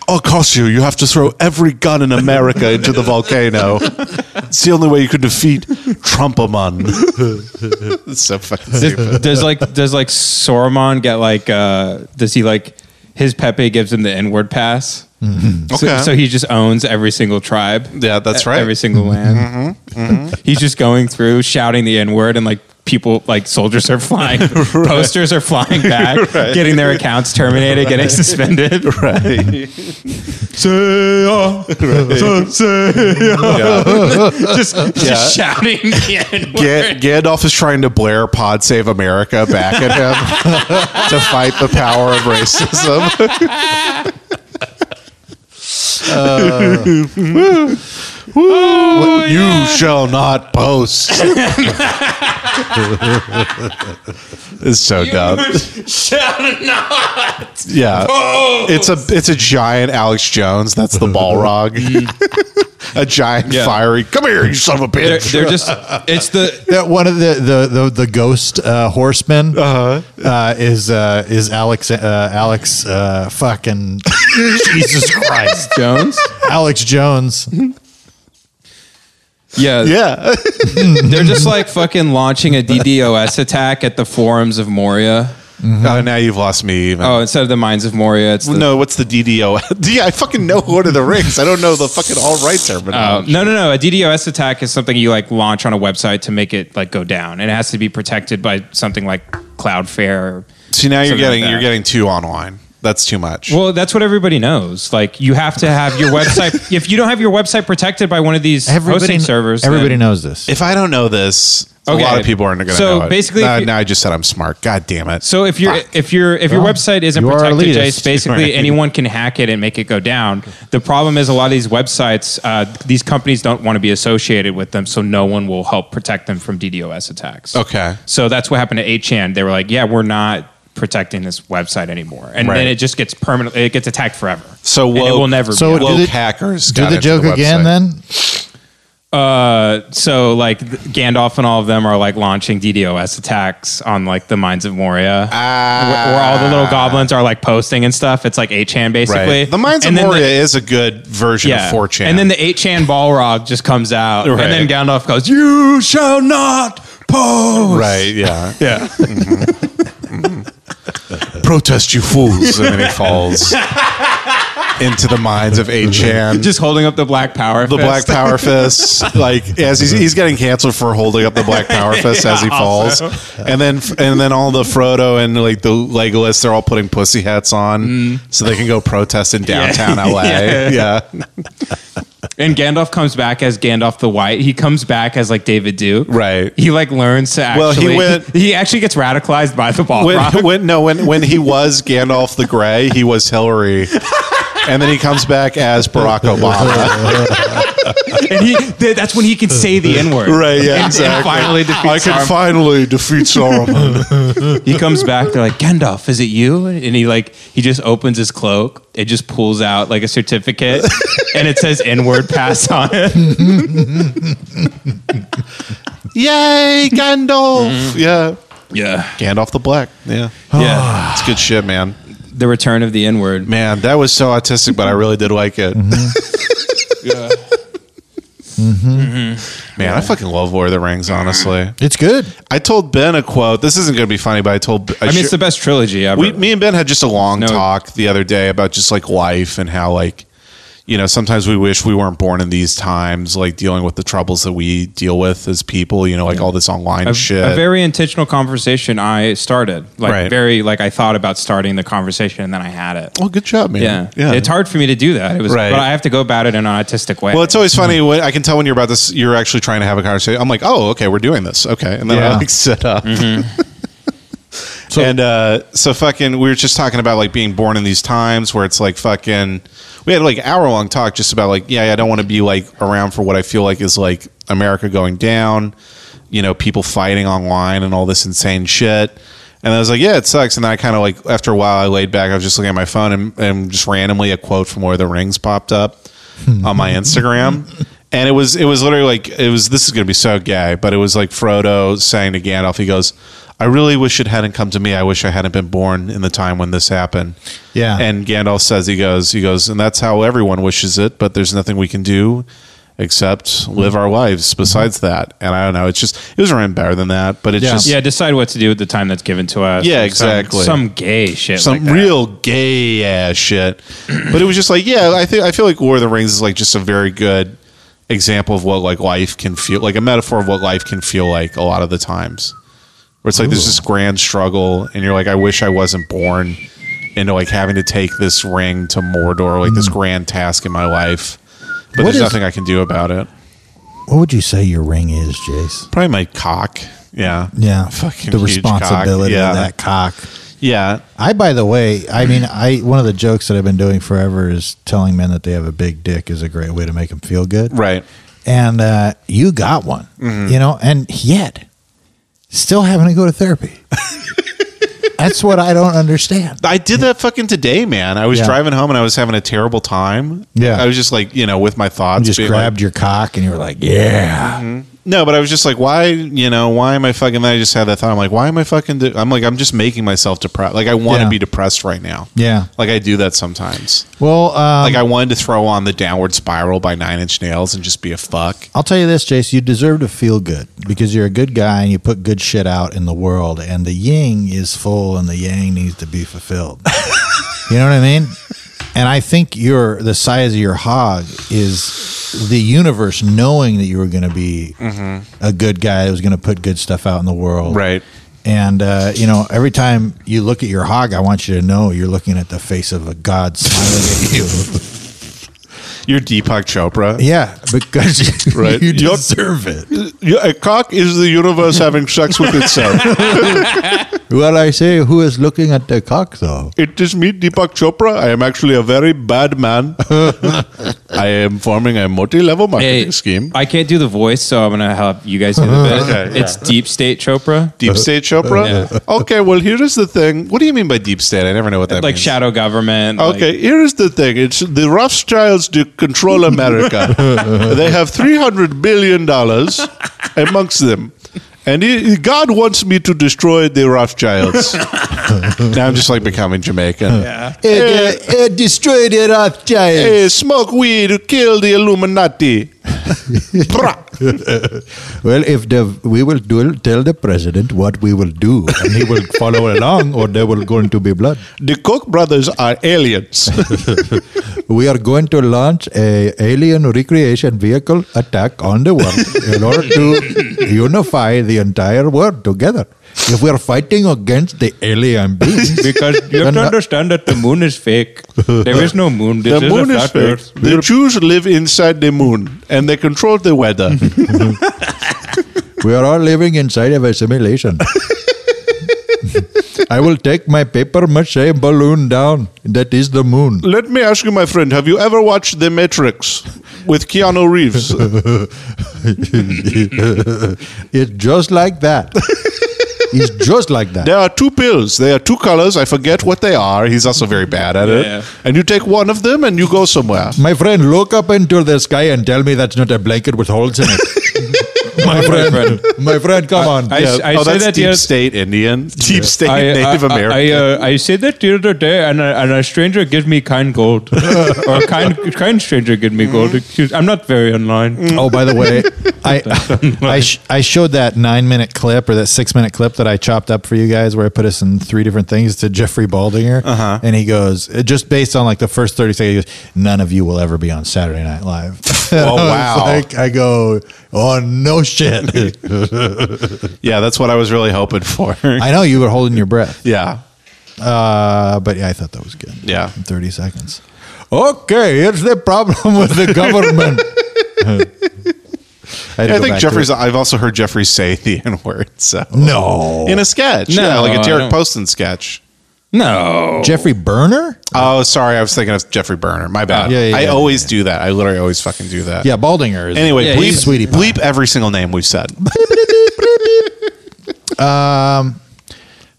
Speaker 9: Ocasio, you have to throw every gun in America into the volcano. It's the only way you could defeat Trumpamon. it's so fucking stupid.
Speaker 6: does like does like Soramon get like uh does he like his Pepe gives him the inward pass? So,
Speaker 9: Okay.
Speaker 6: so he just owns every single tribe.
Speaker 9: Yeah, that's
Speaker 6: e-
Speaker 9: right. Mm-hmm.
Speaker 6: Every single land. He's just going through shouting the N-word and like people like soldiers are flying posters are flying back, getting their accounts terminated, getting suspended.
Speaker 9: Right.
Speaker 6: just, just shouting the N-word.
Speaker 9: Ga- Gandalf is trying to blare "Pod Save America" back at him to fight the power of racism. Woo. You shall not boast. it's so dumb. Yeah, it's a it's a giant Alex Jones. That's the Balrog. a giant fiery. Come here, you son of a
Speaker 6: They're,
Speaker 9: bitch.
Speaker 6: they're just it's the
Speaker 7: that one of the the the, the ghost uh, horseman uh is uh, is Alex uh, Alex uh, fucking Jesus Christ
Speaker 6: Jones.
Speaker 7: Alex Jones
Speaker 6: Yeah.
Speaker 9: yeah.
Speaker 6: They're just like fucking launching a DDoS attack at the forums of Moria.
Speaker 9: Oh, now you've lost me even.
Speaker 6: Oh, instead of the Mines of Moria, it's the,
Speaker 9: no, what's the DDoS? yeah, I fucking know Lord of the Rings. I don't know the fucking all right
Speaker 6: Uh,
Speaker 9: terminology.
Speaker 6: no, no, no. A DDoS attack is something you like launch on a website to make it like go down, and it has to be protected by something like Cloudflare. Or,
Speaker 9: See, now you're
Speaker 6: Something like
Speaker 9: getting
Speaker 6: that.
Speaker 9: you're getting too online. That's too much.
Speaker 6: well, that's what everybody knows. Like, you have to have your website. if you don't have your website protected by one of these hosting servers,
Speaker 7: everybody
Speaker 6: then-
Speaker 7: knows this
Speaker 9: if I don't know this, A lot
Speaker 1: Okay.
Speaker 9: of people aren't going to
Speaker 1: So
Speaker 9: know it.
Speaker 1: basically
Speaker 9: Nah,
Speaker 1: if you-
Speaker 9: now I just said I'm smart. God damn it.
Speaker 1: So if your
Speaker 9: Fuck.
Speaker 1: if your if your
Speaker 9: Well,
Speaker 1: website isn't
Speaker 9: you are
Speaker 1: protected,
Speaker 9: elitist.
Speaker 1: Jace, basically
Speaker 9: Right.
Speaker 1: anyone can hack it and make it go down. The problem is a lot of these websites, uh, these companies don't want to be associated with them, so no one will help protect them from DDoS attacks.
Speaker 9: Okay.
Speaker 1: So that's what happened to 8chan. They were like, "Yeah, we're not protecting this website anymore," and
Speaker 9: Right.
Speaker 1: then it just gets permanent. It gets attacked forever.
Speaker 9: So
Speaker 1: And
Speaker 9: woke,
Speaker 1: it will never.
Speaker 9: so
Speaker 1: be out.
Speaker 9: woke hackers
Speaker 7: Do
Speaker 9: got
Speaker 7: the
Speaker 9: into
Speaker 7: joke again
Speaker 9: website.
Speaker 7: then?
Speaker 1: Uh, so like th- Gandalf and all of them are like launching DDoS attacks on like the mines of Moria,
Speaker 9: Ah.
Speaker 1: where, where all the little goblins are like posting and stuff. It's like 8chan basically.
Speaker 9: Right. The Mines of
Speaker 1: And then
Speaker 9: Moria
Speaker 1: the-
Speaker 9: is a good version
Speaker 1: yeah.
Speaker 9: of 4chan.
Speaker 1: And then the 8chan Balrog just comes out,
Speaker 9: Right.
Speaker 1: and then Gandalf goes, "You shall not post."
Speaker 9: right, yeah.
Speaker 1: Yeah.
Speaker 9: Protest, you fools. And then he falls into the minds of Achan.
Speaker 1: just holding up the black power.
Speaker 9: the
Speaker 1: fist.
Speaker 9: Black Power Fist, like as he's, he's getting canceled for holding up the Black Power Fist as he falls, and then and then all the Frodo and like the Legolas, they're all putting pussy hats on so they can go protest in downtown LA.
Speaker 1: Mm. Yeah.
Speaker 9: Yeah,
Speaker 1: And Gandalf comes back as Gandalf the White. He comes back as like David Duke.
Speaker 9: right.
Speaker 1: He like learns to actually.
Speaker 9: Well, he went-
Speaker 1: He actually gets radicalized by the Balrog.
Speaker 9: When, when no when when he was Gandalf the Grey, he was Hillary, and then he comes back as Barack Obama.
Speaker 1: and he th- that's when he can say the N word.
Speaker 9: Right?
Speaker 1: And-
Speaker 9: Yeah,
Speaker 1: and
Speaker 9: exactly.
Speaker 1: finally defeats
Speaker 9: I can
Speaker 1: Saruman.
Speaker 9: finally defeat Saruman.
Speaker 1: He comes back. They're like, Gandalf, is it you? And he like he just opens his cloak. It just pulls out like a certificate, and it says N word pass on it.
Speaker 9: Yay, Gandalf!
Speaker 1: Mm.
Speaker 9: Yeah,
Speaker 1: Yeah,
Speaker 9: Gandalf the Black. Yeah,
Speaker 1: yeah.
Speaker 9: it's good shit, man.
Speaker 1: the return of the N word.
Speaker 9: Man, that was so autistic, but I really did like it.
Speaker 1: Mm-hmm.
Speaker 9: Man, I fucking love Lord of the Rings. Honestly,
Speaker 7: It's good.
Speaker 9: I told Ben a quote. This isn't going to be funny, but I told. I,
Speaker 1: I mean,
Speaker 9: sure-
Speaker 1: it's the best trilogy ever.
Speaker 9: we, me and Ben had just a long
Speaker 1: No.
Speaker 9: talk the other day about just like life and how like you know sometimes we wish we weren't born in these times, like dealing with the troubles that we deal with as people. You know, like all this online
Speaker 1: a,
Speaker 9: shit.
Speaker 1: a very intentional conversation I started. Like
Speaker 9: Right.
Speaker 1: very like I thought about starting the conversation and then I had it.
Speaker 9: well, good job, man.
Speaker 1: Yeah. It's hard for me to do that. It was
Speaker 9: Right.
Speaker 1: but I have to go about it in an autistic way.
Speaker 9: Well, it's always funny when I can tell when you're about this. You're actually trying to have a conversation. I'm like, oh, okay, we're doing this, okay, and then I
Speaker 7: Yeah.
Speaker 9: like sit up. and uh, so fucking, we were just talking about like being born in these times where it's like fucking. We had like hour long talk just about like, yeah, I don't want to be like around for what I feel like is like America going down, you know, people fighting online and all this insane shit. And I was like, yeah, it sucks. And then I kind of like, after a while, I laid back. I was just looking at my phone and, and just randomly a quote from Lord of the Rings popped up on my Instagram. And it was it was literally like it was this is gonna be so gay, but it was like Frodo saying to Gandalf, he goes, I really wish it hadn't come to me. I wish I hadn't been born in the time when this happened.
Speaker 7: Yeah.
Speaker 9: And Gandalf says, he goes, he goes, and that's how everyone wishes it, but there's nothing we can do except live our lives besides that. And I don't know, it's just it was around better than that, but it's
Speaker 7: Yeah.
Speaker 9: just
Speaker 1: yeah, decide what to do with the time that's given to us.
Speaker 9: Yeah,
Speaker 1: Like some-
Speaker 9: exactly.
Speaker 1: Some, gay shit.
Speaker 9: some
Speaker 1: like that.
Speaker 9: real gay ass shit. but it was just like, yeah, I think I feel like War of the Rings is like just a very good example of what like life can feel like a metaphor of what life can feel like a lot of the times. Where it's like there's this grand struggle and you're like, I wish I wasn't born into like having to take this ring to Mordor, like
Speaker 1: Hmm.
Speaker 9: this grand task in my life. But
Speaker 7: What
Speaker 9: there's
Speaker 7: is-
Speaker 9: nothing I can do about it.
Speaker 7: What would you say your ring is, Jace?
Speaker 9: Probably my cock. Yeah.
Speaker 7: Yeah,
Speaker 9: Fucking
Speaker 7: the
Speaker 9: huge cock.
Speaker 7: responsibility
Speaker 9: Yeah.
Speaker 7: of that cock.
Speaker 9: Yeah.
Speaker 7: I, by the way, I mean, I one of the jokes that I've been doing forever is telling men that they have a big dick is a great way to make them feel good.
Speaker 9: Right. Mm-hmm.
Speaker 7: And uh, you got one, you know, and yet still having to go to therapy. That's what I don't understand.
Speaker 9: I did that fucking today, man. I was
Speaker 7: Yeah.
Speaker 9: driving home and I was having a terrible time.
Speaker 7: Yeah.
Speaker 9: I was just like, you know, with my
Speaker 7: You
Speaker 9: thoughts.
Speaker 7: just
Speaker 9: being
Speaker 7: grabbed
Speaker 9: like-
Speaker 7: your cock and you were like, yeah.
Speaker 9: no, but I was just like, why, you know, why am I fucking? Then I just had that thought. I'm like, why am I fucking? De-? I'm like, I'm just making myself depressed. Like I want to
Speaker 7: Yeah.
Speaker 9: be depressed right now.
Speaker 7: Yeah.
Speaker 9: Like I do that sometimes.
Speaker 7: Well, um,
Speaker 9: like I wanted to throw on the downward spiral by Nine Inch Nails and just be a fuck.
Speaker 7: I'll tell you this, Jace, you deserve to feel good because you're a good guy and you put good shit out in the world, and the yin is full and the yang needs to be fulfilled. you know what I mean? And I think your the size of your hog is the universe knowing that you were going to be a good guy that was going to put good stuff out in the world, and uh, you know, every time you look at your hog, I want you to know you're looking at the face of a god smiling at you.
Speaker 9: You're Deepak Chopra.
Speaker 3: Yeah, because you,
Speaker 9: Right.
Speaker 3: you
Speaker 9: Yep.
Speaker 3: deserve it.
Speaker 9: Yeah, a uh, cock is the universe having sex with itself.
Speaker 3: Well, I say, who is looking at the cock though?
Speaker 9: it is me, Deepak Chopra. I am actually a very bad man. I am forming a multi-level marketing
Speaker 1: Hey,
Speaker 9: scheme.
Speaker 1: I can't do the voice, so I'm gonna help you guys do the bit.
Speaker 9: Okay,
Speaker 1: It's deep state Chopra,
Speaker 9: Deep state Chopra. Okay, well here is the thing. What do you mean by deep state? I never know what that
Speaker 1: like
Speaker 9: means.
Speaker 1: shadow government. like-
Speaker 9: Okay, here is the thing. It's the Rothschilds do control America. they have three hundred billion dollars amongst them, and he, God wants me to destroy the Rothschilds. now I'm just like becoming Jamaican.
Speaker 13: It, uh, it destroyed it off giant.
Speaker 9: Hey, smoke weed, kill the Illuminati. Brah.
Speaker 3: Well, if the we will do, tell the president what we will do, and he will follow along, or there will going to be blood.
Speaker 9: the Koch brothers are aliens.
Speaker 3: We are going to launch a alien recreation vehicle attack on the world in order to unify the entire world together. If we are fighting against the alien beings,
Speaker 1: Because you have to understand that the moon is fake. There is no moon. This
Speaker 9: the
Speaker 1: is
Speaker 9: moon
Speaker 1: a
Speaker 9: is
Speaker 1: flat
Speaker 9: fake.
Speaker 1: Earth.
Speaker 9: The Jews live inside the moon and they control the weather.
Speaker 3: we are all living inside of a simulation. I will take my paper mache balloon down. That is the moon.
Speaker 9: Let me ask you, my friend, have you ever watched The Matrix with Keanu Reeves?
Speaker 3: it's just like that. it's just like that.
Speaker 9: there are two pills. There are two colors. I forget what they are. He's also very bad at it.
Speaker 1: Yeah.
Speaker 9: And you take one of them and you go somewhere.
Speaker 3: My friend, look up into the sky and tell me that's not a blanket with holes in it. my friend, my friend, come on.
Speaker 1: I, s- I
Speaker 9: oh,
Speaker 1: say
Speaker 9: that's
Speaker 1: that
Speaker 9: deep
Speaker 1: the oth-
Speaker 9: state Indian, deep state
Speaker 1: I, I-
Speaker 9: Native
Speaker 1: I-
Speaker 9: American.
Speaker 1: I, uh, I say that the other day, and a, and a stranger gives me kind gold, or a kind kind stranger gives me
Speaker 9: Mm-hmm.
Speaker 1: gold. Excuse, I'm not very online.
Speaker 3: Oh, by the way, I I, sh- I showed that nine minute clip or that six minute clip that I chopped up for you guys, where I put us in three different things to Jeffrey Baldinger, uh-huh. and he goes uh, just based on like the first thirty seconds, he goes, "None of you will ever be on Saturday Night Live." I
Speaker 9: Oh,
Speaker 3: was
Speaker 9: wow.
Speaker 3: like, I go, "Oh no, shit!"
Speaker 9: yeah, that's what I was really hoping for.
Speaker 3: I know you were holding your breath,
Speaker 9: yeah.
Speaker 3: uh, but yeah, I thought that was good.
Speaker 9: Yeah.
Speaker 3: thirty seconds. Okay, here's the problem with the government. I, had to
Speaker 9: I
Speaker 3: go back
Speaker 9: think
Speaker 3: to
Speaker 9: Jeffrey's.
Speaker 3: it.
Speaker 9: I've also heard Jeffrey say the N word. So
Speaker 3: no
Speaker 9: in a sketch,
Speaker 1: No,
Speaker 9: yeah, like a
Speaker 1: I
Speaker 9: Derek
Speaker 1: don't.
Speaker 9: Poston sketch.
Speaker 1: No,
Speaker 3: Jeffrey Burner.
Speaker 9: Oh, sorry, I was thinking of Jeffrey Burner. My bad.
Speaker 3: Yeah, yeah,
Speaker 9: I
Speaker 3: yeah,
Speaker 9: always do that. I literally always fucking do that.
Speaker 3: Yeah, Baldinger. Is
Speaker 9: Anyway,
Speaker 1: Yeah,
Speaker 9: bleep,
Speaker 1: he's-
Speaker 3: Sweetie pie.
Speaker 9: bleep every single name we've said.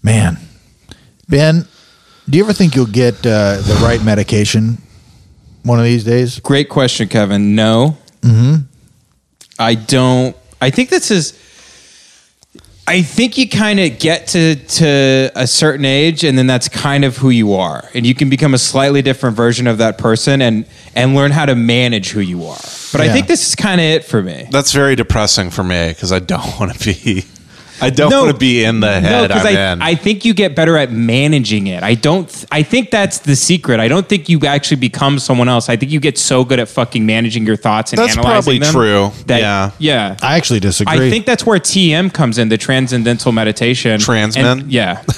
Speaker 3: man, Ben, do you ever think you'll get uh, the right medication one of these days?
Speaker 14: Great question, Kevin. No. Mm-hmm. I don't.
Speaker 1: I think this is. I think you kind of get to to a certain age, and then that's kind of who you are, and you can become a slightly different version of that person, and and learn how to manage who you are. But I
Speaker 3: Yeah.
Speaker 1: think this is kind of it for me.
Speaker 9: That's very depressing for me because I don't want to be. I don't
Speaker 1: No.
Speaker 9: want to be in
Speaker 1: No,
Speaker 9: the head
Speaker 1: because
Speaker 9: I'm
Speaker 1: I,
Speaker 9: in.
Speaker 1: I think you get better at managing it. I don't. th- I think that's the secret. I don't think you actually become someone else. I think you get so good at fucking managing your thoughts and
Speaker 9: That's probably
Speaker 1: analyzing them
Speaker 9: true.
Speaker 1: That,
Speaker 9: Yeah.
Speaker 1: yeah.
Speaker 3: I actually disagree.
Speaker 1: I think that's where TM comes in, the transcendental meditation.
Speaker 9: Trans
Speaker 1: And-
Speaker 9: men?
Speaker 1: yeah.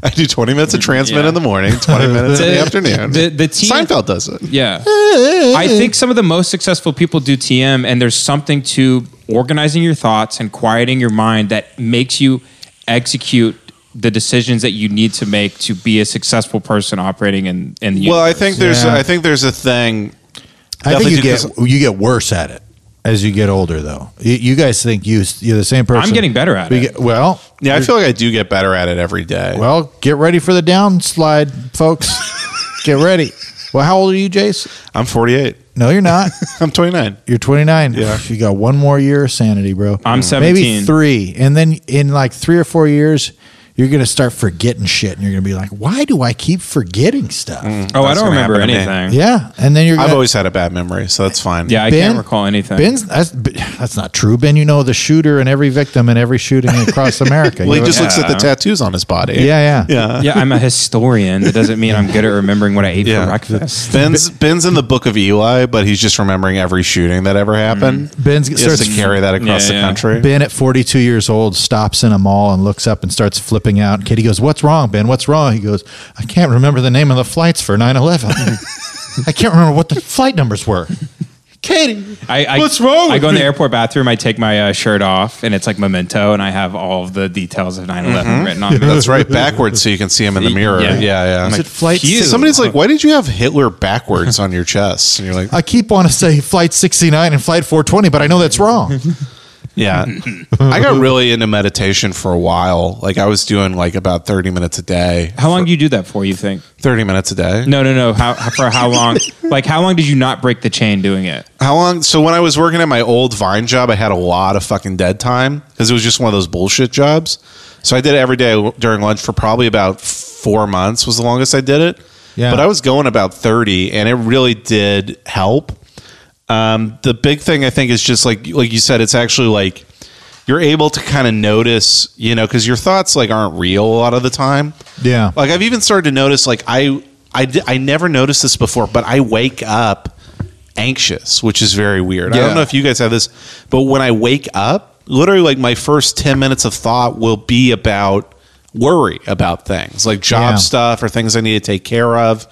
Speaker 9: I do 20 minutes of transmit
Speaker 1: Yeah.
Speaker 9: in the morning, 20 minutes in the afternoon.
Speaker 1: The, the TM,
Speaker 9: Seinfeld does it.
Speaker 1: Yeah. I think some of the most successful people do TM, and there's something to organizing your thoughts and quieting your mind that makes you execute the decisions that you need to make to be a successful person operating in, in the
Speaker 9: Well, I
Speaker 1: universe.
Speaker 9: think there's
Speaker 3: Yeah.
Speaker 9: I think there's a thing.
Speaker 3: I think
Speaker 9: Definitely
Speaker 3: you get
Speaker 9: do
Speaker 3: you get worse at it as you get older, though. You, you guys think you you're the same person.
Speaker 1: getting better at
Speaker 3: We
Speaker 1: it.
Speaker 3: get- well,
Speaker 9: Yeah, I feel like I do get better at it every day.
Speaker 3: well, get ready for the downslide, folks. get ready. Well, how old are you, Jace?
Speaker 9: I'm 48.
Speaker 3: No, you're not.
Speaker 9: I'm 29.
Speaker 3: You're 29.
Speaker 9: Yeah.
Speaker 3: You got one more year of sanity, bro.
Speaker 1: I'm
Speaker 3: Maybe
Speaker 1: 17.
Speaker 3: three. And then in like three or four years, you're going to start forgetting shit and you're going to be like, why do I keep forgetting stuff?
Speaker 1: oh, I
Speaker 9: That's
Speaker 1: don't
Speaker 9: gonna
Speaker 1: remember
Speaker 9: happen to me.
Speaker 1: anything.
Speaker 3: Yeah. And then you're going
Speaker 9: Mm. I've always had a bad memory, so that's fine.
Speaker 1: Yeah, I can't recall anything.
Speaker 3: Ben's, that's, that's not true. Ben, you know the shooter and every victim and every shooting across America.
Speaker 9: Well, he
Speaker 3: You-
Speaker 9: just looks at the
Speaker 1: Yeah.
Speaker 9: tattoos on his body.
Speaker 3: Yeah, yeah.
Speaker 9: Yeah.
Speaker 1: yeah, I'm a historian. That doesn't mean I'm good at remembering what I ate for breakfast.
Speaker 9: Ben's Ben's in the book of Eli, but he's just remembering every shooting that ever happened.
Speaker 3: Ben's
Speaker 9: He has
Speaker 3: starts
Speaker 9: to carry that across
Speaker 1: Yeah,
Speaker 9: the
Speaker 1: yeah.
Speaker 9: country.
Speaker 3: Ben at 42 years old stops in a mall and looks up and starts flipping out. Kitty goes, "What's wrong, Ben? What's wrong?" He goes, "I can't remember the name of the flights for 9/11." I can't remember what the flight numbers were. Katie,
Speaker 14: I, I,
Speaker 3: what's wrong?
Speaker 14: I
Speaker 3: with
Speaker 14: go in the
Speaker 3: me?
Speaker 14: airport bathroom. I take my uh, shirt off, and it's like memento, and I have all of the details of 9/11
Speaker 9: Mm-hmm.
Speaker 14: written on. me.
Speaker 9: That's right, backwards, so you can see him in the mirror.
Speaker 14: Yeah.
Speaker 9: Yeah, yeah.
Speaker 14: I'm like,
Speaker 3: flight
Speaker 14: phew.
Speaker 9: Somebody's like, "Why did you have Hitler backwards on your chest?" And you're like,
Speaker 3: I keep wanting to say flight 69 and flight 420, but I know that's wrong.
Speaker 9: "Yeah." I got really into meditation for a while. Like I was doing like about thirty minutes a day.
Speaker 14: How long do you do that for? You think?
Speaker 9: Thirty minutes a day.
Speaker 14: No, no, no. How for how long? like how long did you not break the chain doing it?
Speaker 9: How long? So when I was working at my old Vine job, I had a lot of fucking dead time because it was just one of those bullshit jobs. So I did it every day during lunch for probably about four months was the longest I did it.
Speaker 3: Yeah.
Speaker 9: But I was going about thirty, and it really did help. Um, the big thing I think is just like like you said, it's actually like you're able to kind of notice, you know, because your thoughts like aren't real a lot of the time.
Speaker 3: Yeah.
Speaker 9: Like I've even started to notice, like I, I, di- I never noticed this before, but I wake up anxious, which is very weird. I don't
Speaker 15: Yeah.
Speaker 9: know if you guys have this, but when I wake up, literally, like my first ten minutes of thought will be about worry about things, like job
Speaker 3: Yeah.
Speaker 9: stuff or things I need to take care of,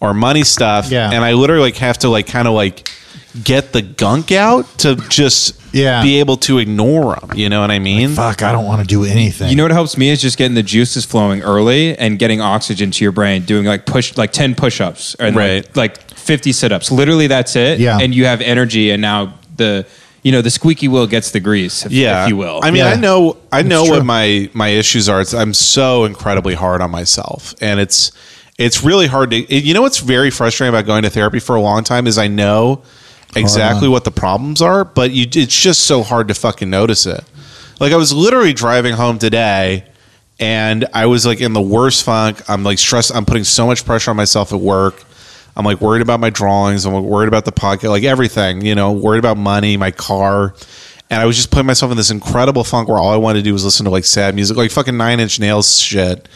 Speaker 9: or money stuff.
Speaker 3: Yeah.
Speaker 9: And I literally like have to like kind of like get the gunk out to just
Speaker 3: Yeah.
Speaker 9: be able to ignore them. You know what I mean?
Speaker 3: Fuck, I don't want to do anything.
Speaker 14: You know what helps me is just getting the juices flowing early and getting oxygen to your brain, doing like push like 10 push-ups and like-
Speaker 9: Right.
Speaker 14: like, 50 sit-ups. Literally that's it.
Speaker 3: Yeah.
Speaker 14: And you have energy and now the you know the squeaky wheel gets the grease if,
Speaker 9: yeah
Speaker 14: if you will.
Speaker 9: i mean
Speaker 3: Yeah.
Speaker 9: i know i know
Speaker 3: true.
Speaker 9: what my my issues are it's, i'm so incredibly hard on myself and it's it's really hard to it- you know what's very frustrating about going to therapy for a long time is i know exactly what the problems are but you it's just so hard to fucking notice it like i was literally driving home today and i was like in the worst funk i'm like stressed i'm putting so much pressure on myself at work i'm like worried about my drawings i'm worried about the podcast like everything you know worried about money my car and I was just putting myself in this incredible funk where all I wanted to do was listen to like sad music, like fucking Nine Inch Nails shit,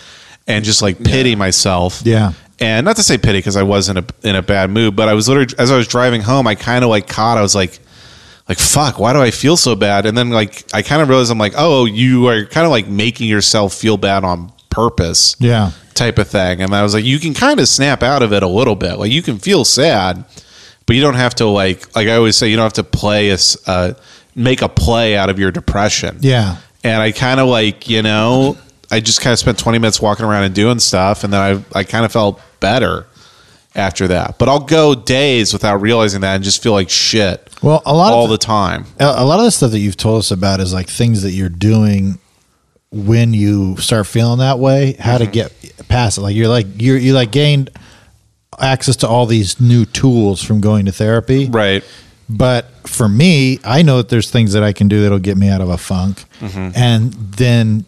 Speaker 9: and just like pity myself.
Speaker 3: Yeah.
Speaker 9: And not to say pity because I was in a in a bad mood, but I was literally as I was driving home, I kind of like caught. I was like, like fuck, why do I feel so bad? And then like I kind of realized I'm like, oh, you are kind of like making yourself feel bad on purpose
Speaker 3: yeah.
Speaker 9: type of thing. And I was like, you can kind of snap out of it a little bit. Like you can feel sad, but you don't have to like like I always say, you don't have to play a s- uh, make a play out of your depression.
Speaker 3: Yeah.
Speaker 9: And I kind of like you know I just kind of spent twenty minutes walking around and doing stuff, and then I I kind of felt better after that. But I'll go days without realizing that and just feel like shit
Speaker 3: Well, a lot
Speaker 9: all
Speaker 3: of
Speaker 9: the time.
Speaker 3: a a lot of the stuff that you've told us about is like things that you're doing when you start feeling that way, how to get past it. Like you're like you're you like gained access to all these new tools from going to therapy.
Speaker 9: Right.
Speaker 3: But for me, I know that there's things that I can do that'll get me out of a funk.
Speaker 14: Mm-hmm.
Speaker 3: And then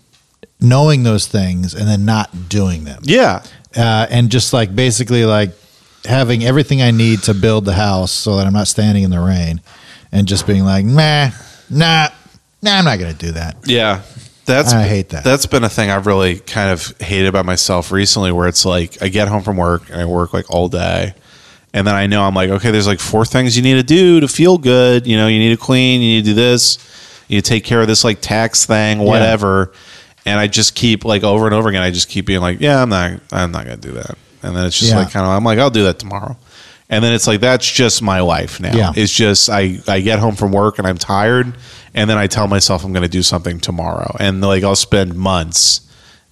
Speaker 3: knowing those things and then not doing them.
Speaker 9: Yeah.
Speaker 3: Uh, and just like basically like having everything I need to build the house so that I'm not standing in the rain and just being like, nah, nah, nah, I'm not going to do that.
Speaker 9: Yeah. That's
Speaker 3: I hate that.
Speaker 9: That's been a thing I've really kind of hated about myself recently where it's like I get home from work and I work like all day. And then I know I'm like, okay, there's like four things you need to do to feel good. You know, you need to clean, you need to do this, you take care of this like tax thing, whatever. And I just keep like over and over again, I just keep being like, Yeah, I'm not I'm not gonna do that. And then it's just
Speaker 3: Yeah.
Speaker 9: like kind of I'm like, I'll do that tomorrow. And then it's like that's just my life now.
Speaker 3: Yeah.
Speaker 9: It's just I I get home from work and I'm tired, and then I tell myself I'm going to do something tomorrow, and like I'll spend months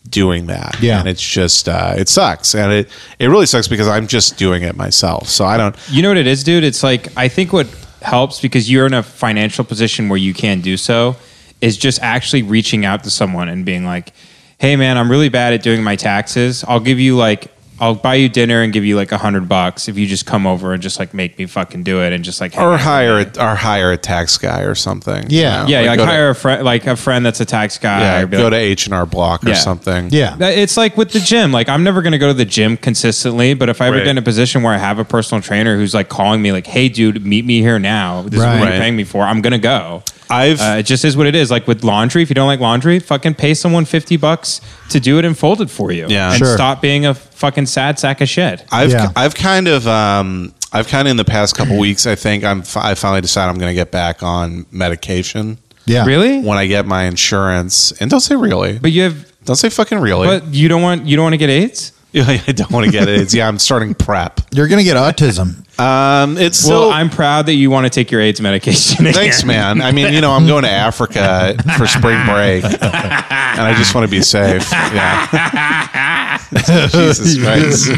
Speaker 9: doing that.
Speaker 3: Yeah.
Speaker 9: and it's just uh, it sucks, and it it really sucks because I'm just doing it myself, so I don't.
Speaker 14: You know what it is, dude? It's like I think what helps because you're in a financial position where you can do so is just actually reaching out to someone and being like, "Hey, man, I'm really bad at doing my taxes. I'll give you like." I'll buy you dinner and give you like a hundred bucks if you just come over and just like make me fucking do it and just like hang out
Speaker 9: Or
Speaker 14: with
Speaker 9: hire
Speaker 14: me."
Speaker 9: a, or hire a tax guy or something.
Speaker 3: Yeah.
Speaker 14: yeah like,
Speaker 9: go to-
Speaker 14: hire a friend like a friend that's a tax guy
Speaker 9: yeah,
Speaker 14: or be
Speaker 9: go
Speaker 14: like-
Speaker 9: to H and R Block or
Speaker 14: Yeah.
Speaker 9: something.
Speaker 3: Yeah.
Speaker 14: That- It's like with the gym. Like I'm never gonna go to the gym consistently, but if I ever
Speaker 9: Right.
Speaker 14: get in a position where I have a personal trainer who's like calling me, like, "Hey, dude, meet me here now. This is
Speaker 3: Right.
Speaker 14: what
Speaker 9: Right.
Speaker 14: you're paying me for. I'm gonna go."
Speaker 9: I've
Speaker 14: Uh, it just is what it is. Like with laundry, if you don't like laundry, fucking pay someone fifty bucks to do it and fold it for you.
Speaker 9: Yeah.
Speaker 14: and
Speaker 3: Sure.
Speaker 14: stop being a fucking sad sack of shit.
Speaker 9: I've
Speaker 3: Yeah.
Speaker 9: I've kind of um I've kind of in the past couple weeks I think I'm fi- I finally decided I'm going to get back on medication
Speaker 3: Yeah.
Speaker 14: Really?
Speaker 9: when I get my insurance and don't say really
Speaker 14: But you have,
Speaker 9: don't say fucking really
Speaker 14: but you don't want you don't want to get AIDS.
Speaker 9: I don't want to get it. It's, yeah, I'm starting prep.
Speaker 7: You're gonna get autism.
Speaker 9: Um, it's
Speaker 14: well,
Speaker 9: so,
Speaker 14: I'm proud that you want to take your AIDS medication. Again.
Speaker 9: Thanks, man. I mean, you know, I'm going to Africa for spring break, and I just want to be safe. Yeah. Jesus Christ.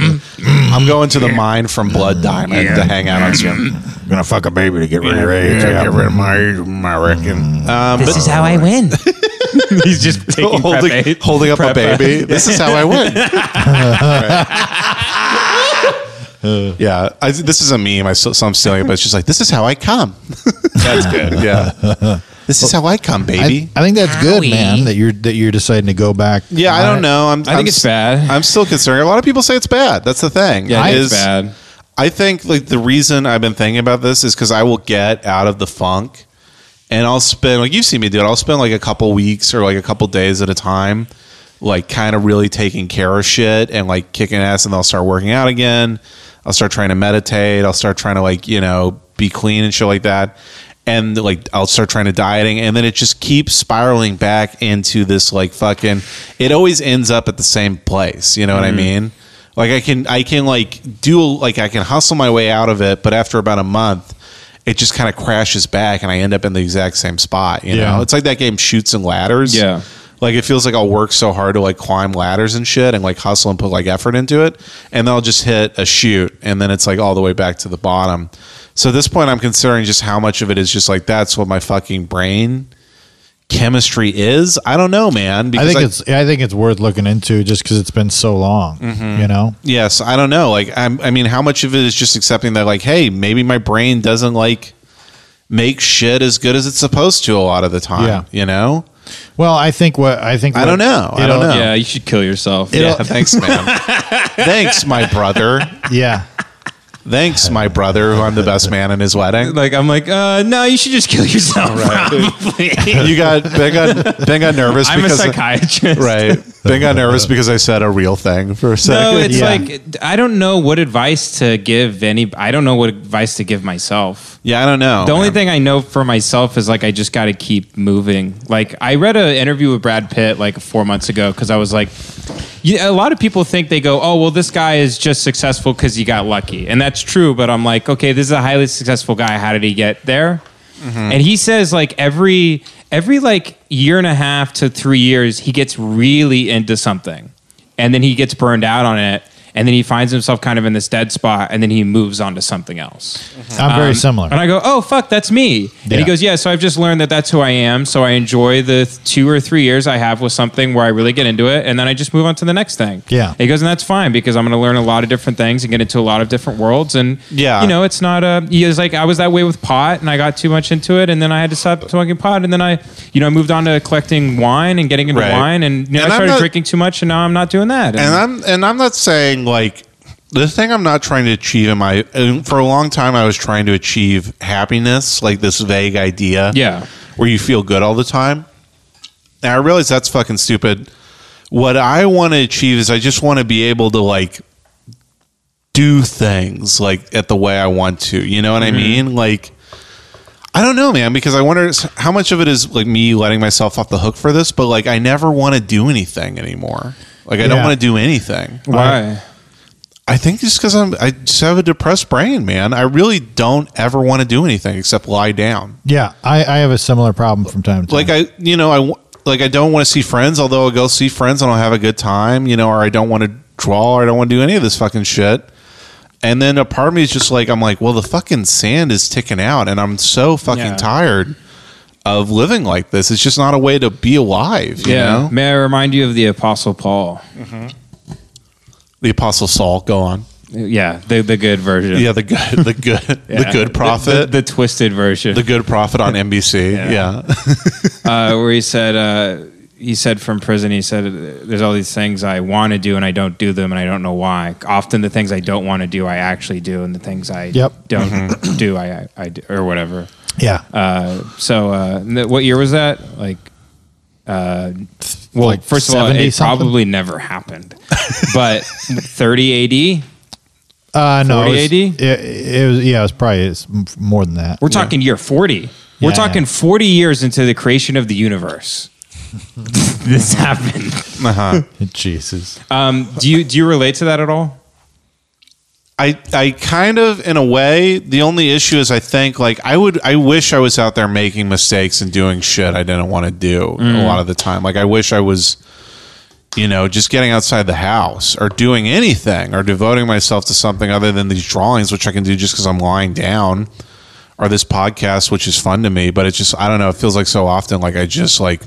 Speaker 9: I'm going to the mine from Blood Diamond to hang out on Zoom.
Speaker 2: I'm gonna fuck a baby to get rid of your age. Yeah, get rid of my age, I
Speaker 8: Mm.
Speaker 2: reckon.
Speaker 9: Um,
Speaker 14: This
Speaker 9: but
Speaker 14: is how I win. He's just taking prep
Speaker 9: holding,
Speaker 14: aid.
Speaker 9: holding up a
Speaker 14: Prep
Speaker 9: baby. This is how I win. Right. Yeah, I, this is a meme. I so, so I'm stealing it, but it's just like this is how I come. That's good. Yeah, this is how I come, baby.
Speaker 7: I, I think that's good, man. That you're that you're deciding to go back.
Speaker 9: Yeah, I don't know. I'm,
Speaker 14: I think it's bad.
Speaker 9: I'm still concerned. A lot of people say it's bad. That's the thing.
Speaker 14: Yeah, I think
Speaker 9: Is-
Speaker 14: it's bad.
Speaker 9: I think like the reason I've been thinking about this is because I will get out of the funk, and I'll spend like you've seen me do it. I'll spend like a couple weeks or like a couple days at a time, like kind of really taking care of shit and like kicking ass, and then I'll start working out again. I'll start trying to meditate. I'll start trying to like you know be clean and shit like that. And like I'll start trying to dieting, and then it just keeps spiraling back into this like fucking. It always ends up at the same place. You know what I mean? Like I can I can like do like I can hustle my way out of it, but after about a month, it just kind of crashes back and I end up in the exact same spot. You
Speaker 7: Yeah.
Speaker 9: know, it's like that game shoots and ladders.
Speaker 14: Yeah.
Speaker 9: Like it feels like I'll work so hard to like climb ladders and shit and like hustle and put like effort into it. And then I'll just hit a shoot and then it's like all the way back to the bottom. So at this point I'm considering just how much of it is just like that's what my fucking brain chemistry is. I don't know, man.
Speaker 7: I
Speaker 9: Because
Speaker 7: think it's I think it's worth looking into just because it's been so long.
Speaker 9: Mm-hmm.
Speaker 7: You know,
Speaker 9: Yes, I don't know. Like, I'm, I mean, how much of it is just accepting that, like, hey, maybe my brain doesn't like make shit as good as it's supposed to a lot of the time.
Speaker 7: Yeah.
Speaker 9: You know?
Speaker 7: Well, I think what I think
Speaker 9: I
Speaker 7: what-
Speaker 9: don't know. I don't
Speaker 7: it'll-
Speaker 9: know.
Speaker 14: Yeah, you should kill yourself.
Speaker 7: It'll-
Speaker 14: yeah.
Speaker 9: Thanks, man. Thanks, my brother.
Speaker 7: Yeah,
Speaker 9: Thanks, my brother, who I'm the best man in his wedding.
Speaker 14: Like I'm like, uh, no, you should just kill yourself. Probably.
Speaker 9: You got Ben got Ben got nervous
Speaker 14: I'm a
Speaker 9: because
Speaker 14: psychiatrist.
Speaker 9: right Ben got nervous because I said a real thing for a second.
Speaker 14: No, it's
Speaker 7: Yeah.
Speaker 14: like I don't know what advice to give any. I don't know what advice to give myself.
Speaker 9: yeah, I don't know.
Speaker 14: The only
Speaker 9: man.
Speaker 14: thing I know for myself is like I just got to keep moving. Like I read an interview with Brad Pitt like four months ago because I was like, you, a lot of people think they go, oh well, this guy is just successful because he got lucky, and that's true. But I'm like, okay, this is a highly successful guy. How did he get there?
Speaker 9: Mm-hmm.
Speaker 14: And he says like every every like year and a half to three years, he gets really into something, and then he gets burned out on it. And then he finds himself kind of in this dead spot, and then he moves on to something else.
Speaker 7: I'm very
Speaker 14: Um,
Speaker 7: similar.
Speaker 14: And I go, oh fuck, that's me. And he
Speaker 7: Yeah.
Speaker 14: goes, yeah. So I've just learned that that's who I am. So I enjoy the th- two or three years I have with something where I really get into it, and then I just move on to the next thing.
Speaker 7: Yeah.
Speaker 14: And he goes, and that's fine because I'm going to learn a lot of different things and get into a lot of different worlds. And
Speaker 9: Yeah.
Speaker 14: you know, it's not a. He was like, I was that way with pot, and I got too much into it, and then I had to stop smoking pot, and then I, you know, I moved on to collecting wine and getting into
Speaker 9: Right.
Speaker 14: wine, and you know,
Speaker 9: And
Speaker 14: I
Speaker 9: I'm
Speaker 14: started
Speaker 9: not-
Speaker 14: drinking too much, and now I'm not doing that.
Speaker 9: and I'm and I'm not saying like the thing I'm not trying to achieve in my and for a long time I was trying to achieve happiness, like this vague idea,
Speaker 14: Yeah.
Speaker 9: where you feel good all the time. And I realize that's fucking stupid. What I want to achieve is I just want to be able to like do things like at the way I want to. You know what I mean? Like I don't know, man, because I wonder s- how much of it is like me letting myself off the hook for this, but like I never want to do anything anymore. Like I don't
Speaker 7: Yeah.
Speaker 9: want to do anything.
Speaker 14: why?
Speaker 9: I think just because I'm, I just have a depressed brain, man. I really don't ever want to do anything except lie down.
Speaker 7: yeah, I, I have a similar problem from time to time.
Speaker 9: Like I, you know, I w- like I don't want to see friends, although I go see friends and I'll have a good time, you know, or I don't want to draw or I don't want to do any of this fucking shit. And then a part of me is just like, I'm like, well, the fucking sand is ticking out, and I'm so fucking
Speaker 14: Yeah.
Speaker 9: tired of living like this. It's just not a way to be alive. You
Speaker 14: Yeah.
Speaker 9: know?
Speaker 14: May I remind you of the Apostle Paul?
Speaker 9: the Apostle Saul. Go on.
Speaker 14: Yeah, the the good version.
Speaker 9: Yeah, the good, the good, the
Speaker 14: Yeah.
Speaker 9: good
Speaker 14: the,
Speaker 9: prophet,
Speaker 14: the twisted version,
Speaker 9: the good prophet on NBC. yeah.
Speaker 14: uh, where he said, uh, he said from prison, he said, "There's all these things I want to do and I don't do them, and I don't know why. Often the things I don't want to do, I actually do, and the things I
Speaker 7: Yep.
Speaker 14: don't do, I, I I do, or whatever."
Speaker 7: yeah,
Speaker 14: Uh, so, uh, n- what year was that? Like, uh, well,
Speaker 7: Like
Speaker 14: first of all,
Speaker 7: 70
Speaker 14: it
Speaker 7: something?
Speaker 14: probably never happened, but 30 AD.
Speaker 7: uh, no, it was,
Speaker 14: 40 AD?
Speaker 7: it, it was yeah, it was probably it's m- more than that.
Speaker 14: We're talking year 40.
Speaker 7: Yeah,
Speaker 14: We're talking
Speaker 7: yeah.
Speaker 14: 40 years into the creation of the universe.
Speaker 1: this happened.
Speaker 9: Uh-huh.
Speaker 7: Jesus.
Speaker 1: Um, do you do you relate to that at all?
Speaker 9: I I kind of in a way. The only issue is I think like I would I wish I was out there making mistakes and doing shit I didn't want to do a lot of the time. Like I wish I was you know just getting outside the house or doing anything or devoting myself to something other than these drawings which I can do just cuz I'm lying down or this podcast which is fun to me, but it's just I don't know, it feels like so often like I just like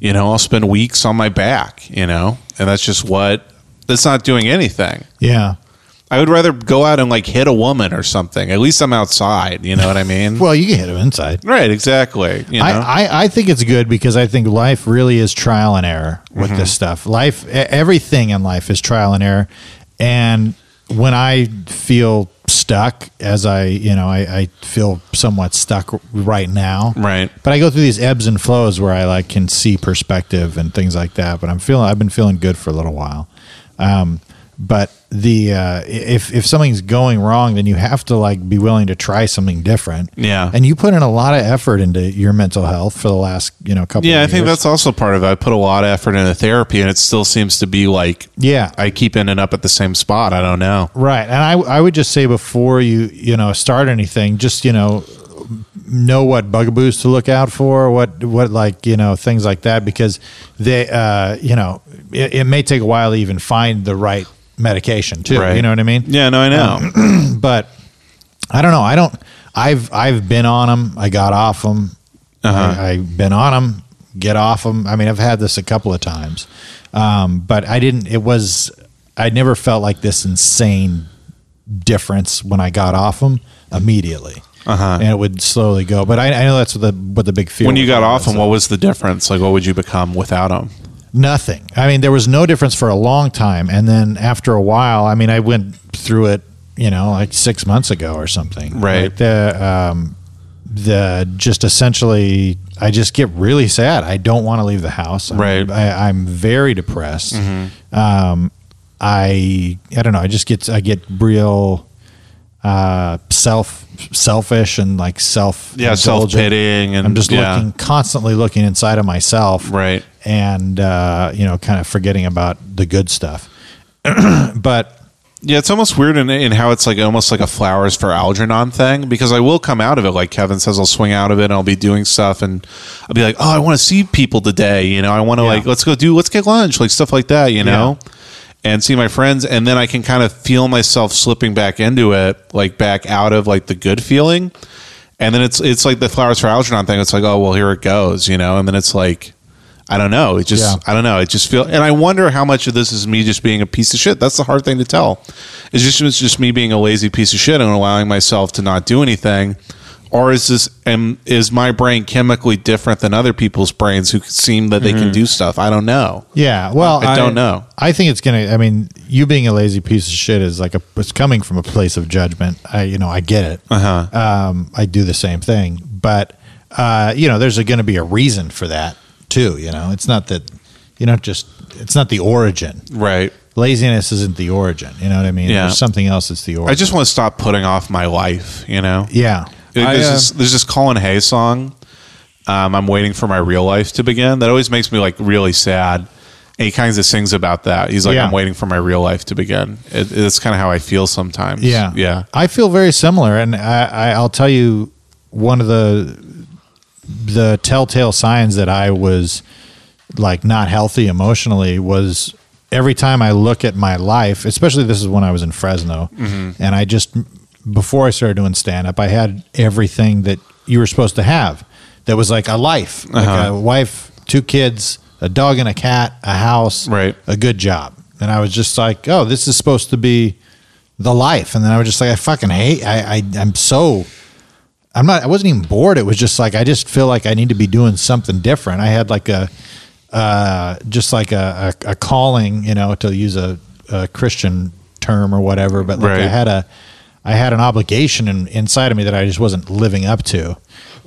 Speaker 9: you know, I'll spend weeks on my back, you know. And that's just what that's not doing anything.
Speaker 7: Yeah.
Speaker 9: I would rather go out and like hit a woman or something. At least I'm outside. You know what I mean?
Speaker 7: Well, you can hit him inside.
Speaker 9: right. Exactly. You know.
Speaker 7: I, I, I think it's good because I think life really is trial and error with
Speaker 9: Mm-hmm.
Speaker 7: this stuff. Life, e- everything in life is trial and error. And when I feel stuck, as I, you know, I, I feel somewhat stuck right now.
Speaker 9: Right.
Speaker 7: But I go through these ebbs and flows where I like can see perspective and things like that. But I'm feeling, I've been feeling good for a little while. Um, but the uh, if if something's going wrong, then you have to like be willing to try something different.
Speaker 9: Yeah.
Speaker 7: And you put in a lot of effort into your mental health for the last you know couple.
Speaker 9: yeah, I
Speaker 7: of
Speaker 9: think
Speaker 7: years.
Speaker 9: that's also part of it. I put a lot of effort into therapy, and it still seems to be like
Speaker 7: yeah.
Speaker 9: I keep ending up at the same spot. I don't know.
Speaker 7: Right. And I, I would just say before you, you know, start anything, just, you know, know what bugaboos to look out for, what, what like, you know, things like that, because they, uh, you know, it, it may take a while to even find the right medication too.
Speaker 9: Right.
Speaker 7: You know what I mean?
Speaker 9: Yeah, no, I know.
Speaker 7: But I don't know. I don't, I've, I've been on them. I got off them.
Speaker 9: Uh-huh.
Speaker 7: I, I've been on them, get off them. I mean, I've had this a couple of times, um, but I didn't, it was, I never felt like this insane difference when I got off them immediately. Uh-huh. And it would slowly go, but I, I know that's what the what the big fear.
Speaker 9: when you
Speaker 7: was
Speaker 9: got
Speaker 7: about
Speaker 9: off them,
Speaker 7: it.
Speaker 9: what was the difference? Like, what would you become without them?
Speaker 7: Nothing. I mean, there was no difference for a long time, and then after a while, I mean, I went through it, you know, like six months ago or something.
Speaker 9: Right.
Speaker 7: Like the um, the just essentially, I just get really sad. I don't want to leave the house. I'm,
Speaker 9: Right. Mm-hmm.
Speaker 7: I, I'm very depressed. Um, I I don't know. I just get I get real uh self selfish and like self
Speaker 9: Yeah, self-pitying and-
Speaker 7: i'm just
Speaker 9: yeah.
Speaker 7: looking constantly looking inside of myself
Speaker 9: Right.
Speaker 7: and uh, you know, kind of forgetting about the good stuff. but
Speaker 9: Yeah, it's almost weird in, in how it's like almost like a flowers for Algernon thing because I will come out of it like Kevin says I'll swing out of it and I'll be doing stuff and I'll be like oh I want to see people today you know I want to like let's go do let's get lunch like stuff like that you know and see my friends and then I can kind of feel myself slipping back into it like back out of like the good feeling and then it's it's like the flowers for Algernon thing it's like oh well here it goes you know and then it's like I don't know. It just
Speaker 7: Yeah.
Speaker 9: I don't know. It just feel and I wonder how much of this is me just being a piece of shit. That's the hard thing to tell. It's just it's just me being a lazy piece of shit and allowing myself to not do anything. Or is this am is my brain chemically different than other people's brains who seem that they can do stuff? I don't know.
Speaker 7: yeah, well,
Speaker 9: I don't know.
Speaker 7: I think it's gonna. I mean, you being a lazy piece of shit is like a. It's coming from a place of judgment. I, you know, I get it. Uh-huh. Um, I do the same thing, but uh, you know, there's going to be a reason for that too. You know, it's not that you know just. It's not the origin.
Speaker 9: Right.
Speaker 7: Laziness isn't the origin. You know what I mean?
Speaker 9: Yeah.
Speaker 7: There's something else that's the origin.
Speaker 9: I just want to stop putting off my life, you know?
Speaker 7: yeah.
Speaker 9: There's,
Speaker 1: I, uh,
Speaker 9: this, there's this Colin Hay song. Um, I'm waiting for my real life to begin. That always makes me like really sad. And he kind of sings about that. He's like,
Speaker 7: Yeah.
Speaker 9: I'm waiting for my real life to begin. It, it's kind of how I feel sometimes.
Speaker 7: Yeah,
Speaker 9: yeah.
Speaker 7: I feel very similar, and I, I, I'll tell you one of the the telltale signs that I was like not healthy emotionally was every time I look at my life, especially this is when I was in Fresno, and I just before I started doing stand up, I had everything that you were supposed to have that was like a life, like a wife, two kids, a dog and a cat, a house,
Speaker 9: Right.
Speaker 7: a good job. And I was just like, oh, this is supposed to be the life. And then I was just like, I fucking hate, I, I I'm so, I'm not, I wasn't even bored. It was just like, I just feel like I need to be doing something different. I had like a, uh, just like a, a, a calling, you know, to use a, a Christian term or whatever, but like I
Speaker 9: Right.
Speaker 7: had a, I had an obligation in, inside of me that I just wasn't living up to.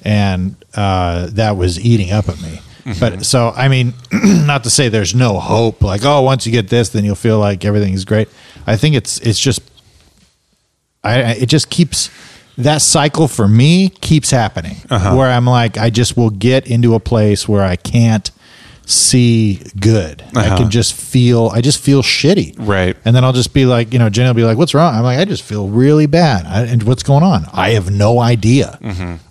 Speaker 7: And, uh, that was eating up at me. But so, I mean, not to say there's no hope, like, oh, once you get this, then you'll feel like everything's great. I think it's, it's just I, I it just keeps that cycle for
Speaker 9: Uh-huh.
Speaker 7: me keeps happening where I'm like I just will get into a place where I can't see good. I
Speaker 9: Uh-huh.
Speaker 7: can just feel. I just feel shitty.
Speaker 9: Right.
Speaker 7: And then I'll just be like, you know, Jenny will be like, "What's wrong?" I'm like, "I just feel really bad." I, and what's going on? I have no idea.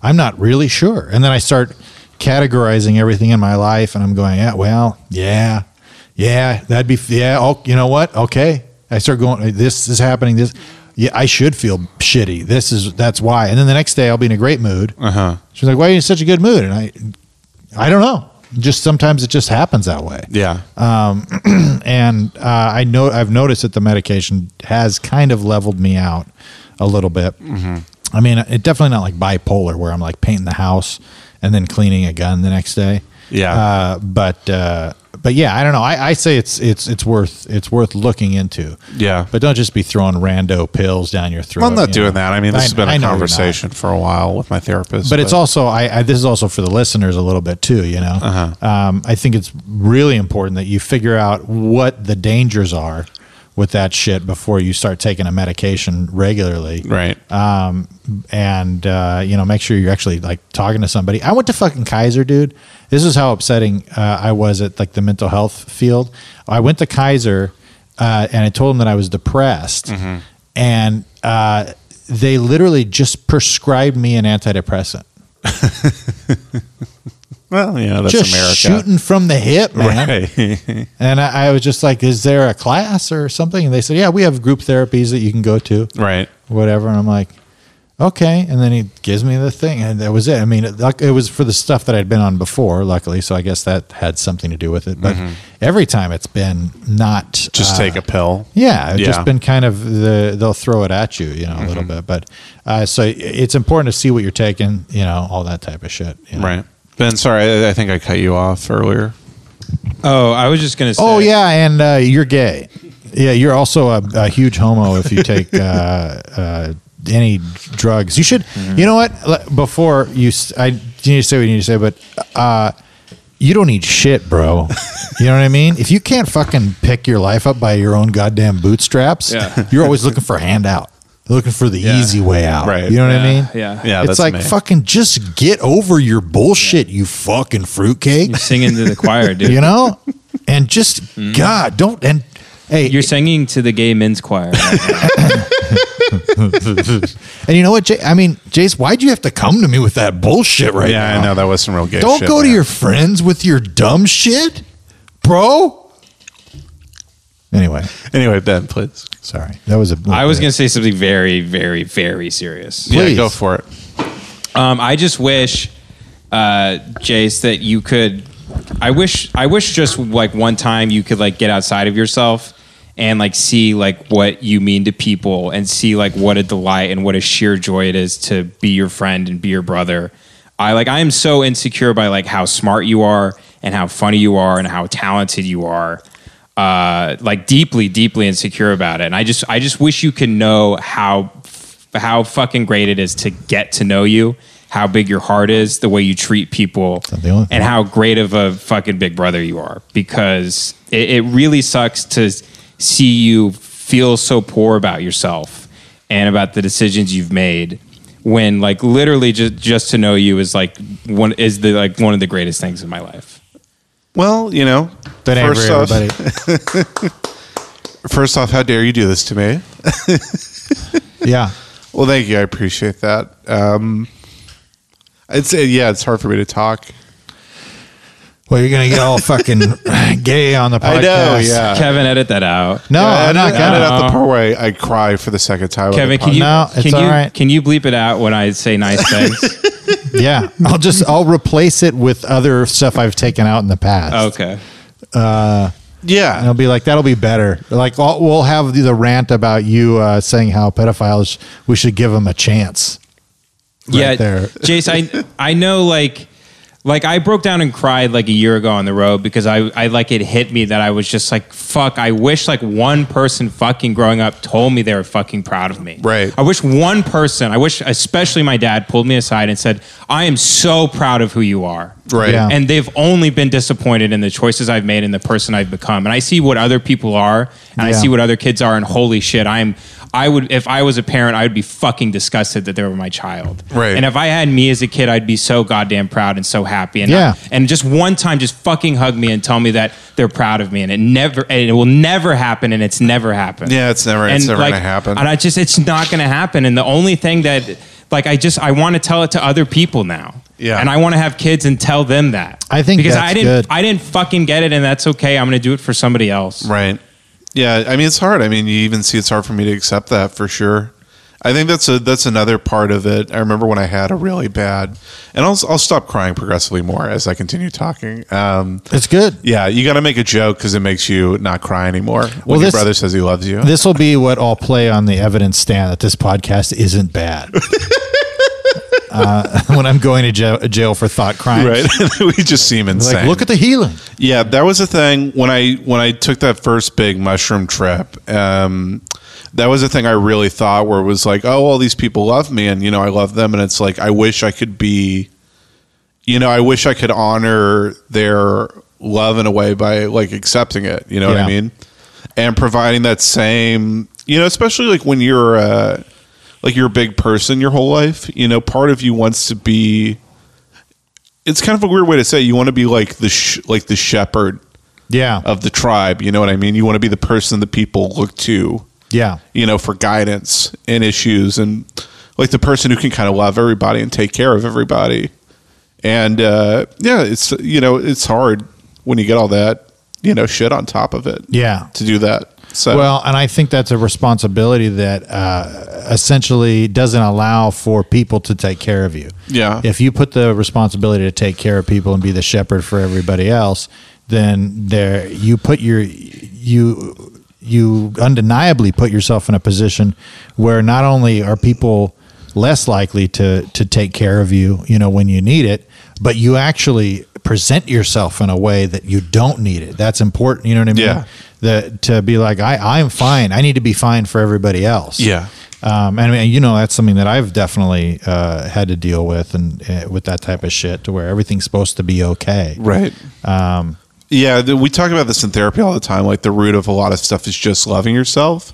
Speaker 7: I'm not really sure. And then I start categorizing everything in my life, and I'm going, "Yeah, well, yeah, yeah, that'd be yeah. Oh, you know what? Okay." I start going, "This is happening. This." Yeah, I should feel shitty. This is that's why. And then the next day, I'll be in a great mood.
Speaker 9: Uh huh.
Speaker 7: She's like, "Why are you in such a good mood?" And I, I don't know. Just sometimes it just happens that way.
Speaker 9: Yeah.
Speaker 7: Um, and uh, I know I've noticed that the medication has kind of leveled me out a little bit.
Speaker 9: Mm-hmm.
Speaker 7: I mean, it definitely not like bipolar where I'm like painting the house and then cleaning a gun the next day.
Speaker 9: Yeah.
Speaker 7: Uh, but uh, but yeah, I don't know. I, I say it's it's it's worth it's worth looking into.
Speaker 9: Yeah.
Speaker 7: But don't just be throwing rando pills down your throat.
Speaker 9: Well, I'm not
Speaker 7: you
Speaker 9: doing
Speaker 7: know.
Speaker 9: that. I mean, this has been
Speaker 7: Oh, I
Speaker 9: a
Speaker 7: know you're not.
Speaker 9: conversation for a while with my therapist.
Speaker 7: But it's also I, I this is also for the listeners a little bit too. You know, um, I think it's really important that you figure out what the dangers are with that shit before you start taking a medication regularly,
Speaker 9: right.
Speaker 7: Um, and uh, you know, make sure you're actually like talking to somebody. I went to fucking Kaiser, dude. This is how upsetting uh, I was at like the mental health field. I went to Kaiser, uh, and I told them that I was depressed, and uh, they literally just prescribed me an antidepressant.
Speaker 9: well, yeah, that's
Speaker 7: just
Speaker 9: America.
Speaker 7: shooting from the hip, man.
Speaker 9: Right.
Speaker 7: And I, I was just like, "Is there a class or something?" And they said, "Yeah, we have group therapies that you can go to."
Speaker 9: right.
Speaker 7: whatever. And I'm like, okay. And then he gives me the thing, and that was it. I mean, it, luck- it was for the stuff that I'd been on before, luckily. So I guess that had something to do with it. But every time it's been not
Speaker 9: Mm-hmm. Just
Speaker 7: uh,
Speaker 9: take a pill.
Speaker 7: yeah, it's
Speaker 9: Yeah. Mm-hmm.
Speaker 7: just been kind of the they'll throw it at you, you know, a little bit. But uh, so it's important to see what you're taking, you know, all that type of shit. you know.
Speaker 9: Right. Ben, sorry, I, I think I cut you off earlier.
Speaker 14: Oh, I was just gonna. say.
Speaker 7: Oh yeah, and uh, you're gay. Yeah, you're also a, a huge homo if you take uh, uh, any drugs. You should.
Speaker 14: Mm-hmm.
Speaker 7: You know what? Le- Before you, s- I you need to say what you need to say, but uh, you don't need shit, bro. You know what I mean? If you can't fucking pick your life up by your own goddamn bootstraps,
Speaker 14: Yeah.
Speaker 7: you're always looking for a handout. Looking for the easy way out.
Speaker 9: Right.
Speaker 7: You know what I
Speaker 14: Yeah,
Speaker 7: mean?
Speaker 14: yeah.
Speaker 9: Yeah,
Speaker 7: It's
Speaker 9: that's
Speaker 7: like
Speaker 9: me.
Speaker 7: fucking just get over your bullshit, you fucking fruitcake
Speaker 14: singing to the choir, dude.
Speaker 7: you know and just
Speaker 9: Mm-hmm.
Speaker 7: god don't and hey
Speaker 14: You're singing to the gay men's choir.
Speaker 7: and you know what Jay, i mean jace why'd you have to come to me with that bullshit right
Speaker 9: yeah,
Speaker 7: now
Speaker 9: I know that was some real gay.
Speaker 7: don't
Speaker 9: shit,
Speaker 7: go to
Speaker 9: man.
Speaker 7: your friends with your dumb shit bro anyway
Speaker 9: Anyway, Ben, please.
Speaker 7: sorry that was a
Speaker 14: I was gonna say something very, very, very serious.
Speaker 9: Yeah,
Speaker 7: Please.
Speaker 9: go for it.
Speaker 14: Um, I just wish, uh, Jace, that you could. I wish. I wish just like one time you could like get outside of yourself and like see like what you mean to people and see like what a delight and what a sheer joy it is to be your friend and be your brother. I like. I am so insecure by like how smart you are and how funny you are and how talented you are. Uh, like deeply, deeply insecure about it. And I just, I just wish you could know how how fucking great it is to get to know you, how big your heart is, the way you treat people,
Speaker 7: the only thing.
Speaker 14: and how great of a fucking big brother you are. Because it, it really sucks to see you feel so poor about yourself and about the decisions you've made when like literally just just to know you is like one is the like one of the greatest things in my life.
Speaker 9: Well, you know,
Speaker 7: that
Speaker 9: first off,
Speaker 7: everybody
Speaker 9: first off, how dare you do this to me?
Speaker 7: yeah
Speaker 9: Well, thank you. I appreciate that. Um, it's uh, yeah, it's hard for me to talk.
Speaker 7: well you're gonna get all fucking gay on the podcast
Speaker 9: I know, uh, yeah.
Speaker 14: Kevin, edit that out.
Speaker 7: no i'm
Speaker 9: I edit,
Speaker 7: not
Speaker 9: edit
Speaker 7: gonna
Speaker 9: out the part where I, I cry for the second time. on the
Speaker 14: Kevin, can you
Speaker 7: No, it's
Speaker 14: can you
Speaker 7: all right.
Speaker 14: can you bleep it out when I say nice things?
Speaker 7: yeah i'll just i'll replace it with other stuff i've taken out in the past
Speaker 14: okay.
Speaker 9: podcast. yeah,
Speaker 7: And it'll be like that'll be better. Like I'll, we'll have the, the rant about you uh, saying how pedophiles we should give them a chance. right there.
Speaker 14: Jace, I I know like like I broke down and cried like a year ago on the road because I I like it hit me that I was just like fuck I wish like one person fucking growing up told me they were fucking proud of me.
Speaker 9: Right.
Speaker 14: I wish one person, I wish especially my dad pulled me aside and said, "I am so proud of who you are."
Speaker 9: Right. Yeah.
Speaker 1: And they've only been disappointed in the choices I've made and the person I've become. And I see what other people are and I
Speaker 7: Yeah.
Speaker 1: see what other kids are and holy shit, I'm I would if I was a parent, I would be fucking disgusted that they were my child.
Speaker 9: Right.
Speaker 1: And if I had me as a kid, I'd be so goddamn proud and so happy. And
Speaker 7: Yeah.
Speaker 1: and just one time just fucking hug me and tell me that they're proud of me and it never and it will never happen and it's never happened.
Speaker 9: Yeah, it's never- it's never gonna happen.
Speaker 1: And I just it's not gonna happen. And the only thing that like I just I want to tell it to other people now.
Speaker 9: Yeah.
Speaker 1: And I want to have kids and tell them that.
Speaker 7: I think
Speaker 1: because
Speaker 7: that's
Speaker 1: I didn't
Speaker 7: good.
Speaker 1: I didn't fucking get it and that's okay. I'm gonna do it for somebody else.
Speaker 9: Right. Yeah. I mean, it's hard. I mean, you even see it's hard for me to accept that for sure. I think that's a that's another part of it. I remember when I had a really bad, and I'll I'll stop crying progressively more as I continue talking. Um,
Speaker 7: It's good.
Speaker 9: yeah, you got to make a joke because it makes you not cry anymore when
Speaker 7: Well,
Speaker 9: your
Speaker 7: this-
Speaker 9: brother says he loves you.
Speaker 7: This will be what I'll play on the evidence stand that this podcast isn't bad. uh, when I'm going to jail, jail for thought crimes,
Speaker 9: right? we just seem
Speaker 7: Like,
Speaker 9: insane.
Speaker 7: look at the healing.
Speaker 9: Yeah, that was a thing when I when I took that first big mushroom trip. Um, that was a thing I really thought where it was like, oh, all these people love me, and you know I love them, and it's like I wish I could be, you know, I wish I could honor their love in a way by like accepting it. You know what I
Speaker 7: Yeah.
Speaker 9: mean? And providing that same, you know, especially like when you're uh, like you're a big person your whole life. You know, part of you wants to be. It's kind of a weird way to say it. you want to be like the sh- like the shepherd
Speaker 7: Yeah,
Speaker 9: of the tribe. You know what I mean? You want to be the person that people look to,
Speaker 7: yeah,
Speaker 9: you know, for guidance and issues and like the person who can kind of love everybody and take care of everybody. And uh, yeah, it's, you know, it's hard when you get all that, you know, shit on top of it
Speaker 7: yeah.
Speaker 9: to do that. So,
Speaker 7: Well, and I think that's a responsibility that uh, essentially doesn't allow for people to take care of you.
Speaker 9: Yeah.
Speaker 7: If you put the responsibility to take care of people and be the shepherd for everybody else, then there you put your you you undeniably put yourself in a position where not only are people less likely to to take care of you, you know, when you need it, but you actually present yourself in a way that you don't need it. That's important, you know what I mean?
Speaker 9: Yeah.
Speaker 7: that to be like I I'm fine. I need to be fine for everybody else.
Speaker 9: Yeah.
Speaker 7: Um, and I mean, you know that's something that I've definitely uh, had to deal with, and uh, with that type of shit, to where everything's supposed to be okay.
Speaker 9: right.
Speaker 7: Um,
Speaker 9: Yeah, th- we talk about this in therapy all the time. Like the root of a lot of stuff is just loving yourself.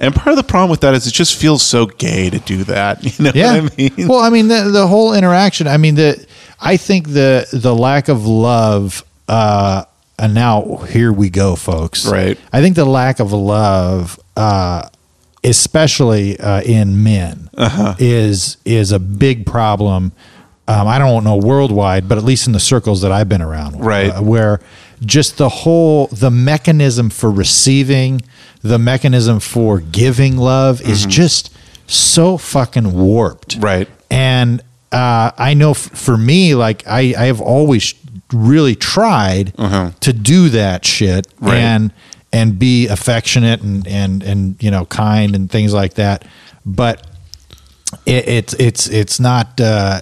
Speaker 9: And part of the problem with that is it just feels so gay to do that. You know
Speaker 7: yeah.
Speaker 9: what I mean?
Speaker 7: Well, I mean the the whole interaction. I mean the I think the the lack of love. Uh, and now here we go, folks.
Speaker 9: Right.
Speaker 7: I think the lack of love, uh, especially uh, in men, is is a big problem. Um, I don't know worldwide, but at least in the circles that I've been around,
Speaker 9: Right.
Speaker 7: uh, where just the whole the mechanism for receiving, the mechanism for giving love is just so fucking warped,
Speaker 9: Right.
Speaker 7: and uh, I know f- for me, like I, I have always really tried to do that shit
Speaker 9: Uh-huh. Right.
Speaker 7: and and be affectionate and and and you know kind and things like that. But it, it's it's it's not uh,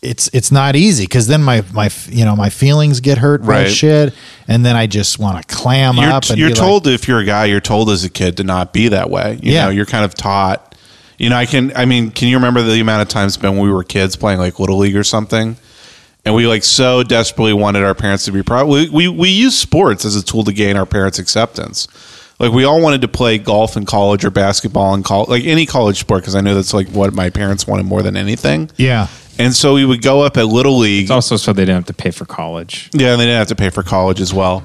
Speaker 7: it's it's not easy because then my my f- you know my feelings get hurt by
Speaker 9: Right.
Speaker 7: shit, and then I just want to clam
Speaker 9: you're,
Speaker 7: up. And
Speaker 9: you're
Speaker 7: be like-
Speaker 9: told if you're a guy you're told as a kid to not be that way you
Speaker 7: Yeah.
Speaker 9: know you're kind of taught you know i can i mean can you remember the amount of times ben when we were kids playing like little league or something and we like so desperately wanted our parents to be proud we we, we use sports as a tool to gain our parents acceptance like we all wanted to play golf in college or basketball in college like any college sport because i know that's like what my parents wanted more than anything
Speaker 7: yeah,
Speaker 9: and so we would go up at little league
Speaker 1: It's also so they didn't have to pay for college.
Speaker 9: yeah, and they didn't have to pay for college as well.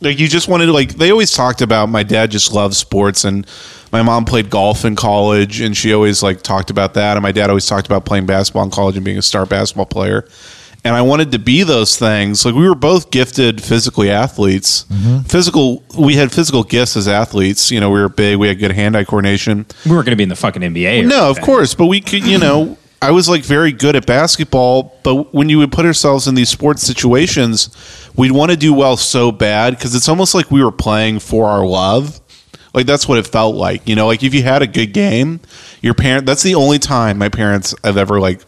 Speaker 9: Like you just wanted to like they always talked about my dad just loved sports and my mom played golf in college and she always like talked about that and my dad always talked about playing basketball in college and being a star basketball player. And I wanted to be those things. Like we were both gifted physically athletes. Physical we had physical gifts as athletes. You know, we were big, we had good hand eye coordination.
Speaker 1: We were gonna be in the fucking NBA. or
Speaker 9: No, of
Speaker 1: something.
Speaker 9: course, but we could, you know, I was like very good at basketball, but when you would put ourselves in these sports situations, we'd want to do well so bad because it's almost like we were playing for our love. Like that's what it felt like, you know. Like if you had a good game, your parent. That's the only time my parents have ever like.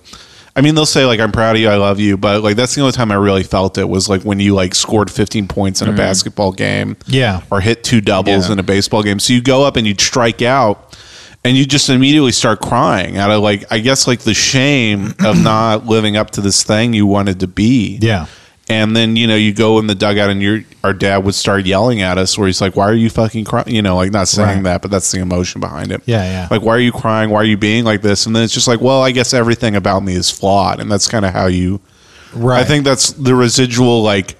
Speaker 9: I mean, they'll say like "I'm proud of you, I love you," but like that's the only time I really felt it was like when you like scored 15 points in a basketball game,
Speaker 7: Yeah.
Speaker 9: or hit two doubles in a baseball game. So you go up and you'd strike out, and you just immediately start crying out of like I guess like the shame of not living up to this thing you wanted to be.
Speaker 7: Yeah.
Speaker 9: And then you know you go in the dugout and your our dad would start yelling at us where he's like, "Why are you fucking crying?" You know, like not saying
Speaker 7: Right.
Speaker 9: that, but that's the emotion behind it.
Speaker 7: Yeah, yeah.
Speaker 9: Like, why are you crying? Why are you being like this? And then it's just like, well, I guess everything about me is flawed, and that's kind of how you.
Speaker 7: Right.
Speaker 9: I think that's the residual like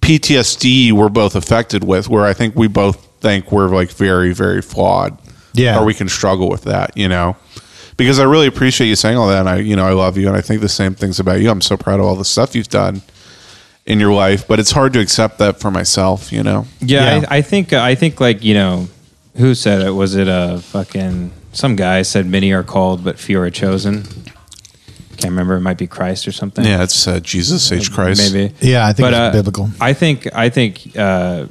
Speaker 9: PTSD we're both affected with, where I think we both think we're like very, very flawed.
Speaker 7: Yeah.
Speaker 9: Or we can struggle with that, you know? Because I really appreciate you saying all that. And I, you know, I love you. And I think the same things about you. I'm so proud of all the stuff you've done in your life, but it's hard to accept that for myself, you know?
Speaker 14: Yeah,
Speaker 7: Yeah.
Speaker 14: I, I think uh, I think like you know, who said it? Was it a fucking some guy said many are called but few are chosen. Can't remember. It might be Christ or something.
Speaker 9: Yeah. It's uh, Jesus H. Christ.
Speaker 14: maybe. uh,
Speaker 7: Yeah, I think it's biblical.
Speaker 14: I think I think uh,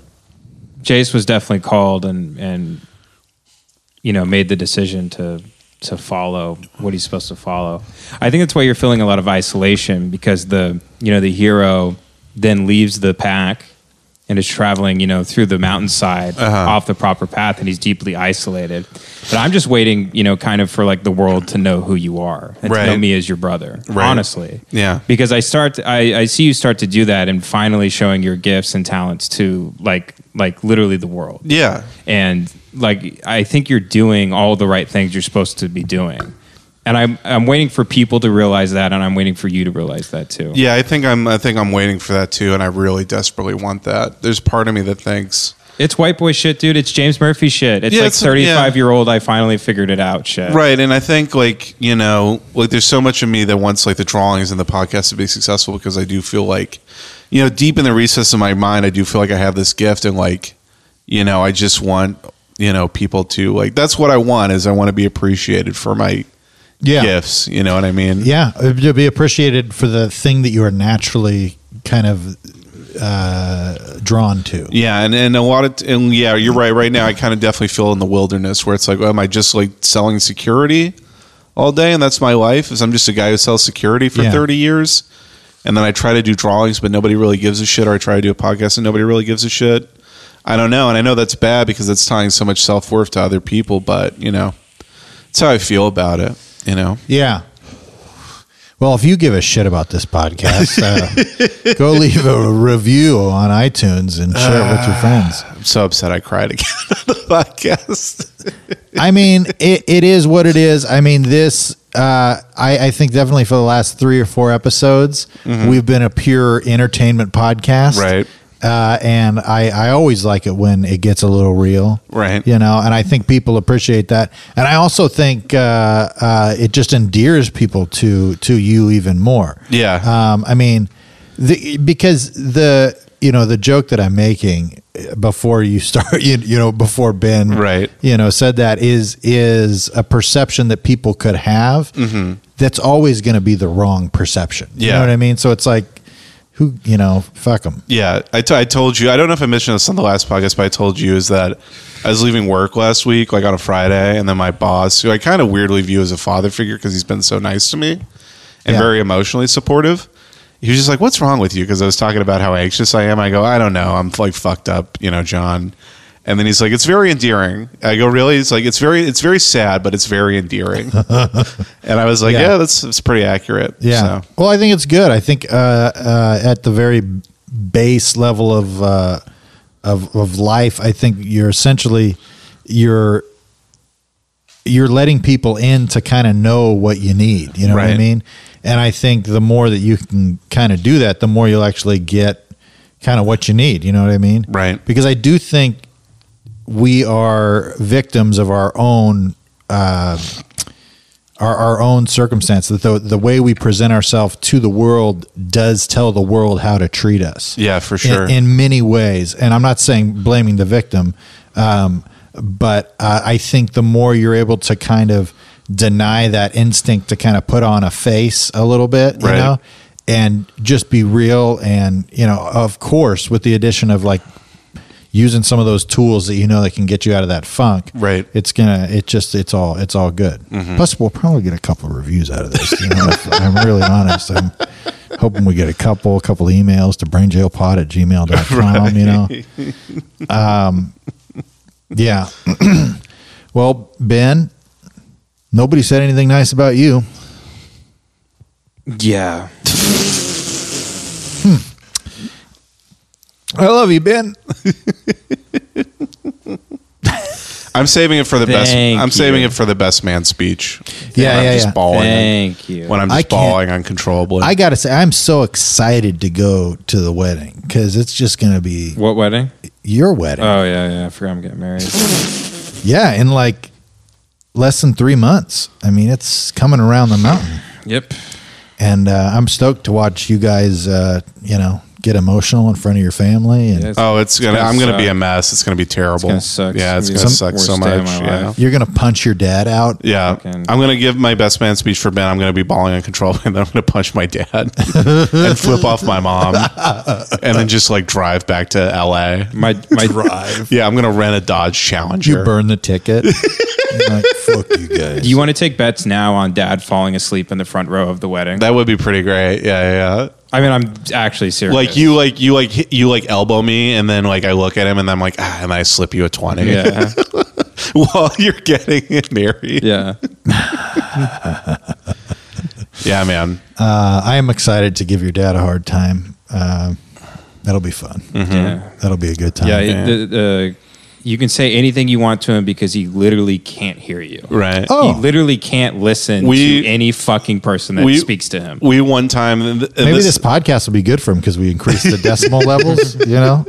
Speaker 14: Jace was definitely called and and you know made the decision to to follow what he's supposed to follow. I think that's why you're feeling a lot of isolation because the you know the hero then leaves the pack and is traveling you know through the mountainside
Speaker 9: Uh-huh.
Speaker 14: off the proper path and he's deeply isolated. But I'm just waiting you know kind of for like the world to know who you are and to know
Speaker 9: Right.
Speaker 14: me as your brother.
Speaker 9: Right.
Speaker 14: Honestly,
Speaker 9: Yeah.
Speaker 14: because I start I, I see you start to do that and finally showing your gifts and talents to like like literally the world.
Speaker 9: Yeah.
Speaker 14: And like I think you're doing all the right things you're supposed to be doing. And I'm I'm waiting for people to realize that and I'm waiting for you to realize that too.
Speaker 9: Yeah, I think I'm. I think I'm waiting for that too, and I really desperately want that. There's part of me that thinks,
Speaker 14: It's white boy shit, dude. It's James Murphy shit. It's
Speaker 9: Yeah,
Speaker 14: like
Speaker 9: it's-
Speaker 14: 35
Speaker 9: yeah.
Speaker 14: year old I finally figured it out shit.
Speaker 9: right? And I think like you know, like there's so much of me that wants like the drawings and the podcast to be successful because I do feel like, you know, deep in the recess of my mind, I do feel like I have this gift, and like, you know, I just want you know people to like. That's what I want is I want to be appreciated for my
Speaker 7: yeah.
Speaker 9: gifts. You know what I mean?
Speaker 7: Yeah,
Speaker 3: Uh,
Speaker 7: to be appreciated for the thing that you are naturally kind of uh, drawn to.
Speaker 9: Yeah, and, and a lot of and yeah, you're right. Right now, I kind of definitely feel in the wilderness where it's like, oh, am I just like selling security all day, and that's my life? Is I'm just a guy who sells security for
Speaker 7: Yeah.
Speaker 9: 30 years, and then I try to do drawings, but nobody really gives a shit, or I try to do a podcast and nobody really gives a shit. I don't know, and I know that's bad because it's tying so much self worth to other people, but you know, that's how I feel about it. You know,
Speaker 7: Yeah. Well, if you give a shit about this podcast, uh, go leave a review on iTunes and share it with your friends.
Speaker 9: I'm so upset I cried again on the podcast.
Speaker 7: I mean, it, it is what it is. I mean, this, uh, I, I think definitely for the last three or four episodes, we've been a pure entertainment podcast.
Speaker 9: Mm-hmm. Right.
Speaker 7: Uh, and I, I always like it when it gets a little real.
Speaker 9: Right.
Speaker 7: You know, and I think people appreciate that. And I also think uh, uh, it just endears people to, to you even more.
Speaker 9: Yeah.
Speaker 7: Um, I mean, the, because the you know the joke that I'm making uh, before you start, you, you know, before Ben,
Speaker 9: Right.
Speaker 7: you know, said that is is a perception that people could have
Speaker 9: Mm-hmm.
Speaker 7: that's always going to be the wrong perception. You
Speaker 9: Yeah.
Speaker 7: know what I mean? So it's like, who you know, fuck them.
Speaker 9: Yeah, I, t- I told you. I don't know if I mentioned this on the last podcast, but I told you is that I was leaving work last week, like on a Friday, and then my boss, who I kind of weirdly view as a father figure because he's been so nice to me and
Speaker 7: Yeah.
Speaker 9: very emotionally supportive, he was just like, "What's wrong with you?" Because I was talking about how anxious I am. I go, "I don't know. I'm like fucked up, you know, John." And then he's like, "It's very endearing." I go, "Really?" He's like, "It's very, it's very sad, but it's very endearing." and I was like,
Speaker 7: Yeah.
Speaker 9: "Yeah, that's, that's pretty accurate."
Speaker 7: Yeah.
Speaker 9: So,
Speaker 7: Well, I think it's good. I think uh, uh, at the very base level of, uh, of of life, I think you're essentially you're you're letting people in to kind of know what you need. You know what I
Speaker 9: Right.
Speaker 7: mean? And I think the more that you can kind of do that, the more you'll actually get kind of what you need. You know what I mean?
Speaker 9: Right.
Speaker 7: Because I do think we are victims of our own uh, our, our own circumstance that the, the way we present ourselves to the world does tell the world how to treat us
Speaker 9: yeah, for
Speaker 7: in-
Speaker 9: sure.
Speaker 7: in, many ways and i'm not saying blaming the victim um, but uh, i think the more you're able to kind of deny that instinct to kind of put on a face a little bit you
Speaker 9: Right.
Speaker 7: know and just be real and you know of course with the addition of like using some of those tools that you know that can get you out of that funk
Speaker 9: Right. Mm-hmm.
Speaker 7: it's gonna it just it's all it's all good plus we'll probably get a couple of reviews out of this you know, if i'm really honest i'm hoping we get a couple a couple of emails to brainjailpod at gmail.com you know um, yeah well ben Nobody said anything nice about you.
Speaker 6: Yeah.
Speaker 7: Hmm. I love you, Ben.
Speaker 9: I'm saving it for the best.
Speaker 6: Thank
Speaker 9: I'm
Speaker 6: you.
Speaker 9: saving it for the best man speech.
Speaker 7: Yeah,
Speaker 9: when I'm
Speaker 7: yeah,
Speaker 9: just
Speaker 7: yeah.
Speaker 9: Bawling
Speaker 6: Thank you.
Speaker 9: When I'm
Speaker 7: I
Speaker 9: just
Speaker 7: can't-
Speaker 9: bawling uncontrollably.
Speaker 7: I gotta say, I'm so excited to go to the wedding because it's just gonna be
Speaker 6: What wedding?
Speaker 7: your wedding.
Speaker 14: uh,
Speaker 6: Oh yeah, yeah. I forgot I'm getting married.
Speaker 7: yeah, in like less than three months. I mean, it's coming around the mountain,
Speaker 6: yep.
Speaker 7: and uh, I'm stoked to watch you guys. Uh, you know, get emotional in front of your family, and
Speaker 6: Yes.
Speaker 9: oh, it's gonna.
Speaker 6: gonna
Speaker 9: I'm gonna be
Speaker 6: suck.
Speaker 9: a mess. It's gonna be terrible.
Speaker 6: gonna suck.
Speaker 9: Yeah,
Speaker 6: It's
Speaker 9: it's
Speaker 6: gonna
Speaker 9: gonna
Speaker 6: be
Speaker 9: suck
Speaker 6: the
Speaker 9: so
Speaker 6: worst day of
Speaker 9: much.
Speaker 6: my
Speaker 9: Yeah.
Speaker 6: life.
Speaker 7: you're gonna punch your dad out.
Speaker 9: Yeah,
Speaker 6: Fucking-
Speaker 9: I'm gonna give my best man speech for Ben. I'm gonna be bawling uncontrollably, and then I'm gonna punch my dad and flip off my mom, and then just like drive back to LA.
Speaker 6: My my
Speaker 9: Yeah, I'm gonna rent a Dodge
Speaker 7: You
Speaker 9: Challenger.
Speaker 7: burn the ticket. You're like, fuck you guys.
Speaker 6: Do you want to take bets now on dad falling asleep in the front row of the wedding?
Speaker 9: that would be pretty great. Yeah, yeah. yeah.
Speaker 6: I mean, I'm actually serious.
Speaker 9: Like you, like you, like hit- you, like elbow me, and then like I look at him, and I'm like, ah, and I slip you a twenty
Speaker 6: Yeah.
Speaker 9: while you're getting married.
Speaker 6: yeah.
Speaker 9: yeah, man.
Speaker 7: uh, I am excited to give your dad a hard time. Uh, that'll be fun.
Speaker 6: Yeah.
Speaker 7: That'll be a good time.
Speaker 6: Yeah. it- the- the- you can say anything you want to him because he literally can't hear you.
Speaker 9: Right.
Speaker 7: Oh.
Speaker 6: He literally can't listen
Speaker 9: We-
Speaker 6: to any fucking person that speaks to him.
Speaker 9: We one time, and th- and
Speaker 7: Maybe this, podcast will be good for him because we increased the decimal levels. You know,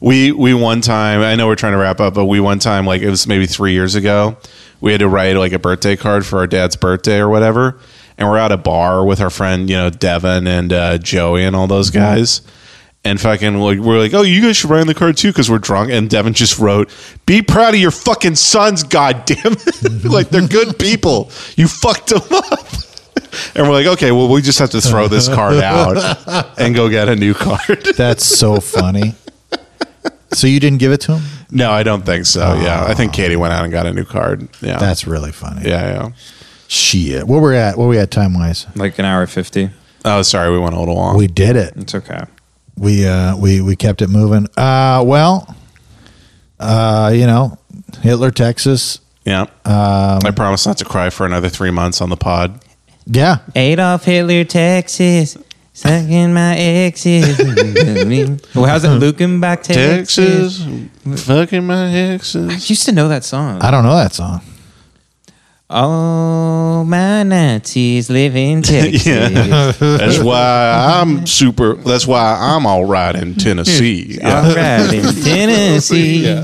Speaker 9: We we one time I know we're trying to wrap up, but we one time like it was maybe three years ago, we had to write like a birthday card for our dad's birthday or whatever, and we're at a bar with our friend you know Devin and uh, Joey and all those guys. And fucking, like, we're like, oh, you guys should write on the card too, because we're drunk. And Devin just wrote, "Be proud of your fucking sons, goddamn it! like they're good people. You fucked them up." And we're like, okay, well, we just have to throw this card out and go get a new card.
Speaker 7: that's so funny. So you didn't give it to him?
Speaker 9: No, I don't think so. Yeah, I think Katie went out and got a new card. Yeah,
Speaker 7: That's really funny.
Speaker 9: Oh. yeah, yeah.
Speaker 7: Shit. Where we're at? Where we at time wise?
Speaker 6: Like an hour fifty.
Speaker 9: Oh, sorry, we went a little long.
Speaker 7: We did it.
Speaker 6: It's okay.
Speaker 7: we uh, we we kept it moving. Uh, well, uh, you know, Hitler, Texas.
Speaker 9: yeah, I promise not to cry for another three months on the pod.
Speaker 7: Yeah,
Speaker 6: Adolf Hitler, Texas. Sucking my exes. well, how's that? Lukenbach,
Speaker 9: fucking my
Speaker 6: I
Speaker 9: exes.
Speaker 6: used to know that song.
Speaker 7: I don't know that song.
Speaker 6: Oh, my Nazis live in Texas.
Speaker 9: That's why I'm super. That's why I'm all right in Tennessee. Yeah.
Speaker 6: All right, in Tennessee.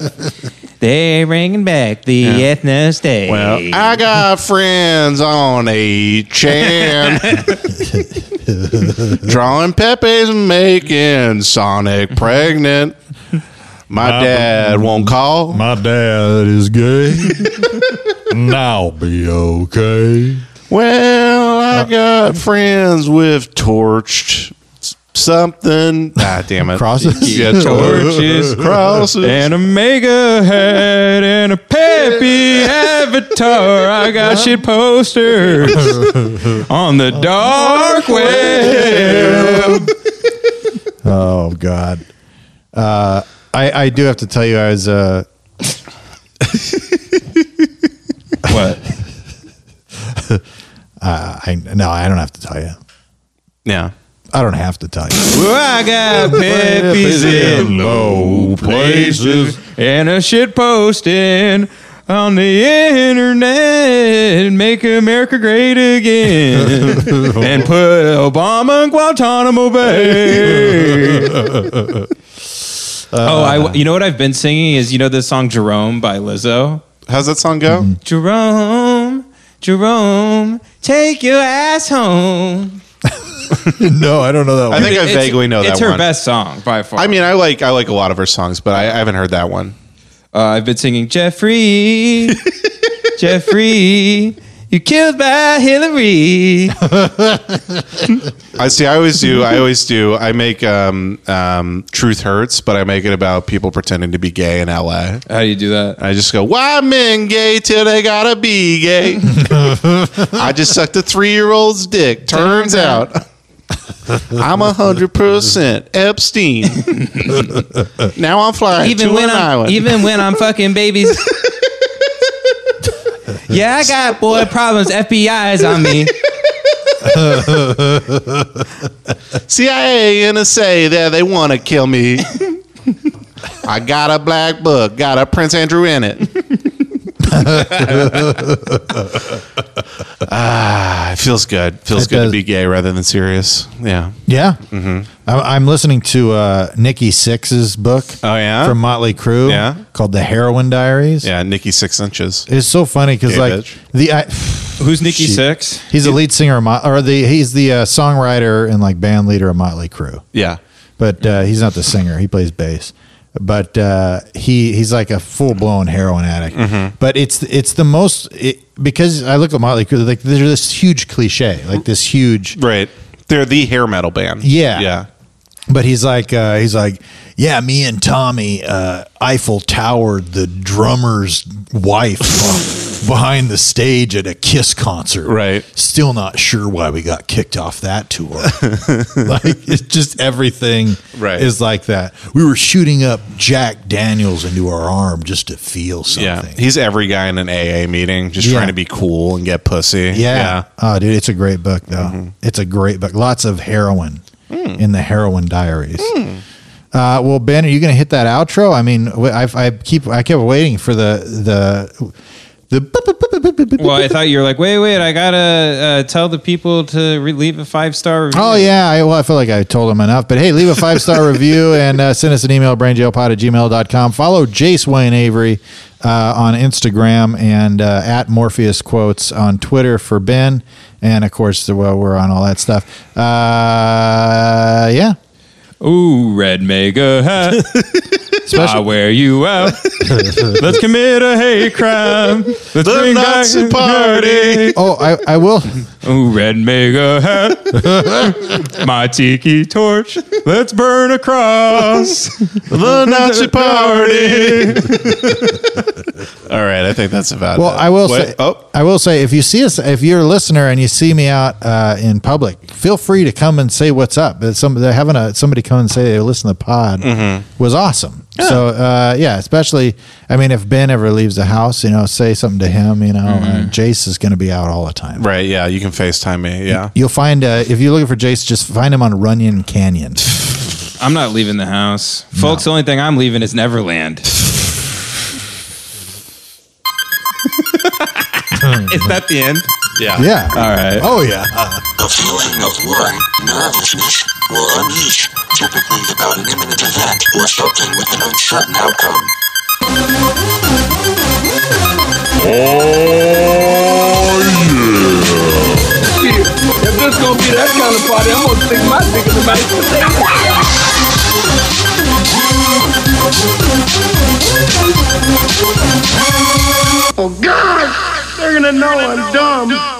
Speaker 6: They're bringing back the ethno state.
Speaker 9: Well, I got friends on a chan drawing Pepe's and making Sonic pregnant. My dad won't call.
Speaker 8: My dad is gay. and I'll be okay.
Speaker 9: Well, I got friends with torched s- something. Ah, damn it.
Speaker 7: Crosses?
Speaker 9: Yeah, torches.
Speaker 6: Torches.
Speaker 9: Crosses.
Speaker 6: an Omega head and a Peppy avatar. I got shit posters on the dark
Speaker 9: Oh,
Speaker 6: web.
Speaker 7: Oh God, uh, I I do have to tell you, I was uh,
Speaker 6: What?
Speaker 7: I no, I don't have to tell you.
Speaker 9: yeah.
Speaker 7: I don't have to tell you.
Speaker 6: Well, I got Peppies in low places and a shit posting on the internet. Make America great again and put Obama in Guantanamo Bay. oh, I, you know what I've been singing is you know this song Jerome by Lizzo?
Speaker 9: How's that song go?
Speaker 6: Jerome, Jerome, take your ass home.
Speaker 7: no, I don't know that.
Speaker 9: I
Speaker 7: One.
Speaker 9: think I
Speaker 6: It's-
Speaker 9: vaguely know that
Speaker 6: It's
Speaker 9: one.
Speaker 6: her best song by far.
Speaker 9: I mean, I like I like a lot of her songs, but I, I haven't heard that one.
Speaker 6: Uh, I've been singing Jeffrey, Jeffrey, you killed by Hillary.
Speaker 9: I see. I always do. I always do. I make um, um, "Truth Hurts," but I make it about people pretending to be gay in LA.
Speaker 6: How do you do that?
Speaker 9: I just go, why men gay till they gotta be gay? I just sucked a three year old's dick. Turns out I'm a hundred percent Epstein. now I'm flying
Speaker 6: Even
Speaker 9: to
Speaker 6: when
Speaker 9: an
Speaker 6: I'm
Speaker 9: island.
Speaker 6: even when I'm fucking babies. Yeah, I got boy problems. FBI is on me.
Speaker 9: CIA, NSA, there they want to kill me. I got a black book, got a Prince Andrew in it. ah, it feels good. Feels
Speaker 7: It
Speaker 9: good to
Speaker 7: does.
Speaker 9: be gay rather than serious. Yeah.
Speaker 7: Yeah,
Speaker 9: Mm-hmm.
Speaker 7: I, I'm listening to uh, Nikki Six's book.
Speaker 9: Oh, yeah?
Speaker 7: from Motley Crue.
Speaker 9: Yeah.
Speaker 7: called The Heroin Diaries.
Speaker 9: Yeah, Nikki six inches.
Speaker 7: It's so funny because
Speaker 9: Gay
Speaker 7: like
Speaker 9: bitch.
Speaker 7: the I,
Speaker 1: Who's Nikki
Speaker 7: Shit.
Speaker 1: Six?
Speaker 7: he's the lead singer of Mot- or the he's the uh, songwriter and like band leader of Motley Crue.
Speaker 9: Yeah.
Speaker 7: but uh, he's not the singer. He plays bass. But uh, he he's like a full blown heroin addict.
Speaker 9: Mm-hmm.
Speaker 7: But it's it's the most it, because I look at Motley Crue like they're this huge cliche, like this huge.
Speaker 9: Right. They're the hair metal band.
Speaker 7: Yeah.
Speaker 9: Yeah.
Speaker 7: But he's like uh, he's like yeah, me and Tommy uh, Eiffel towered the drummer's wife behind the stage at a Kiss concert.
Speaker 9: Right.
Speaker 7: Still not sure why we got kicked off that tour. like it's just everything
Speaker 9: Right.
Speaker 7: is like that. We were shooting up Jack Daniels into our arm just to feel
Speaker 9: Yeah.
Speaker 7: something.
Speaker 9: He's every guy in an AA meeting just
Speaker 7: Yeah.
Speaker 9: trying to be cool and get pussy.
Speaker 7: Yeah. Oh, dude, it's a great book though. It's a great book. Lots of heroin in the heroin diaries. Uh, well, Ben, are you going to hit that outro? I mean, wh- I, I keep I kept waiting for the the the.
Speaker 1: Well, I thought you were like, wait, wait, I gotta uh, tell the people to re- leave a five star review.
Speaker 7: Oh yeah, I, well, I feel like I told him enough. But hey, leave a five star review and uh, send us an email, brainjailpod at gmail.com. Follow Jace Wayne Avery uh, on Instagram and uh, at Morpheus Quotes on Twitter for Ben. And of course, well, we're on all that stuff. Uh, yeah.
Speaker 1: Ooh, red mega hat. I wear you out. Let's commit a hate crime. Let's
Speaker 9: The
Speaker 1: bring
Speaker 9: Nazi
Speaker 1: back-
Speaker 9: party.
Speaker 7: Oh, I, I will.
Speaker 1: Ooh, red mega hat. My tiki torch. Let's burn a cross.
Speaker 9: The Nazi party. All right, I think that's about
Speaker 7: Well,
Speaker 9: it.
Speaker 7: I will
Speaker 9: Wait,
Speaker 7: say,
Speaker 9: Oh,
Speaker 7: I will say, if you see us, if you're a listener and you see me out uh, in public, feel free to come and say what's up. It's Some they're having a somebody come and say they listen to the pod
Speaker 9: Mm-hmm.
Speaker 7: was awesome. So uh, yeah, especially I mean, if Ben ever leaves the house, you know, say something to him. You know,
Speaker 9: Mm-hmm.
Speaker 7: uh, Jace is going to be out all the time.
Speaker 9: right. Yeah, you can FaceTime me. Yeah.
Speaker 7: You'll find uh, if you're looking for Jace, just find him on Runyon Canyon.
Speaker 6: I'm not leaving the house. Folks, the only thing I'm leaving is Neverland.
Speaker 1: Is that the end?
Speaker 9: Yeah.
Speaker 7: yeah. All right. Oh yeah.
Speaker 4: A feeling of worry, nervousness, or unease, typically about an imminent event or something with an uncertain outcome.
Speaker 5: Shit, if this gonna be that kind of party, I'm gonna stick my dick in the mashed potato. Oh God, they're gonna know I'm dumb.